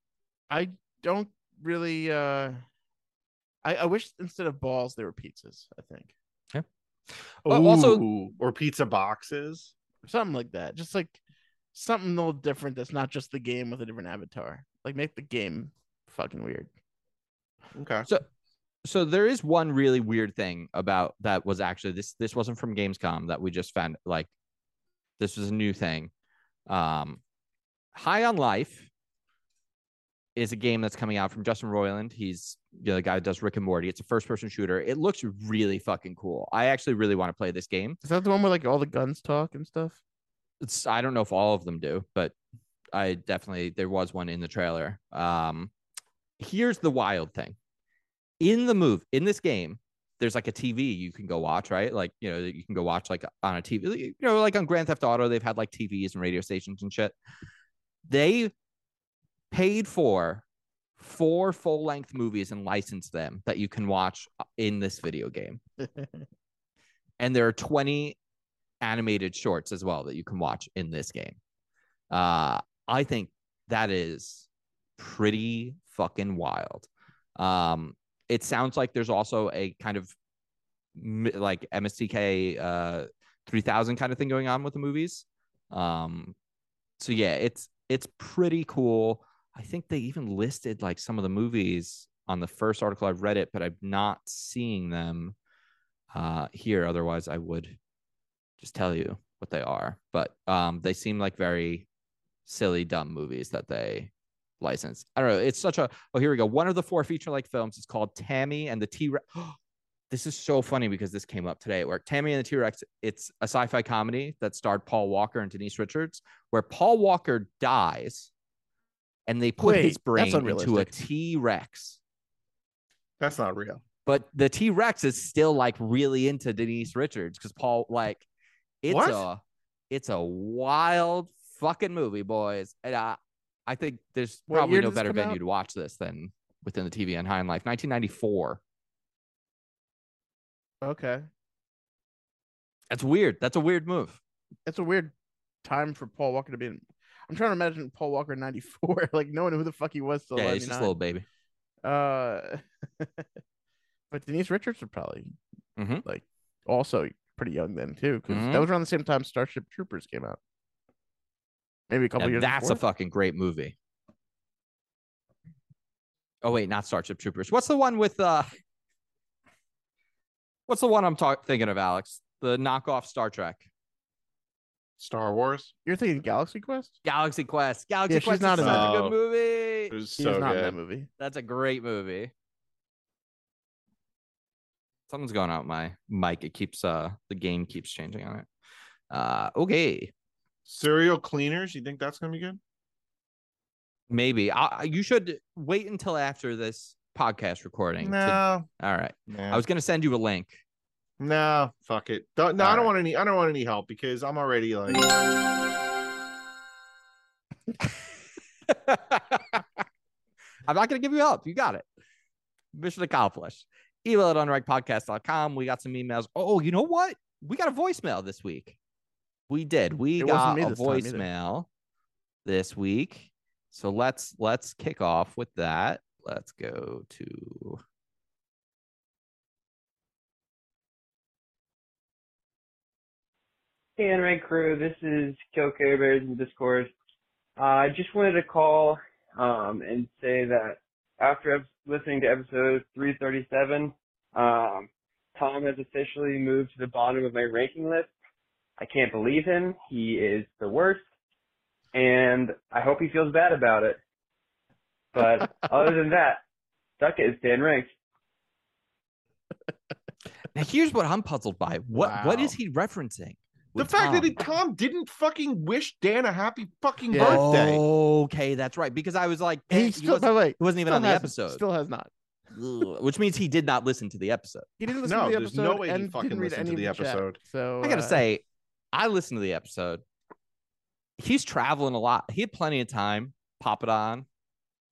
S2: I don't really. Uh, I I wish instead of balls there were pizzas. I think
S1: Well, also-
S3: Ooh, or pizza boxes.
S2: something like that. Just like something a little different. That's not just the game with a different avatar. Like make the game fucking weird.
S3: Okay.
S1: So there is one really weird thing about that was actually this this wasn't from Gamescom that we just found like this was a new thing. Um High on Life is a game that's coming out from Justin Roiland. He's you know, the guy that does Rick and Morty. It's a first person shooter. It looks really fucking cool. I actually really want to play this game.
S2: Is that the one where like all the guns talk and stuff?
S1: It's I don't know if all of them do, but I definitely there was one in the trailer. Um here's the wild thing. In the move, in this game, there's like a TV you can go watch, right? Like, you know, you can go watch like on a TV, you know, like on Grand Theft Auto, they've had like TVs and radio stations and shit. They paid for four full uh, length movies and licensed them that you can watch in this video game. and there are 20 animated shorts as well that you can watch in this game. Uh, I think that is pretty fucking wild. Um, it sounds like there's also a kind of mi- like MSTK uh, 3000 kind of thing going on with the movies. Um, so yeah, it's it's pretty cool. I think they even listed like some of the movies on the first article I've read it, but I'm not seeing them uh, here. Otherwise, I would just tell you what they are. But um, they seem like very silly, dumb movies that they license. I don't know. It's such a oh, here we go. One of the four feature length films is called Tammy and the T Rex. this is so funny because this came up today at work. Tammy and the T Rex. It's a sci-fi comedy that starred Paul Walker and Denise Richards, where Paul Walker dies, and they put
S2: Wait,
S1: his
S2: that's
S1: brain into a
S2: unrealistic.
S1: T Rex
S3: That's not real.
S1: but the T Rex is still like really into Denise Richards because Paul like it's
S3: What?
S1: a it's a wild fucking movie, boys. And I I think there's
S2: What
S1: probably
S2: year
S1: no
S2: did this
S1: better
S2: come
S1: venue
S2: out?
S1: to watch this than within the TV and High in Life, 1994.
S2: Okay.
S1: That's weird. That's a weird move.
S2: That's a weird time for Paul Walker to be in. I'm trying to imagine Paul Walker in 94, like knowing who the fuck he was still.
S1: yeah, he's just a little baby.
S2: Uh, but Denise Richards would probably
S1: Mhm.
S2: like also pretty young then too, because
S1: Mhm.
S2: that was around the same time Starship Troopers came out. Maybe a couple
S1: And
S2: years.
S1: that's a
S2: before?
S1: fucking great movie. Oh wait, not Starship Troopers. What's the one with uh? What's the one I'm talking thinking of, Alex? The knockoff Star Trek.
S3: Star Wars.
S2: You're thinking Galaxy Quest?
S1: Galaxy Quest. Galaxy
S2: Yeah, she's
S1: Quest is
S2: not
S1: such
S2: in
S1: a
S3: that.
S1: good
S3: Oh. It
S1: movie.
S3: was
S2: He
S3: so
S2: was not in
S3: good.
S2: that movie.
S1: That's a great movie. Something's going on with my mic. It keeps uh the game keeps changing on it. Uh okay.
S3: Serial cleaners. You think that's gonna be good?
S1: Maybe. I, I- you should wait until after this podcast recording. to-
S3: No.
S1: all right.
S3: Nah.
S1: I was gonna send you a link.
S3: No, fuck it. Don't- no, I
S1: Alright.
S3: don't want any. I don't want any help because I'm already like.
S1: I'm not gonna give you help. You got it. Mission accomplished. Email at unrankpodcast.com. We got some emails. Oh, you know what? We got a voicemail this week. We did. We
S2: It
S1: got
S2: wasn't me
S1: a
S2: this time either.
S1: voicemail this week. So let's let's kick off with that. Let's go to
S4: Hey, Unranked Crew, this is Kyoko Bears in Discord. Uh, I just wanted to call um, and say that after ep- listening to episode 337, um, Tom has officially moved to the bottom of my ranking list. I can't believe him. He is the worst, and I hope he feels bad about it. But other than that, suck it, it's Dan Ranked.
S1: now here's what I'm puzzled by. What what
S2: Wow.
S1: is he referencing?
S3: The
S1: with
S3: fact that
S1: Tom?
S3: he, Tom didn't fucking wish Dan a happy fucking
S2: Yeah.
S1: Oh.
S3: birthday.
S1: Okay, that's right. Because I was like, eh,
S2: He
S1: he,
S2: still, by
S1: wasn't,
S2: the way,
S1: he wasn't even
S2: still
S1: on the
S2: hasn't-
S1: episode.
S2: Still has not.
S1: Ugh, which means he did not listen to the episode.
S2: He didn't listen
S3: No,
S2: to the
S3: there's
S2: episode.
S3: no way he
S2: and
S3: fucking
S2: didn't read
S3: listened to
S2: any
S3: the
S2: of chat,
S3: episode.
S2: so
S1: I gotta
S2: uh,
S1: say, I listened to the episode. He's traveling a lot. He had plenty of time. Pop it on.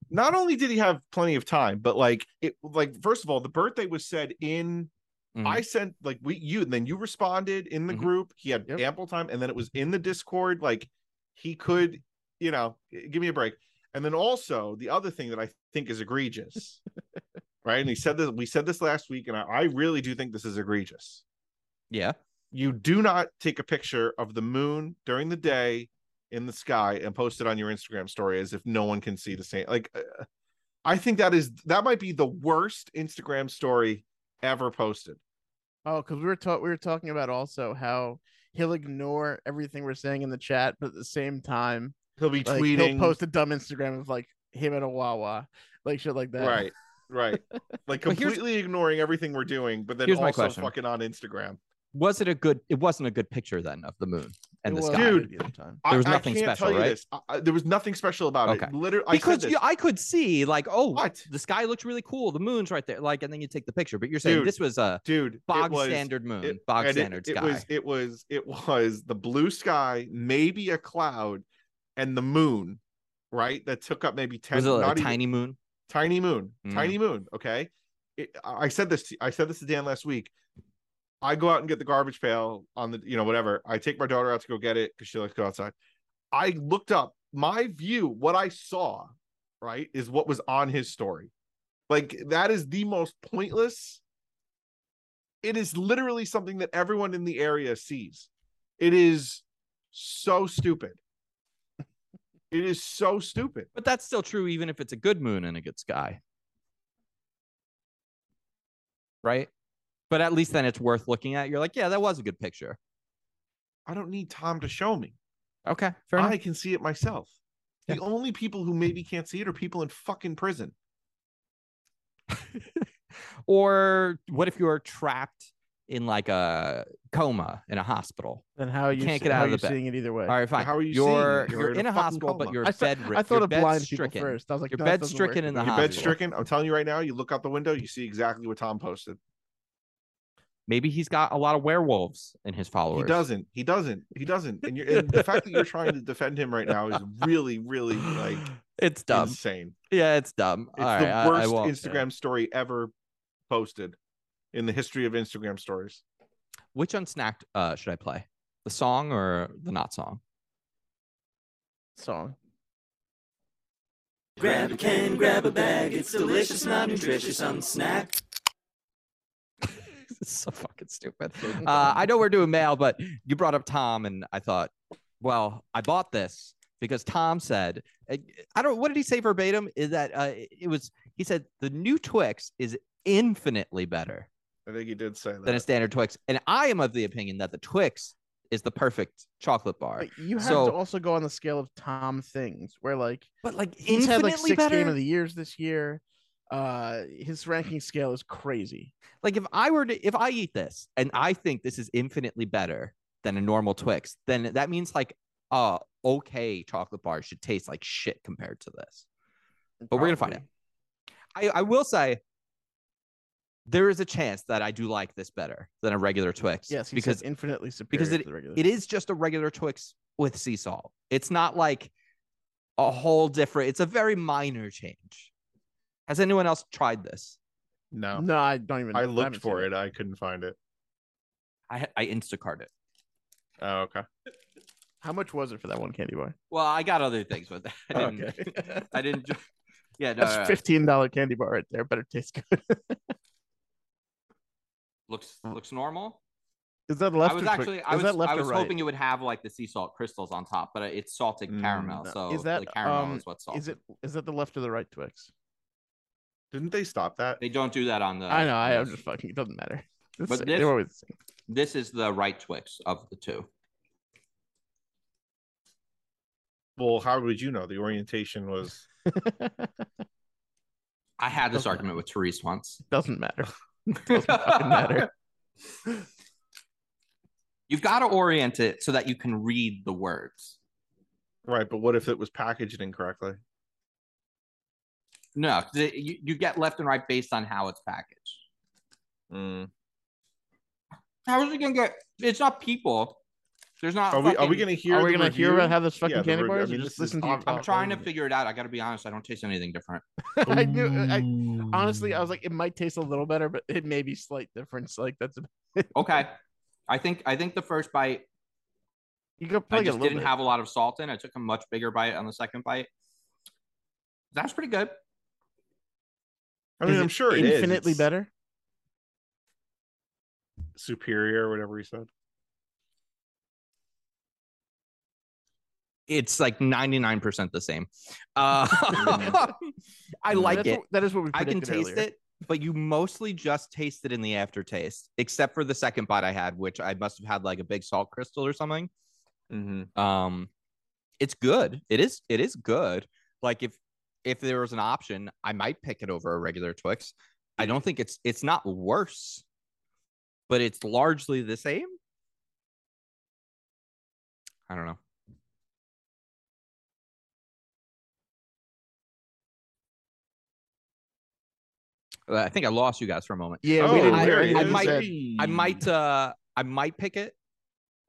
S3: Not only did he have plenty of time, but like it, like first of all, the birthday was said in.
S1: Mhm.
S3: I sent like we you, and then you responded in the
S1: Mhm.
S3: group. He had
S2: Yep.
S3: ample time, and then it was in the Discord. Like he could, you know, g- give me a break. And then also the other thing that I think is egregious, right? And he said this. We said this last week, and I, I really do think this is egregious.
S1: Yeah.
S3: you do not take a picture of the moon during the day in the sky and post it on your Instagram story as if no one can see the same. Like, uh, I think that is that might be the worst Instagram story ever posted.
S2: Oh, because we were taught we were talking about also how he'll ignore everything we're saying in the chat, but at the same time,
S3: He'll be
S2: like,
S3: tweeting,
S2: he'll post a dumb Instagram of like him at a Wawa, like shit like that.
S3: right, right, like
S1: But here's-
S3: completely ignoring everything we're doing, but then
S1: Here's my
S3: also
S1: question.
S3: fucking on Instagram.
S1: Was it a good? It wasn't a good picture then of the moon and
S2: It
S1: the
S2: was
S1: sky.
S3: Dude.
S2: the other time.
S3: I-
S1: There was
S3: I,
S1: nothing
S3: can't
S1: special,
S3: tell you
S1: right?
S3: This. I, I- there was nothing special about
S1: Okay.
S3: it. Literally, I said
S1: because
S3: this.
S1: you, I could see like, oh,
S3: What?
S1: the sky looks really cool. The moon's right there. Like, and then you take the picture. But you're saying
S3: Dude.
S1: this was a
S3: dude, it
S1: bog
S3: was-
S1: standard moon,
S3: it-
S1: bog
S3: and it-
S1: standard
S3: it,
S1: sky.
S3: was it was it was the blue sky, maybe a cloud, and the moon, right? That took up maybe ten.
S1: Was it a
S3: not even-
S1: tiny moon?
S3: tiny moon, tiny moon. Okay, it, I I said this. To, I said this to Dan last week. I go out and get the garbage pail on the, you know, whatever. I take my daughter out to go get it because she likes to go outside. I looked up my view, what I saw, right, is what was on his story. Like that is the most pointless. It is literally something that everyone in the area sees. It is so stupid. it is so stupid.
S1: But that's still true, even if it's a good moon and a good sky. Right? But at least then it's worth looking at. You're like, yeah, that was a good picture.
S3: I don't need Tom to show me.
S1: Okay, fair
S3: I
S1: enough.
S3: can see it myself.
S1: Yeah.
S3: The only people who maybe can't see it are people in fucking prison.
S1: Or what if you're trapped in like a coma in a hospital?
S2: Then how are
S1: You
S2: you,
S1: can't
S2: se-
S1: get
S2: how
S1: out
S2: are
S1: of
S2: you
S1: the bed.
S2: seeing it either way?
S1: All right, fine.
S3: How are you seeing
S1: You're
S3: it?
S1: you're, in a,
S3: fucking
S1: hospital, but
S3: coma.
S1: you're
S2: I, saw-
S1: bed.
S2: I thought
S1: your
S2: of blind
S1: bed's
S2: people
S1: stricken.
S2: first. I was like,
S1: You're
S2: no,
S1: bed
S2: that doesn't
S1: stricken
S2: work.
S1: in the
S3: Your
S1: hospital.
S3: bed's stricken. I'm telling you right now, you look out the window, you see exactly what Tom posted.
S1: Maybe he's got a lot of werewolves in his followers.
S3: He doesn't. He doesn't. He doesn't. And, you're, and the fact that you're trying to defend him right now is really, really like
S1: it's dumb.
S3: insane.
S1: yeah, it's dumb.
S3: It's
S1: All
S3: the
S1: right, I- I
S3: worst
S1: won't-
S3: Instagram story ever posted in the history of Instagram stories.
S1: Which unsnacked uh, should I play? The song or the not song?
S2: song.
S5: Grab a can, grab a bag. It's delicious, not nutritious. On snack.
S1: It's so fucking stupid. Uh, I know we're doing mail, but you brought up Tom, and I thought, well, I bought this because Tom said, I I don't. What did he say verbatim? Is that uh, it was? He said the new Twix is infinitely better
S3: I think he did say
S1: than a
S3: that.
S1: standard Twix, and I am of the opinion that the Twix is the perfect chocolate bar.
S2: But you have
S1: So-
S2: to also go on the scale of Tom things, where like
S1: But like
S2: he's had like
S1: infinitely
S2: six
S1: better.
S2: game of the years this year. Uh, his ranking scale is crazy.
S1: like if I were to if I eat this and I think this is infinitely better than a normal Twix, then that means like uh okay chocolate bar should taste like shit compared to this. But we're gonna find out. I, I will say there is a chance that I do like this better than a regular Twix.
S2: Yes, he
S1: because
S2: said infinitely superior
S1: because
S2: to the regular.
S1: it is just a regular Twix with sea salt. It's not like a whole different. It's a very minor change. Has anyone else tried this? Oh.
S3: No.
S2: No, I don't even.
S3: I
S2: haven't
S3: looked
S2: seen
S3: for it. I couldn't find it.
S1: I I Instacart it.
S3: Oh, okay.
S2: How much was it for that one candy bar?
S1: Well, I got other things, but I didn't. I didn't. ju- Yeah, no,
S2: That's
S1: no, no.
S2: fifteen dollar candy bar right there. Better taste good.
S1: looks looks normal.
S2: Is that left?
S1: I was
S2: or twi-
S1: actually,
S2: is
S1: I was,
S2: that left
S1: I
S2: or
S1: was
S2: right?
S1: hoping it would have like the sea salt crystals on top, but it's salted
S3: Mm,
S1: caramel,
S2: no.
S1: so
S2: Is that,
S1: the caramel
S2: um,
S1: is what's salted.
S2: Is it is that the left or the right Twix?
S3: Didn't they stop that?
S1: They don't do that on the.
S2: I know. I,
S1: on
S2: am
S1: this.
S2: just fucking. It doesn't matter. It's
S1: Uh, But
S2: the same-
S1: this-
S2: they're always the same.
S1: This is the right Twix of the two.
S3: Well, how would you know? The orientation was
S1: I had this
S2: Okay.
S1: argument with Therese once.
S2: doesn't matter. Doesn't fucking matter.
S1: You've got to orient it so that you can read the words.
S3: right, but what if it was packaged incorrectly?
S1: No, the, you, you get left and right based on how it's packaged.
S3: Mm.
S1: How is it gonna get? It's not people. There's not.
S3: Are we are we
S1: fucking-
S3: gonna hear?
S2: Oh, Are we
S3: the
S2: gonna hear
S3: review?
S2: about how this fucking
S3: Yeah, the
S2: candy
S3: review-
S2: bar
S3: I
S2: is? or
S3: mean,
S2: just
S3: this is
S2: listen to you
S3: ob-
S2: talk?
S1: I'm trying to figure it out. I got to be honest. I don't taste anything different.
S2: I knew. I, honestly, I was like, it might taste a little better, but it may be slight difference. Like that's
S1: Okay. I think I think the first bite
S2: you could
S1: I
S2: probably get a
S1: just
S2: little
S1: didn't
S2: bit.
S1: have a lot of salt in. I took a much bigger bite on the second bite. That was pretty good.
S3: I mean,
S2: Is
S3: I'm
S2: it
S3: sure it is.
S2: infinitely
S3: It's
S2: better.
S3: superior, whatever he said.
S1: It's like 99% the same. Uh, I
S2: Yeah,
S1: like
S2: that's
S1: it.
S2: what- that is what we.
S1: I can
S2: predicted
S1: taste
S2: earlier.
S1: it, but you mostly just taste it in the aftertaste, except for the second bite I had, which I must have had like a big salt crystal or something.
S3: Mm-hmm.
S1: um it's good it is it is good like if if there was an option i might pick it over a regular twix i don't think it's it's not worse but it's largely the same i don't know Uh, i think i lost you guys for a moment
S2: Yeah, we
S1: Oh,
S2: didn't
S1: I-
S2: hear
S1: I
S2: anything. you
S1: might-
S2: said.
S1: i
S3: Mm.
S1: might uh i might pick it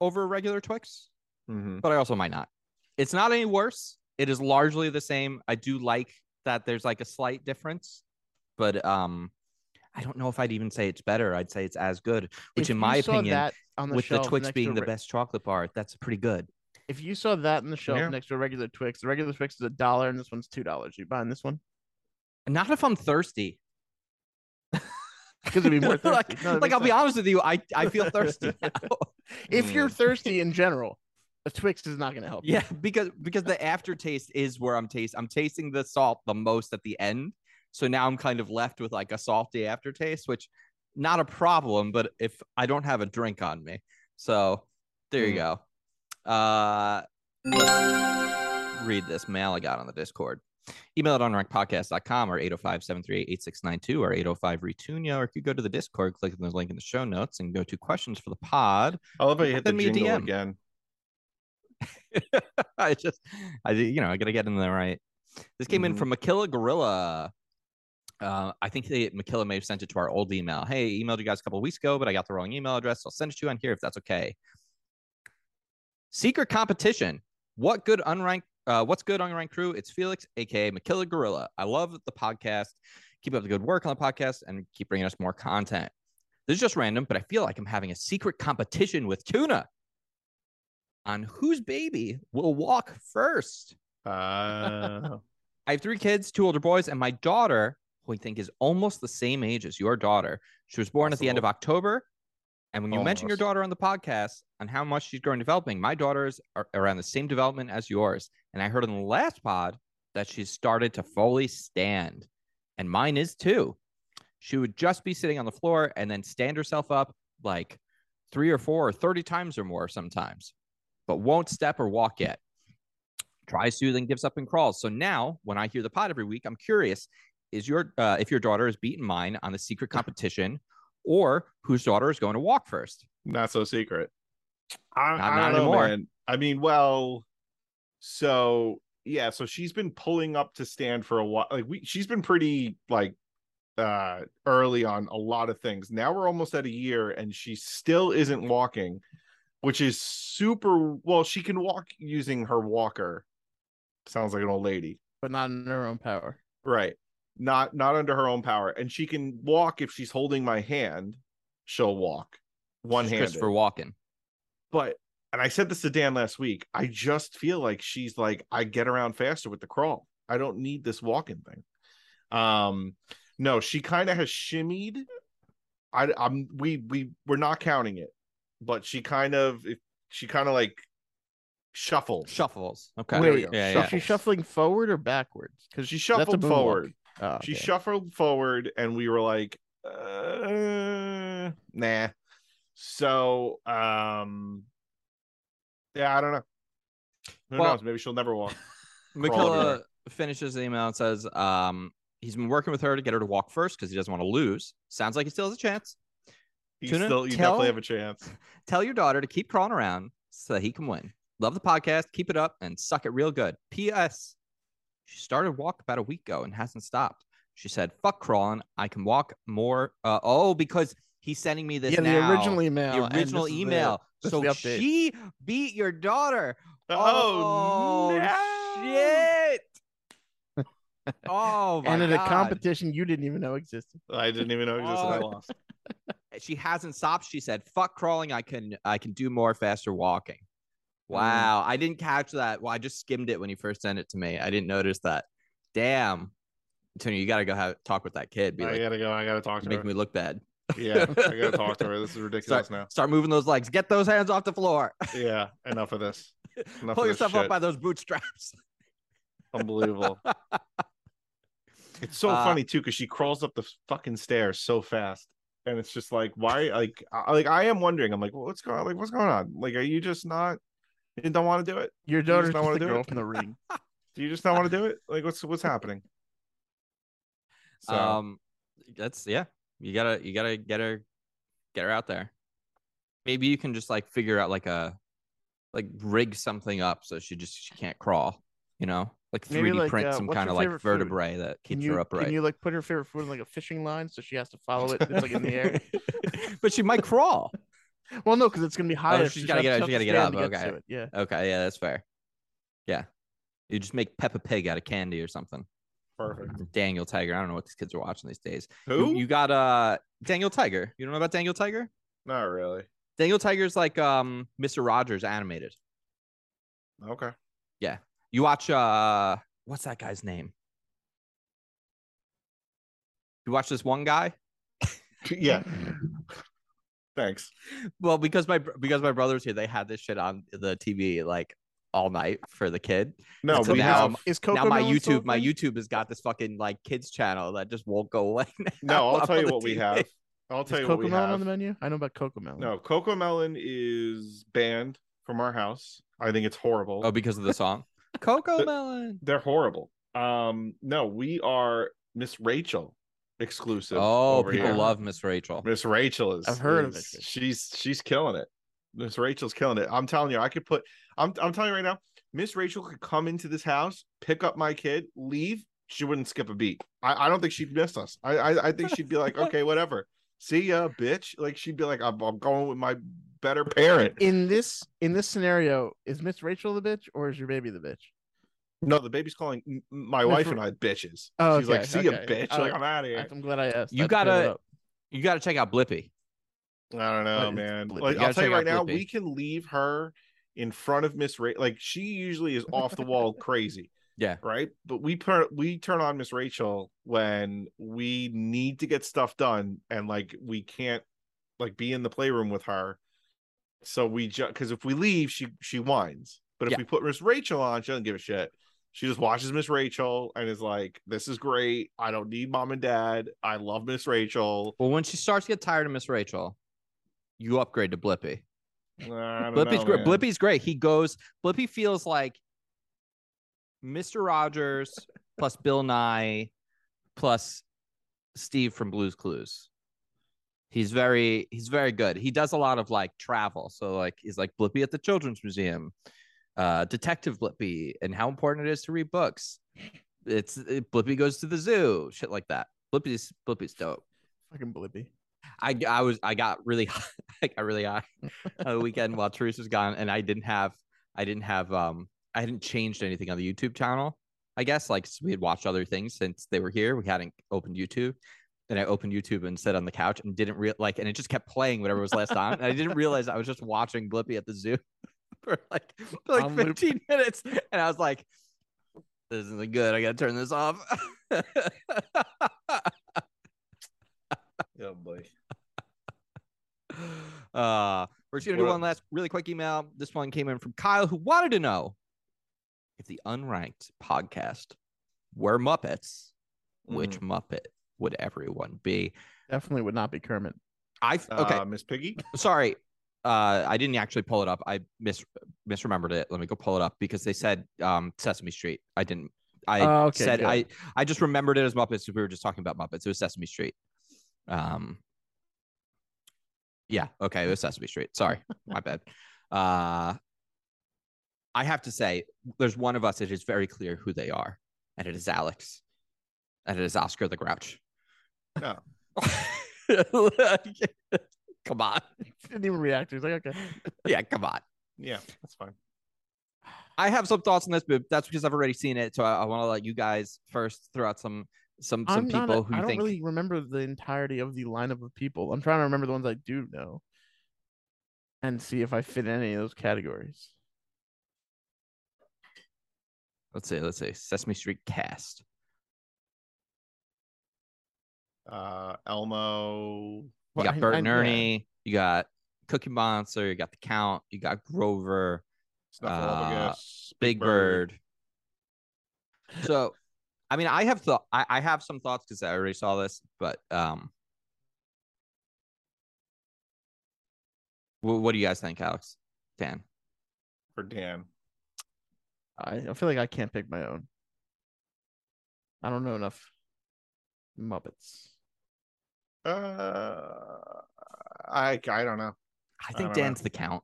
S1: over a regular twix
S3: Mm-hmm.
S1: but I also might not. It's not any worse. It is largely the same. I do like that there's like a slight difference, but um, I don't know if I'd even say it's better. I'd say it's as good, which
S2: If
S1: in
S2: you
S1: my
S2: saw
S1: opinion,
S2: that on the
S1: with the
S2: shelf
S1: Twix
S2: next
S1: being
S2: to
S1: the
S2: Re-
S1: best chocolate bar, that's pretty good.
S2: If you saw that in the shelf
S3: Yeah.
S2: next to a regular Twix, the regular Twix is a dollar and this one's two dollars. You buying this one?
S1: Not if I'm thirsty.
S2: Because it'd be more thirsty.
S1: like,
S2: No, that
S1: like
S2: makes
S1: I'll be
S2: sense.
S1: honest with you, I, I feel thirsty now.
S2: If you're thirsty in general, a Twix is not going to help. you.
S1: mm. Yeah, because because the aftertaste is where I'm taste. I'm tasting the salt the most at the end, so now I'm kind of left with like a salty aftertaste, which not a problem. But if I don't have a drink on me, so there you
S2: Hmm.
S1: go. Uh, let's read this mail I got on the Discord. Email it on rankedpodcast.com or 805-738-8692 or 805 retunia or if you go to the Discord, click on the link in the show notes and go to questions for the pod.
S3: I love how you hit the
S1: Send me a
S3: jingle
S1: DM.
S3: again.
S1: I just, I you know, I gotta get in there right. This came in
S3: Mhm.
S1: from Makilla Gorilla. Uh, I think they Makilla may have sent it to our old email. Hey, emailed you guys a couple of weeks ago, but I got the wrong email address. So I'll send it to you on here if that's okay. Secret competition. What good unranked? Uh, what's good unranked crew? It's Felix, aka Makilla Gorilla. I love the podcast. Keep up the good work on the podcast and keep bringing us more content. This is just random, but I feel like I'm having a secret competition with Tuna on whose baby will walk first.
S3: Uh,
S1: I have three kids, two older boys, and my daughter, who I think is almost the same age as your daughter. She was born at the end of October. And when you mention your
S3: Almost.
S1: daughter on the podcast and how much she's growing developing, my daughters are around the same development as yours. And I heard on the last pod that she's started to fully stand, and mine is too. She would just be sitting on the floor and then stand herself up like three or four or 30 times or more sometimes, but won't step or walk yet. Tries to, then gives up and crawls. So now when I hear the pod every week, I'm curious is your uh, if your daughter has beaten mine on the secret competition or whose daughter is going to walk first.
S3: not so secret. I,
S1: Not-
S3: I
S1: not
S3: don't know,
S1: anymore.
S3: man. I mean, well, so yeah, so she's been pulling up to stand for a while. Like we, she's been pretty like uh early on a lot of things. Now we're almost at a year, and she still isn't walking, which is super. Well, she can walk using her walker. Sounds like an old lady.
S2: But not in their own power.
S3: Right. Not not under her own power. And she can walk if she's holding my hand, she'll walk one
S1: Just
S3: hand.
S1: Christopher Walken.
S3: But and I said this to Dan last week. I just feel like she's like, I get around faster with the crawl. I don't need this walking thing. Um no, she kind of has shimmied. I I'm we we we're not counting it, but she kind of if she kind of like shuffles.
S1: Shuffles. Okay.
S3: There we go.
S1: yeah,
S2: so
S1: yeah.
S2: she's shuffling forward or backwards? Because
S3: She shuffled forward.
S2: Oh,
S3: She
S2: okay.
S3: shuffled forward, and we were like, uh, "Nah." So, um, yeah, I don't know. Who
S1: Well-
S3: knows? Maybe she'll never walk.
S1: Mikala finishes the email and says, um, he's been working with her to get her to walk first because he doesn't want to lose. Sounds like he still has a chance.
S3: You
S1: Tuna,
S3: still, you
S1: tell-
S3: definitely have a chance.
S1: Tell your daughter to keep crawling around so that he can win. Love the podcast. Keep it up and suck it real good. P.S. She started walk about a week ago and hasn't stopped. She said, "Fuck crawling. I can walk more." Uh, oh, because he's sending me this
S2: yeah,
S1: now.
S2: the original email.
S1: the
S2: and
S1: original
S2: this is the-
S1: email.
S2: this is
S1: So
S2: the update.
S1: she beat your daughter.
S3: Oh, no!
S1: shit! oh my
S2: and at
S1: god!
S2: a competition you didn't even know existed.
S3: I didn't even know it existed. I
S1: Oh.
S3: lost.
S1: she hasn't stopped. She said, "Fuck crawling. I can I can do more faster walking."
S2: Mm.
S1: Wow, I didn't catch that. Well, I just skimmed it when you first sent it to me. I didn't notice that. Damn, Tony, you gotta go have talk with that kid. Be
S3: I
S1: like,
S3: gotta go. I gotta talk to
S1: make
S3: her.
S1: me look bad.
S3: yeah, I gotta talk to her. This is ridiculous
S1: Start, start moving those legs. Get those hands off the floor.
S3: now. Yeah, enough of this. Enough
S1: Pull
S3: of this
S1: yourself
S3: shit.
S1: up by those bootstraps.
S3: Unbelievable. It's so
S1: Uh,
S3: funny too because she crawls up the fucking stairs so fast, and it's just like, why? Like, I, like I am wondering. I'm like, well, what's going? Like, what's going on? Like, are you just not? You don't want to do it?
S2: Your
S3: just
S2: daughter's
S3: don't
S2: just
S3: wanna
S2: the
S3: do
S2: girl
S3: it?
S2: from the ring.
S3: Do you just not want to do it? Like, what's what's happening? So
S1: Um, that's yeah. You gotta you gotta get her get her out there. Maybe you can just like figure out like a like rig something up so she just she can't crawl. You know, like three
S2: Maybe,
S1: D
S2: like,
S1: print
S2: uh,
S1: some
S2: what's
S1: kind
S2: your
S1: of like
S2: favorite food?
S1: vertebrae that
S2: Can
S1: keeps
S2: you
S1: her upright.
S2: can you like put her favorite food in like a fishing line so she has to follow it? It's like in the air.
S1: but she might crawl.
S2: Well, no, because it's gonna be higher.
S1: Oh, she's gotta get up- she's gotta get up, okay.
S2: Yeah.
S1: Okay, yeah, that's fair. Yeah, you just make Peppa Pig out of candy or something.
S3: Perfect.
S1: Daniel Tiger. I don't know what these kids are watching these days. You,
S3: Who?
S1: you got uh Daniel Tiger. You don't know about Daniel Tiger?
S3: Not really.
S1: Daniel Tiger's like um Mr. Rogers animated.
S3: Okay.
S1: You watch uh what's that guy's name? You watch this one guy?
S3: Yeah. Thanks.
S1: Well, because my br- because my brother's here, they had this shit on the TV like all night for the kid.
S3: No,
S1: So
S3: we
S1: now
S3: have
S1: I'm-
S2: Is Coco
S1: now my YouTube, my YouTube has got this fucking like kids channel that just won't go away.
S3: no.
S1: up
S3: I'll tell
S1: on
S3: you
S1: the
S3: what we
S1: TV.
S3: have. I'll
S2: Is
S3: tell you
S2: Coco
S3: what we
S2: Melon on the
S3: have.
S2: menu? I know about Coco Melon.
S3: No, Coco Melon is banned from our house. I think it's horrible.
S1: Oh, because of the song Coco
S3: The-
S1: Melon.
S3: They're horrible. Um, no, we are Miss Rachel exclusive.
S1: Oh,
S3: over
S1: people
S3: here.
S1: love Miss Rachel.
S3: Miss Rachel is.
S2: I've heard of
S3: is-
S2: it.
S3: She's she's killing it. Miss Rachel's killing it. I'm telling you, I could put. I'm I'm telling you right now, Miss Rachel could come into this house, pick up my kid, leave. She wouldn't skip a beat. I, I don't think she'd miss us. I, I I think she'd be like, okay, whatever. See ya, bitch. Like she'd be like, I'm, I'm going with my better parent.
S2: In this in this scenario, is Miss Rachel the bitch or is your baby the bitch?
S3: No, the baby's calling m- my
S2: Miss
S3: wife
S2: Ra-
S3: and I bitches.
S2: Oh,
S3: She's like,
S2: okay,
S3: see ya,
S2: okay.
S3: bitch.
S2: All
S3: Like
S2: right.
S3: I'm out of here.
S2: I'm glad I asked.
S1: You
S2: That cleared
S1: gotta-
S2: it up.
S1: You got to check out Blippy.
S3: I
S2: But
S3: don't know,
S2: it's
S3: man.
S2: Blippi.
S3: Like
S1: You
S3: I'll
S1: gotta
S3: tell you
S1: check out
S3: right now, we
S1: Blippi.
S3: can leave her in front of Miss Rachel. Like she usually is off the wall crazy.
S1: Yeah.
S3: Right. But we per- we turn on Miss Rachel when we need to get stuff done and like we can't like be in the playroom with her. So we just because if we leave, she she whines. But if
S1: Yeah.
S3: we put Miss Rachel on, she doesn't give a shit. She just watches Miss Rachel and is like, "This is great. I don't need mom and dad. I love Miss Rachel."
S1: Well, when she starts to get tired of Miss Rachel, you upgrade to Blippy.
S3: I don't
S1: Blippy's
S3: know,
S1: great.
S3: man.
S1: Blippy's great. He goes. Blippy feels like Mr. Rogers plus Bill Nye plus Steve from Blue's Clues. He's very he's very good. He does a lot of like travel. So like he's like Blippy at the Children's Museum, uh, Detective Blippy, and how important it is to read books. It's it, Blippy goes to the zoo, shit like that. Blippy's Blippy's dope.
S2: fucking blippy.
S1: I I was I got really high, I got really high on the weekend while Teresa was gone, and I didn't have I didn't have um I hadn't changed anything on the YouTube channel. I guess like we had watched other things since they were here. We hadn't opened YouTube, and I opened YouTube and sat on the couch and didn't real like, and it just kept playing whatever was last on, and I didn't realize I was just watching Blippy at the zoo for like for like
S2: On loop.
S1: 15 minutes, and I was like, "This isn't good. I gotta turn this off."
S3: Oh boy.
S1: Uh, we're just gonna do
S3: What-
S1: one last really quick email. This one came in from Kyle, who wanted to know if the unranked podcast were Muppets, which Muppet would everyone be?
S2: Definitely would not be Kermit.
S1: I f- okay,
S3: Uh, Miss Piggy?
S1: sorry, uh, I didn't actually pull it up. I mis misremembered it. Let me go pull it up because they said um, Sesame Street. I didn't. I
S2: Oh, okay,
S1: said
S2: good.
S1: I. I just remembered it as Muppets because we were just talking about Muppets. It was Sesame Street. Um. Yeah. Okay. It was Sesame Street. Sorry, my bad. Uh, I have to say, there's one of us. It is very clear who they are, and it is Alex, and it is Oscar the Grouch.
S3: No.
S1: Come on.
S2: Didn't even react. He was like, okay.
S1: Yeah, come on.
S3: Yeah, that's fine.
S1: I have some thoughts on this, but that's because I've already seen it. So I, I want to let you guys first throw out some some some
S2: I'm
S1: people
S2: not, a-
S1: who
S2: I
S1: you
S2: don't
S1: think.
S2: really remember the entirety of the lineup of people. I'm trying to remember the ones I do know and see if I fit in any of those categories.
S1: Let's see, let's see. Sesame Street cast.
S3: Uh Elmo.
S1: You
S2: Well,
S1: got
S2: I-
S1: Bert
S2: I-
S1: and
S2: yeah.
S1: Ernie. You got Cookie Monster. You got the Count. You got Grover.
S3: Snuffleupagus.
S1: Uh, Big Bird. So, I mean, I have thought. I, I have some thoughts because I already saw this, but um, wh- what do you guys think, Alex? Dan,
S3: for Dan.
S2: I, I feel like I can't pick my own. I don't know enough Muppets.
S3: Uh I I don't know.
S1: I
S3: I
S1: think
S3: don't know.
S1: Dan's the Count.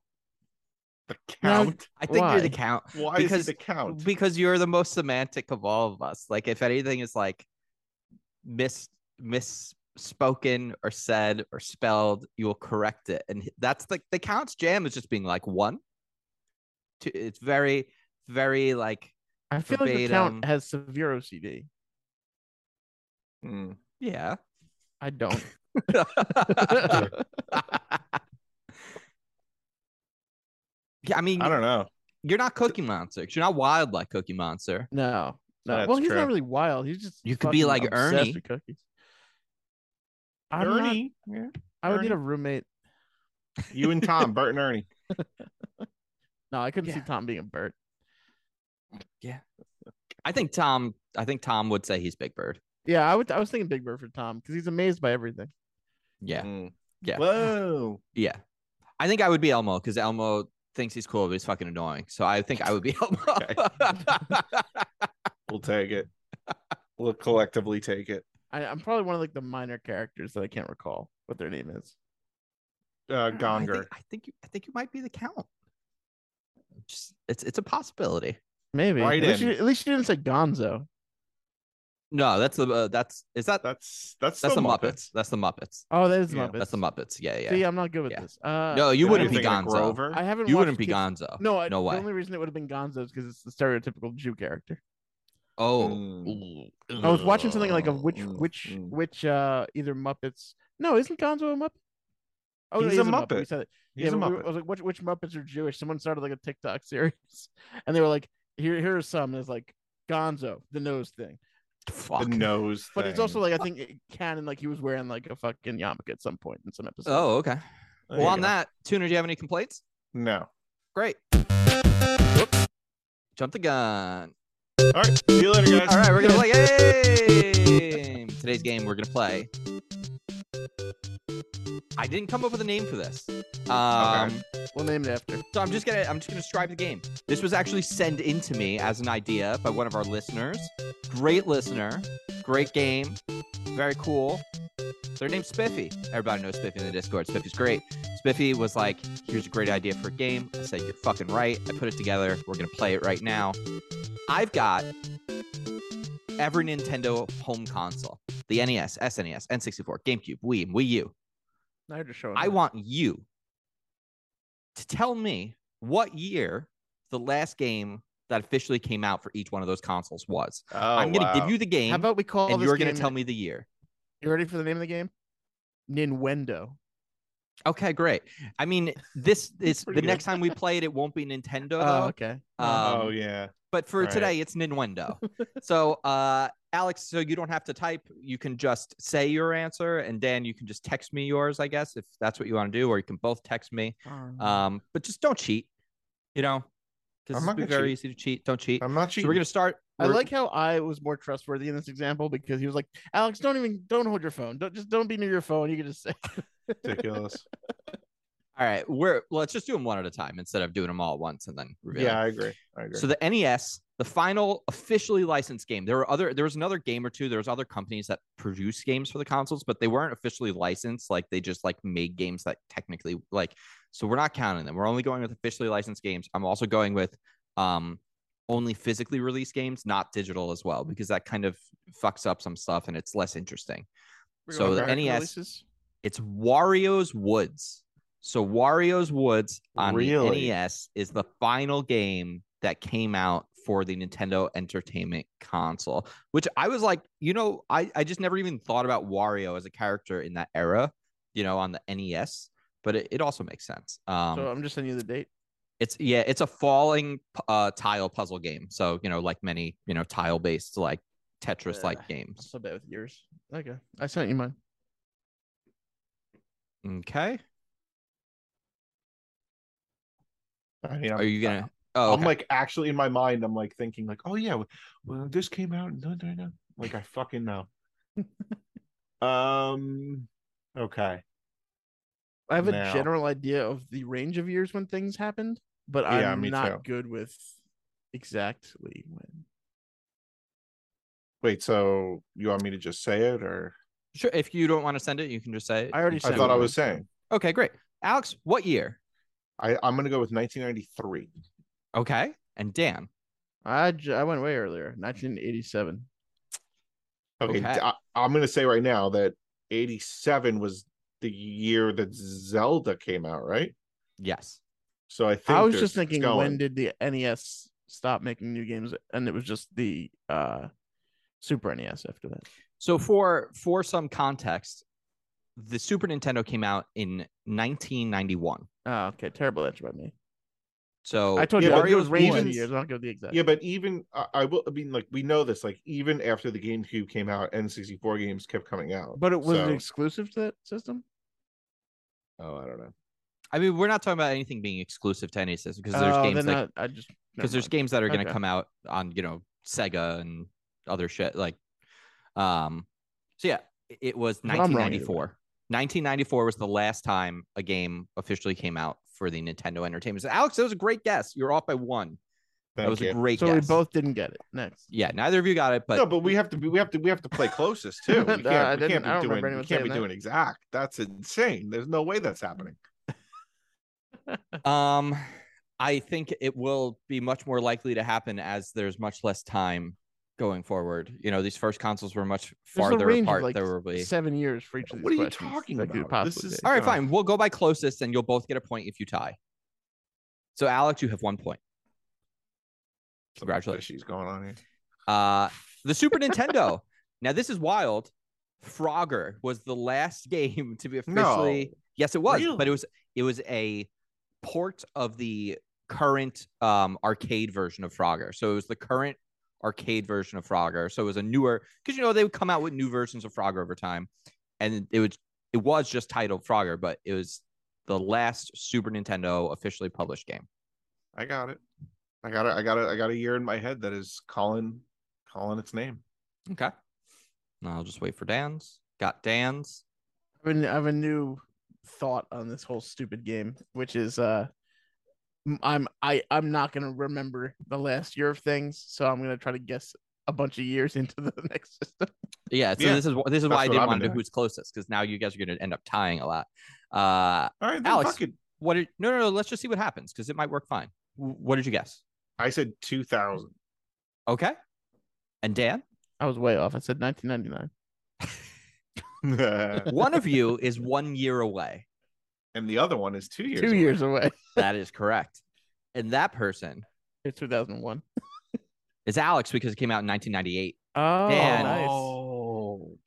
S3: The
S2: No,
S3: count.
S1: I think you're the
S2: Why?
S1: Count.
S3: Why
S1: because-
S3: is he the count?
S1: because you're the most semantic of all of us like if anything is like mis misspoken or said or spelled you will correct it and that's like the count's jam is just being like one two it's very very like
S2: I feel like the
S1: Verbatim.
S2: count has severe OCD.
S3: Mm.
S1: Yeah.
S2: I don't.
S1: yeah, I mean,
S3: I don't know.
S1: you're not Cookie Monster. 'cause You're not wild like Cookie Monster.
S2: No, no.
S3: That's
S2: well, he's
S3: true.
S2: not really wild. He's just
S1: You could be
S2: fucking
S1: like
S2: obsessed
S1: Ernie.
S2: with cookies. I'm not-
S3: Ernie, yeah.
S2: I would need
S3: Ernie.
S2: a roommate.
S3: you and Tom, Bert and Ernie.
S2: No, I couldn't see
S1: Yeah.
S2: Tom being a Bert.
S1: I think Tom. I think Tom would say he's Big Bird.
S2: Yeah, I would. I was thinking Big Bird for Tom because he's amazed by everything.
S1: Yeah.
S3: Mm.
S1: Yeah.
S3: Whoa.
S1: Yeah. I think I would be Elmo because Elmo thinks he's cool, but he's fucking annoying. So I think I would be Elmo.
S3: We'll take it. We'll collectively take it.
S2: I, I'm probably one of like the minor characters that I can't recall what their name is.
S3: Uh,
S1: I think,
S3: Gonger.
S1: I think you. I think you might be the Count. Just, it's it's a possibility.
S2: Maybe.
S3: Right
S2: at, least
S3: in.
S2: you, at least you didn't say Gonzo.
S1: No, that's the uh, that's is that
S3: That's
S1: that's
S3: that's
S1: the
S3: still
S1: Muppets. That's the Muppets.
S2: Oh, that is
S3: Yeah,
S2: Muppets.
S1: That's the Muppets. Yeah, yeah.
S2: See, I'm not good with
S1: Yeah.
S2: this. Uh,
S1: no, you
S3: Then
S1: wouldn't
S3: you're
S1: be
S3: thinking of
S1: Gonzo.
S3: Grover.
S2: I haven't.
S1: You
S2: watched
S1: wouldn't be
S2: Kids-
S1: Gonzo.
S2: No, I,
S1: no way.
S2: The only reason it would have been Gonzo is because it's the stereotypical Jew character.
S1: Oh,
S3: Mm.
S2: I was watching something like of which
S3: Mm,
S2: which
S3: mm.
S2: which uh either Muppets. No, isn't Gonzo a Muppet? Oh, no,
S3: He's
S2: he
S3: a
S2: is Muppet. We
S3: Muppet.
S2: said it.
S3: He's
S2: yeah,
S3: a
S2: but we were-
S3: Muppet.
S2: I was like, which which Muppets are Jewish? Someone started like a TikTok series, and they were like, here here are some. And it's like Gonzo, the nose thing,
S1: fuck.
S3: The nose.
S2: but it's also
S3: thing.
S2: like I think it canon like he was wearing like a fucking yarmulke at some point in some episode.
S1: Oh, okay.
S3: There
S1: well,
S3: you
S1: on
S3: go.
S1: that, Tuner, do you have any complaints?
S3: No.
S1: Great. Jump the gun.
S3: All right. See you later, guys.
S1: All right, we're gonna play a game. Today's game we're gonna play. I didn't come up with a name for this, um,
S2: we'll name it after.
S1: so I'm just gonna I'm just gonna describe the game. This was actually sent in to me as an idea by one of our listeners. Great listener, great game, very cool. Their name's Spiffy. Everybody knows Spiffy in the Discord. Spiffy's great. Spiffy was like, "Here's a great idea for a game." I said, "You're fucking right." I put it together. We're gonna play it right now. I've got every Nintendo home console: the E NES, SNES, N64, GameCube, Wii, Wii U.
S2: Now you're just showing.
S1: I
S3: Mm.
S2: off.
S1: want you to tell me what year the last game that officially came out for each one of those consoles was.
S3: Oh,
S1: I'm going to
S3: wow.
S1: give you the game,
S2: How about we call
S1: and
S2: this
S1: you're going
S2: game-
S1: to tell me the year.
S2: You ready for the name of the game? Ninwendo.
S1: Okay, great. I mean, this is the
S3: Pretty good.
S1: next time we play it, it won't be Nintendo,
S2: Oh,
S1: though,
S2: okay.
S1: Uh,
S3: Oh
S1: um,
S3: yeah.
S1: but for
S3: Right.
S1: today, it's Ninwendo. so, uh, Alex, so you don't have to type. You can just say your answer, and Dan, you can just text me yours, I guess, if that's what you want to do, or you can both text me. Um, but just don't cheat, you know,
S3: I'm
S1: because it's
S3: not
S1: be
S3: gonna
S1: very easy to cheat. Don't cheat.
S3: I'm not
S1: So
S3: cheating.
S1: we're gonna start.
S2: I
S1: we're-
S2: like how I was more trustworthy in this example because he was like, "Alex, don't even don't hold your phone. Don't just don't be near your phone. You can just say."
S3: ridiculous.
S1: All right, we're let's just do them one at a time instead of doing them all at once and then reveal.
S3: yeah, I agree. I agree.
S1: So the NES, the final officially licensed game. There were other. There was another game or two. There was other companies that produce games for the consoles, but they weren't officially licensed. Like they just like made games that technically like. So we're not counting them. We're only going with officially licensed games. I'm also going with um only physically released games, not digital as well, because that kind of fucks up some stuff and it's less interesting.
S2: We're
S1: So
S2: going
S1: the
S2: back to
S1: NES
S2: releases?
S1: It's Wario's Woods. So Wario's Woods on
S3: Really?
S1: the NES is the final game that came out for the Nintendo Entertainment Console, which I was like, you know, I, I just never even thought about Wario as a character in that era, you know, on the NES. But it, it also makes sense. Um,
S2: so I'm just sending you the date.
S1: it's yeah, it's a falling p- uh, tile puzzle game. So you know, like many you know tile based like Tetris like
S2: Yeah. I'm
S1: games.
S2: so bad with yours. Okay, I sent you mine.
S1: Okay,
S3: I mean, I'm,
S1: are you gonna? Oh,
S3: Uh, I'm
S1: okay.
S3: like actually in my mind, I'm like thinking like, oh yeah, well this came out. No, no, no. Like I fucking know. um. Okay.
S2: I have a
S3: Now.
S2: general idea of the range of years when things happened, but
S3: Yeah,
S2: I'm
S3: me
S2: not
S3: too.
S2: good with exactly when.
S3: Wait. So you want me to just say it, or
S1: Sure. If you don't want to send it, you can just say.
S2: I already
S1: you can
S3: I
S2: Send
S1: say
S3: thought
S2: it.
S3: I
S1: what you
S3: was saying.
S1: want. Okay, great. Alex, what year?
S3: I I'm gonna go with 1993.
S1: Okay. And Dan.
S2: I j- I went way earlier, 1987.
S3: Okay.
S1: Okay.
S3: I, I'm gonna say right now that 87 was the year that Zelda came out, right?
S1: Yes.
S3: So I think
S2: I was
S3: there's-
S2: just
S3: it's
S2: thinking,
S3: going.
S2: E when did the NES stop making new games? And it was just the uh, Super NES after that.
S1: So for for some context, the Super Nintendo came out in 1991.
S2: Oh, okay. Terrible edge by me.
S1: So
S2: I told
S3: Yeah,
S2: you,
S3: but
S2: I think
S3: it
S2: it
S3: was
S2: was range
S3: even-
S2: of years. I don't give the exact.
S3: Yeah, but even I, I will. I mean, like we know this. Like even after the GameCube came out, N64 games kept coming out.
S2: But it was
S3: so-
S2: it exclusive to that system.
S3: oh, I don't know.
S1: I mean, we're not talking about anything being exclusive to any system because there's
S2: Oh,
S1: games
S2: then
S1: like
S2: I, I just
S1: because
S2: never
S1: there's
S2: mind.
S1: games that are going to
S2: Okay.
S1: come out on you know Sega and other shit like um so yeah i- it was
S2: I'm wrong either way.
S1: 1994 1994 was the last time a game officially came out for the Nintendo Entertainment System. Alex that was a great guess you're off by one
S3: Thank
S1: that was
S3: you.
S1: a great
S2: So we
S1: guess
S2: both didn't get it. Next.
S1: yeah neither of you got it but
S3: no, but we have to be. We have to. We have to play closest too.
S2: No,
S3: We can't,
S2: I
S3: we
S2: didn't-
S3: can't
S2: I don't remember
S3: be doing. We
S2: anyone
S3: can't
S2: saying
S3: be
S2: that.
S3: doing exact. That's insane. There's no way that's happening.
S1: Um, I think it will be much more likely to happen as there's much less time going forward. You know, these first consoles were much
S2: There's a
S1: farther
S2: range of,
S1: apart.
S2: like,
S1: There will be.
S2: Seven years for each of these
S3: What are you
S2: questions
S3: talking
S2: that could
S3: about? This
S2: possibly
S3: is-
S2: be.
S1: All right,
S3: Ugh.
S1: fine. We'll go by closest, and you'll both get a point if you tie. So, Alex, you have one point. Congratulations.
S3: She's going on here.
S1: Uh, the Super Nintendo. Now, this is wild. Frogger was the last game to be officially. Yes, it was, but it
S3: Really?
S1: was it was a port of the current um, arcade version of Frogger. So it was the current arcade version of Frogger. So it was a newer because you know they would come out with new versions of Frogger over time, and it was it was just titled Frogger, but it was the last Super Nintendo officially published game.
S3: I got it. I got it. I got it. I got a year in my head that is calling, calling its name.
S1: Okay, now I'll just wait for Dan's. Got Dan's.
S2: I have a- I have a new thought on this whole stupid game, which is uh, m- I'm I I'm not gonna remember the last year of things, so I'm gonna try to guess a bunch of years into the next system.
S1: Yeah, so
S3: Yeah,
S1: this is wh- this is
S3: that's
S1: why I
S3: what
S1: didn't want
S3: I've
S1: to
S3: been
S1: do
S3: doing.
S1: who's closest because now you guys are going to end up tying a lot. Uh,
S3: All right, then
S1: Alex.
S3: fuck it.
S1: what? Did, no, no, no. Let's just see what happens because it might work fine. W- What did you guess?
S3: I said two thousand.
S1: Okay, and Dan,
S2: I was way off. I said 1999.
S3: and
S1: one of you is one year away.
S3: the other one is two years.
S2: Two
S3: away.
S2: years away.
S1: That is correct, and that person
S2: It's 2001.
S1: is Alex because it came out in 1998.
S2: Oh,
S1: Yeah,
S2: nice.
S3: Oh.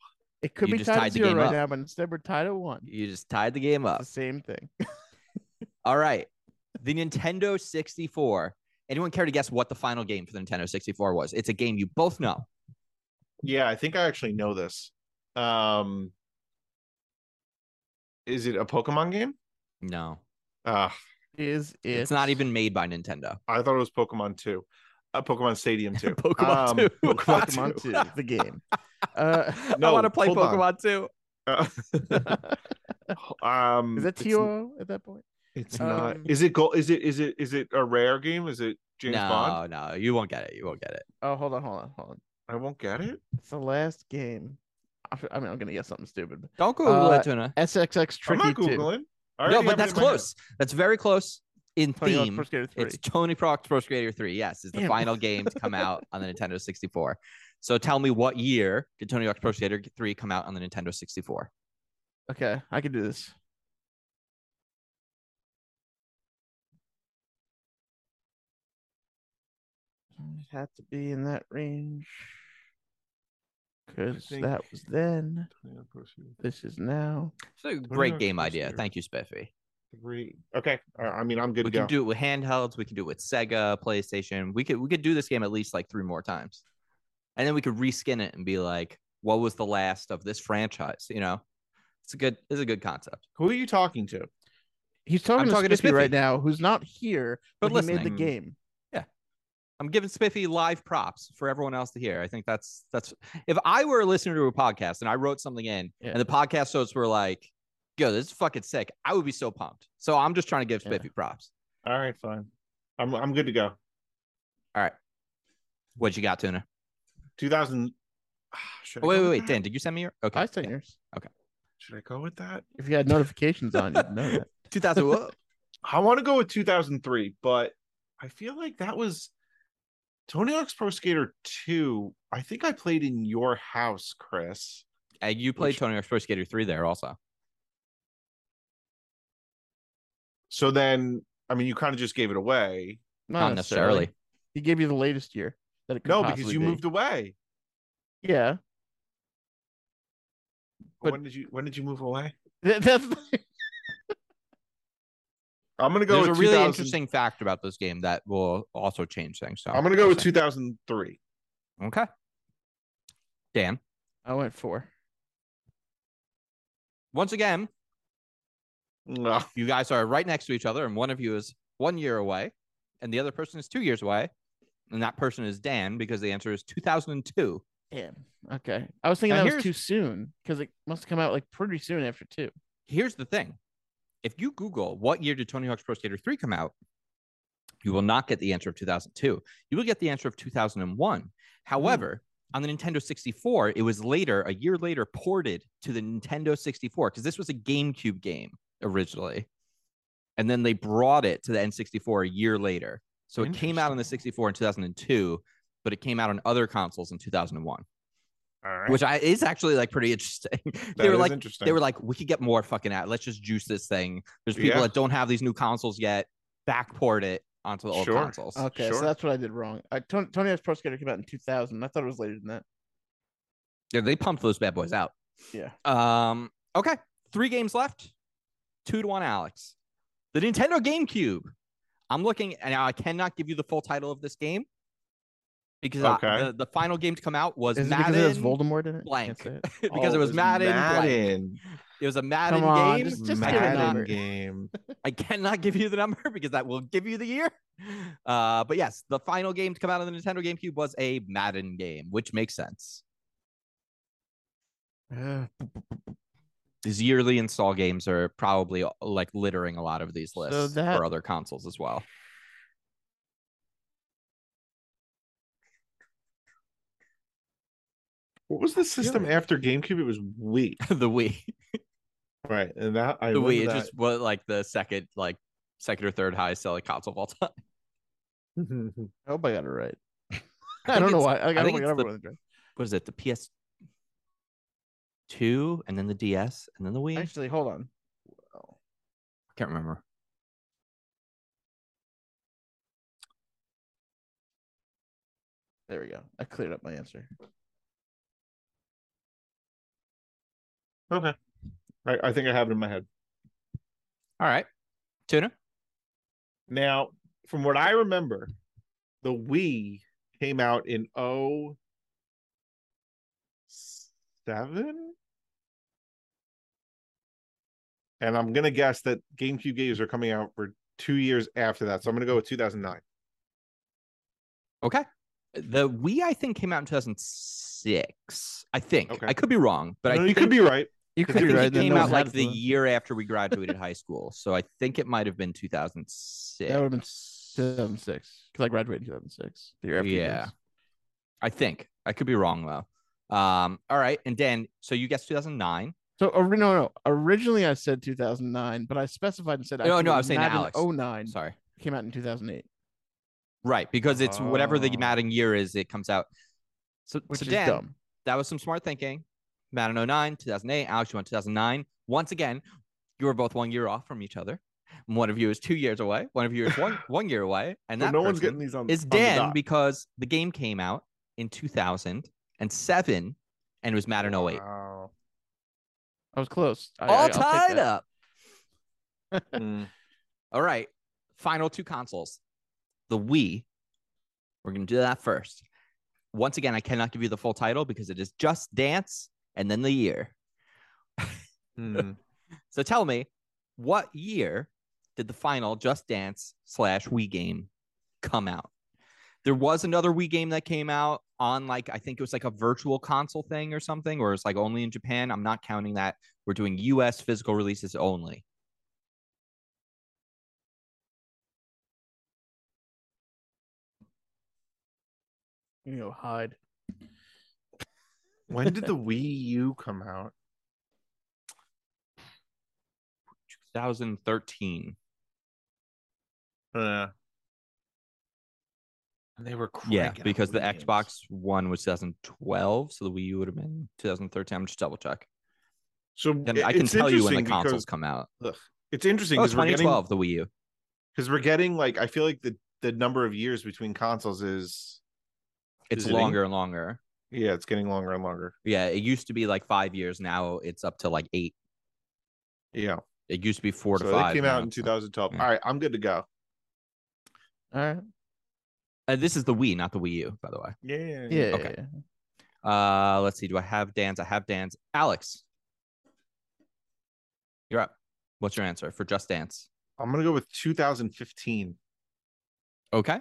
S2: It could
S1: You
S2: be
S1: just
S2: tied
S1: tied
S2: at
S1: the
S2: zero
S1: game
S2: right
S1: up.
S2: now, but instead we're tied at one. It's
S1: You just tied the game up.
S2: the same thing.
S1: All right, the Nintendo 64. Anyone care to guess what the final game for the Nintendo 64 was? It's a game you both know.
S3: Yeah, I think I actually know this. Um Is it a Pokemon game?
S1: No,
S3: Uh
S2: Is it?
S1: it's not even made by Nintendo.
S3: I thought it was Pokemon 2. Uh, Pokemon Stadium 2.
S1: Pokemon
S3: Um,
S1: 2.
S2: Pokemon 2, the game. Uh,
S1: I
S3: No,
S1: want to play
S3: hold on.
S1: Pokemon too.
S3: um
S2: is it
S3: it's-
S2: TOO at that point?
S3: It's, not.
S2: Um,
S3: Is it gold? Is it is it is it a rare game? Is it James
S1: no,
S3: Bond?
S1: no, you won't get it. You won't get it.
S2: Oh, hold on, hold on, hold on.
S3: I won't get it.
S2: It's the last game. I f- I mean, I'm gonna guess something stupid. but
S1: Don't Google
S2: Uh,
S1: it, Tuna.
S2: SXX
S3: I'm
S2: Tricky
S3: not
S2: Two.
S3: googling. I already
S1: No,
S3: have
S1: but
S3: it
S1: that's
S3: in my head.
S1: close. That's very close in
S2: Tony Hawk's
S1: theme.
S2: Pro Skater Three.
S1: It's Tony Hawk's Pro Skater 3. Yes, it's the
S2: Damn.
S1: final game to come out on the Nintendo 64. So tell me what year did Tony Hawk's Pro Skater 3 come out on the Nintendo 64?
S2: Okay, I can do this. It had to be in that range because
S3: think-
S2: that was then.
S3: Yeah, of course you-
S2: This is now.
S1: It's a great
S3: Hawk's
S1: game
S3: Pro
S1: idea.
S3: Skater.
S1: Thank you, Spiffy.
S3: Three. Okay. I- I mean, I'm good
S1: we
S3: to
S1: can
S3: go.
S1: do it with handhelds. We can do it with Sega, PlayStation. We could we could do this game at least like three more times, and then we could reskin it and be like, "What was the last of this franchise?" You know, it's a good it's a good concept.
S3: Who are you talking to?
S2: He's talking,
S1: I'm
S2: to,
S1: talking to
S2: Spiffy
S1: Spiffy.
S2: right now, who's not here,
S1: But
S2: but, he made the
S3: listening.
S2: game.
S1: I'm giving Spiffy live props for everyone else to hear. I think that's that's if I were a listener to a podcast and I wrote something in,
S2: Yeah.
S1: and the podcast hosts were like, "Yo, this is fucking sick," I would be so pumped. So I'm just trying to give
S2: Yeah.
S1: Spiffy props.
S3: All right, fine. I'm I'm good to go.
S1: What you got, Tuna?
S3: 2000. Should I
S1: wait,
S3: go
S1: wait,
S3: with
S1: wait,
S3: that?
S1: Dan, did you send me your? Okay,
S2: I sent
S1: yeah.
S2: yours.
S3: Should I go with that?
S2: If you had notifications on, you'd know that.
S1: 2000. whoa.
S3: I want to go with 2003, but I feel like that was Tony Hawk's Pro Skater 2. I think I played in your house, Chris.
S1: Uh, you played
S3: Which-
S1: Tony Hawk's Pro Skater 3 there also.
S3: So then, I mean, you kind of just gave it away.
S1: Not necessarily.
S2: He gave you the latest year that it could
S3: No, because
S2: possibly
S3: you
S2: be.
S3: moved away.
S2: Yeah.
S1: But-
S3: when did you when did you move away?
S2: That- that's
S3: I'm gonna go
S1: There's a
S3: with
S1: really
S3: 2000
S1: interesting fact about this game that will also change things. So
S3: I'm gonna go with
S1: just
S3: two thousand three.
S1: saying. Okay. Dan,
S2: I went four.
S1: once again,
S3: No.
S1: you guys are right next to each other, and one of you is one year away, and the other person is two years away, and that person is Dan because the answer is 2002.
S2: Damn. Okay. I was thinking
S1: Now
S2: that
S1: here's-
S2: was too soon because it must have come out like pretty soon after two.
S1: Here's the thing: if you Google what year did Tony Hawk's Pro Skater 3 come out, you will not get the answer of 2002. You will get the answer of 2001. However,
S3: Hmm.
S1: on the Nintendo 64, it was later, a year later, ported to the Nintendo 64 because this was a GameCube game originally, and then they brought it to the N64 a year later. So it came out on the 64 in 2002, but it came out on other consoles in 2001,
S3: All right.
S1: which I is actually like pretty interesting.
S3: That
S1: they were
S3: is
S1: like
S3: interesting.
S1: they were like, we could get more fucking out. Let's just juice this thing. There's people
S3: Yeah.
S1: that don't have these new consoles yet. Backport it onto the old
S3: Sure.
S1: consoles.
S2: Okay,
S3: Sure.
S2: so that's what I did wrong. I, Tony, Tony Hawk's Pro Skater came out in 2000. I thought it was later than that.
S1: Yeah, they pumped those bad boys out.
S2: Yeah.
S1: Um. Okay. Three games left. Two to one, Alex. The Nintendo GameCube. I'm looking, and I cannot give you the full title of this game because I-
S3: Okay.
S1: the, the final game to come out was
S2: Is it
S1: Madden.
S2: because it has Voldemort in it? You can't
S1: blank.
S2: say it.
S1: because it
S3: Oh,
S1: was Madden. blank.
S3: Madden.
S1: It was a Madden
S2: on,
S1: game.
S2: just- just
S1: I
S2: give it a
S1: cannot-
S3: Madden
S2: number.
S3: game.
S1: I cannot give you the number because that will give you the year. Uh, but yes, the final game to come out of the Nintendo GameCube was a Madden game, which makes sense.
S2: Ugh.
S1: These yearly install games are probably uh, like littering a lot of these
S2: So
S1: lists
S2: that-
S1: for other consoles as well.
S3: What was the system after GameCube? It was Wii,
S1: the Wii,
S3: right? And that I
S1: the
S3: remember
S1: Wii, it
S3: that.
S1: just was like the second, like second or third highest selling console of all time.
S2: I hope I got it right.
S1: I
S2: I don't
S1: think
S2: know
S1: it's-
S2: why. I, I
S1: think
S2: don't
S1: it's
S2: know
S1: the-
S2: why I got it
S1: What is it? The PS two, and then the DS, and then the Wii.
S2: right.
S1: I
S2: Actually, hold on.
S1: can't remember.
S2: There we go. I cleared up my answer.
S3: okay. I, I think I have it in my head
S1: All right, Tuna.
S3: now. From what I remember, the Wii came out in oh seven, and I'm gonna guess that GameCube games are coming out for two years after that. So I'm gonna go with 2009.
S1: Okay. The Wii, I think, came out in 2006. I think.
S3: Okay.
S1: I could be wrong, but
S3: No,
S1: I
S3: you
S1: think,
S3: could be right.
S2: You
S1: I
S3: could
S1: think
S3: be
S1: it
S3: right, then
S1: came
S3: no
S1: out
S3: one
S1: like the year after we graduated high school. So I think it might have been 2006.
S2: That would have been 2006 because I graduated in 2006. The year after you
S1: Yeah.
S2: guys.
S1: I think. I could be wrong, though. Um, all right. And Dan, so you guessed 2009.
S2: So or, no, no. Originally, I said 2009, but I specified and said
S1: No,
S2: think
S1: no,
S2: it
S1: I was saying
S2: Madden
S1: Alex.
S2: 09
S1: Sorry.
S2: came out in 2008.
S1: Right. Because it's whatever the
S3: Oh.
S1: Madden year is, it comes out. So,
S2: Which
S1: so
S2: is
S1: Dan,
S2: dumb.
S1: that was some smart thinking. Madden 09, 2008. Alex, you went 2009. Once again, you were both one year off from each other. One of you is two years away. One of you is one, one year away. And
S3: So
S1: that
S3: no one's
S1: person
S3: getting these on.
S1: is
S3: on the
S1: Dan
S3: dot.
S1: because the game came out in 2007 and it was Madden 08.
S3: Wow.
S2: I was close. I, I-
S1: All
S2: I'll take
S1: tied
S2: that.
S1: up. Hmm,
S3: Mm.
S1: All right. Final two consoles. The Wii. We're going to do that first. Once again, I cannot give you the full title because it is just dance and then the year.
S3: Hmm.
S1: So tell me, what year did the final Just Dance slash Wii game come out? There was another Wii game that came out on like I think it was like a virtual console thing or something, or it's like only in Japan. I'm not counting that. We're doing U.S. physical releases only.
S2: You know, hide.
S3: when did the Wii U come out?
S1: 2013.
S3: Uh, and they were
S1: Yeah,
S3: cranking out
S1: because the
S3: Wii games.
S1: Xbox One was 2012, so the Wii U would have been 2013. I'm just double check.
S3: So
S1: Then
S3: it-
S1: I can
S3: it's
S1: tell you when the
S3: interesting
S1: consoles
S3: because-
S1: come out.
S3: It's interesting
S1: Oh,
S3: because we're getting
S1: 2012, the Wii U.
S3: because we're getting like I feel like the the number of years between consoles is
S1: It's
S3: Is it in-
S1: longer and longer.
S3: Yeah, it's getting longer and longer.
S1: Yeah, it used to be like five years. Now it's up to like eight.
S3: Yeah.
S1: It used to be four
S3: so
S1: to five.
S3: they came
S1: now Hmm.
S3: out in
S1: it's not.
S3: 2012.
S1: yeah.
S3: All right, I'm good to go.
S2: All right.
S1: Uh, this is the Wii, not the Wii U, by the way.
S3: Yeah.
S2: Yeah.
S1: Okay.
S2: Okay.
S1: Uh, let's see. Do I have Dan's? I have Dan's. Alex, you're up. What's your answer for Just Dance?
S3: I'm gonna go with 2015.
S1: Okay.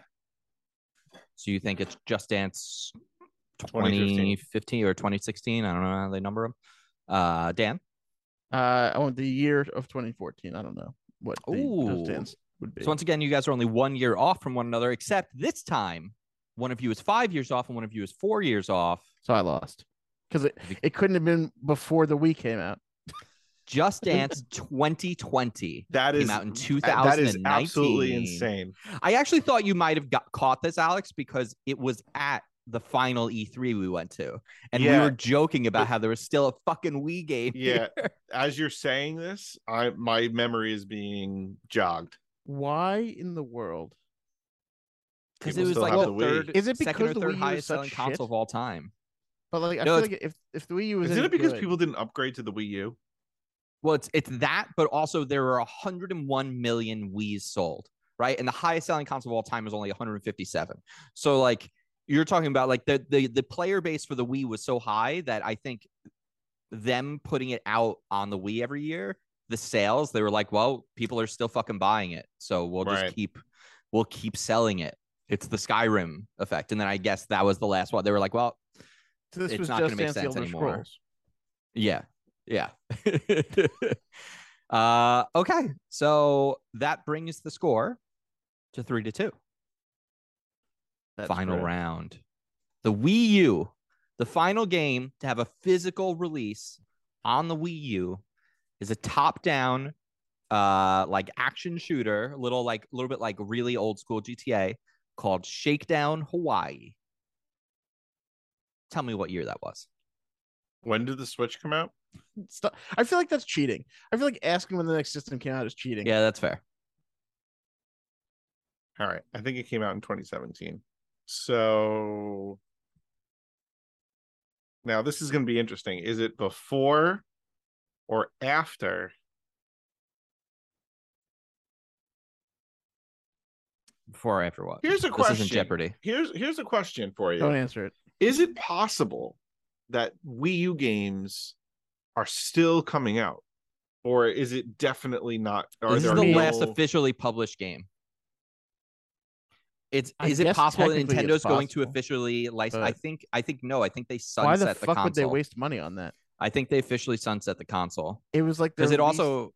S1: So you think it's Just Dance
S3: 2015.
S1: 2015 or 2016? I don't know how they number them. Uh, Dan.
S2: Uh, I want the year of 2014. I don't know what the
S1: Ooh.
S2: Just Dance would be.
S1: So once again, you guys are only one year off from one another, except this time, one of you is five years off and one of you is four years off.
S2: So I lost because it,
S1: Be-
S2: it couldn't have been before the Wii came out.
S1: Just Dance 2020
S3: That
S1: came
S3: is
S1: out in
S3: that
S1: 2019.
S3: is absolutely insane.
S1: I actually thought you might have got caught this, Alex, because it was at the final E3 we went to, and we
S3: Yeah.
S1: were joking about how there was still a fucking Wii game.
S3: Yeah.
S1: here.
S3: As you're saying this, I my memory is being jogged.
S2: Why in the world?
S1: 'Cause
S3: People
S1: it was
S3: still
S1: like
S3: have
S1: the
S3: the Wii.
S1: third,
S2: Is it
S1: second or
S2: because the
S1: third
S2: Wii U is
S1: highest selling
S2: such shit?
S1: console of all time.
S2: But like, I
S1: No,
S2: feel like if if the Wii U was
S3: Isn't it because
S2: good-
S3: people didn't upgrade to the Wii U?
S1: Well, it's it's that, but also there were 101 million Wii's sold, right? And the highest selling console of all time was only 157. So like you're talking about like the the the player base for the Wii was so high that I think them putting it out on the Wii every year, the sales, they were like, well, people are still fucking buying it, so we'll
S3: Right.
S1: just keep we'll keep selling it. It's the Skyrim effect, and then I guess that was the last one. They were like, well,
S2: so this
S1: it's
S2: was
S1: not gonna
S2: Just
S1: make
S2: Dance: The
S1: sense
S2: Elder
S1: anymore.
S2: Scrolls.
S1: yeah. Yeah. uh okay. So that brings the score to 3 to 2.
S2: That's
S1: final
S2: correct.
S1: round. The Wii U, the final game to have a physical release on the Wii U is a top-down uh like action shooter, little like a little bit like really old school GTA called Shakedown Hawaii. Tell me what year that was.
S3: When did the Switch come out?
S2: Stop. I feel like that's cheating. I feel like asking when the next system came out is cheating.
S1: Yeah, that's fair.
S3: All right. I think it came out in 2017. So now this is going to be interesting. Is it before or after?
S1: Before or after what?
S3: Here's a
S1: This
S3: question.
S1: isn't Jeopardy.
S3: Here's here's a question for you.
S2: Don't answer it.
S3: Is it possible that Wii U games are still coming out? Or is it definitely not? Are
S1: this is
S3: there
S1: the
S3: no-
S1: last officially published game. It's
S2: I
S1: is it
S2: guess
S1: possible that
S2: technically
S1: Nintendo's
S2: it's
S1: going to
S2: possible,
S1: officially license? I
S2: but-
S1: think I think no. I think they sunset
S2: Why the fuck
S1: console.
S2: would they waste money on that?
S1: I think they officially sunset the console
S2: It was like
S1: because
S2: their
S1: it also
S2: least,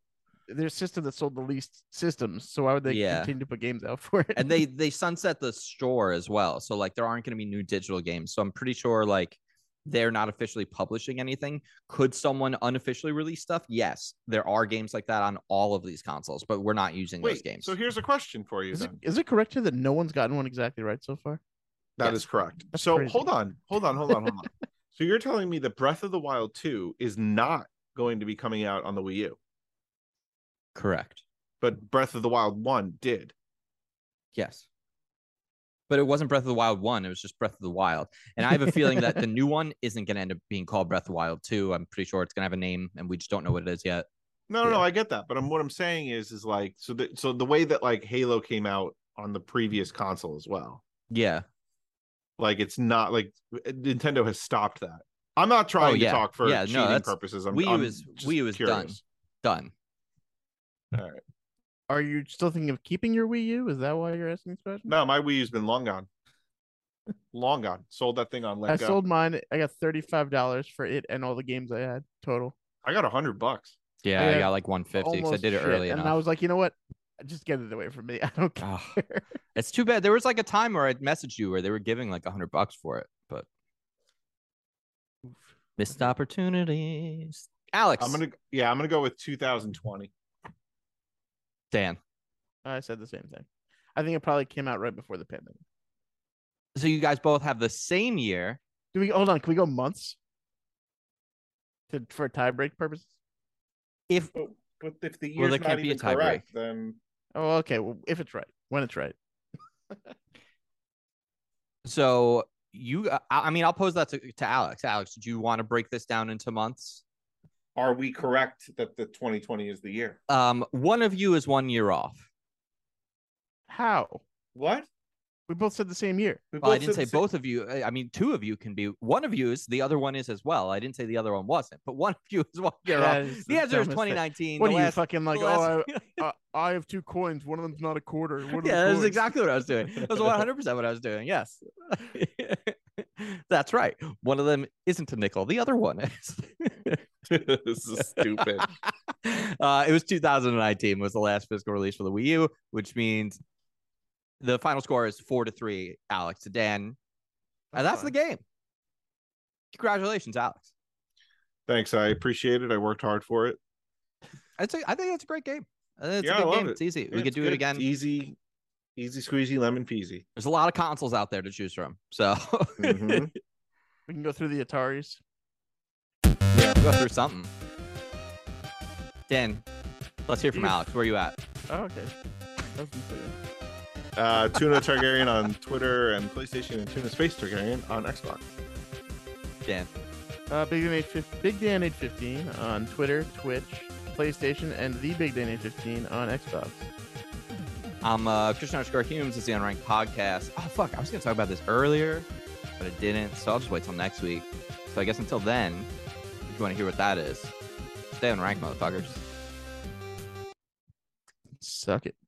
S2: their system that sold the least systems. So why would they
S1: Yeah.
S2: continue to put games out for it?
S1: and they they sunset the store as well. So like there aren't going to be new digital games. So I'm pretty sure like they're not officially publishing anything. Could someone unofficially release stuff? Yes, there are games like that on all of these consoles, but we're not using those
S3: Wait,
S1: games.
S3: so here's a question for you.
S2: is it,
S3: Then.
S2: is it correct here that no one's gotten one exactly right so far?
S3: That is
S1: Yes.
S3: correct.
S2: That's
S3: so
S2: crazy.
S3: hold on, hold on, hold on, hold on. So you're telling me that Breath of the Wild 2 is not going to be coming out on the Wii U,
S1: Correct.
S3: but Breath of the Wild 1 did.
S1: Yes. But it wasn't Breath of the Wild 1. It was just Breath of the Wild. And I have a feeling that the new one isn't going to end up being called Breath of the Wild 2. I'm pretty sure it's going to have a name and we just don't know what it is yet.
S3: No, no, no,
S1: Yeah.
S3: I get that, but I'm what I'm saying is is like so the so the way that like Halo came out on the previous console as well.
S1: Yeah.
S3: Like it's not like Nintendo has stopped that. I'm not trying
S1: Oh, yeah.
S3: to talk for
S1: Yeah, no,
S3: cheating
S1: that's-
S3: purposes. I'm,
S1: Wii U
S3: I'm
S1: is-
S3: just
S1: Wii U is done.
S3: curious.
S1: Done.
S2: Are you still thinking of keeping your Wii U? Is that why you're asking this question?
S3: No, my Wii U's been long gone. long gone. Sold that thing on let
S2: I
S3: go.
S2: sold mine. I got thirty-five dollars for it and all the games I had total.
S3: I got a hundred bucks.
S1: Yeah, I
S2: Yeah.
S1: got like 150 because I
S2: Almost
S1: did it
S2: shit.
S1: early
S2: and
S1: enough. Ah.
S2: I was like, you know what? Just get it away from me. I don't care.
S1: Ugh. it's too bad. There was like a time where I'd message you where they were giving like 100 bucks for it, but missed opportunities. Alex,
S3: I'm gonna yeah, I'm gonna go with 2020.
S1: Dan.
S2: I said the same thing. I think it probably came out right before the pandemic.
S1: So you guys both have the same year.
S2: Do we hold on? Can we go months? To for tie break purposes?
S1: If
S3: But if the
S1: Well, there can't be a tie break.
S3: then
S2: Oh, okay. Well, if it's right, when it's right.
S1: So you, uh, I, I mean, I'll pose that to, to Alex. Alex, do you want to break this down into months?
S3: Are we correct that the 2020 is the year?
S1: Um, one of you is one year off.
S2: How?
S3: What?
S2: We both said the same year.
S3: We
S1: Well, I
S3: both
S1: didn't say
S3: said the
S1: both of you. I I mean, two of you can be. One of you is the other one is as well. I didn't say the other one wasn't, but one of you is one year off.
S2: is
S1: The answer is
S2: dumbest thing.
S1: 2019.
S2: What
S1: the
S2: are
S1: last,
S2: you fucking
S1: the
S2: like? Oh,
S1: last-
S2: I, I, I have two coins. One of them's not a quarter. What are the
S1: yeah, that's
S2: coins?
S1: exactly what I was doing. That was 100 percent what I was doing. Yes, that's right. One of them isn't a nickel. The other one is.
S3: same- this is stupid.
S1: uh, it was 2019 was the last physical release for the Wii U, which means the final score is four to three, Alex to Dan, and that's the
S2: fine.
S1: game. Congratulations, Alex.
S3: Thanks. I appreciate it. I worked hard for it.
S1: It's a, I think that's a great game. I think It's
S3: Yeah, I
S1: a good
S3: love
S1: game.
S3: it.
S1: It's easy. we
S3: It's
S1: could do it
S3: good.
S1: again.
S3: It's easy, easy squeezy lemon peasy.
S1: There's a lot of consoles out there to choose from. So
S3: Mhm.
S2: We can go through the Ataris.
S1: yeah, we'll go through something. Dan, let's hear from
S2: You-
S3: Mm.
S1: Alex. Where you at?
S2: Oh, okay. That was completely-
S3: Uh, Tuna Targaryen on Twitter and PlayStation and Tuna Space Targaryen on Xbox.
S1: Dan.
S2: Uh, Big Dan 815, Big Dan 815 on Twitter, Twitch, PlayStation, and the Big Dan 815 on Xbox.
S1: I'm uh, Christian underscore Humes. It's the Unranked Podcast. Oh, fuck. I was going to talk about this earlier, but I didn't. So I'll just wait till next week. So I guess until then, if you want to hear what that is, stay unranked, motherfuckers.
S2: Suck it.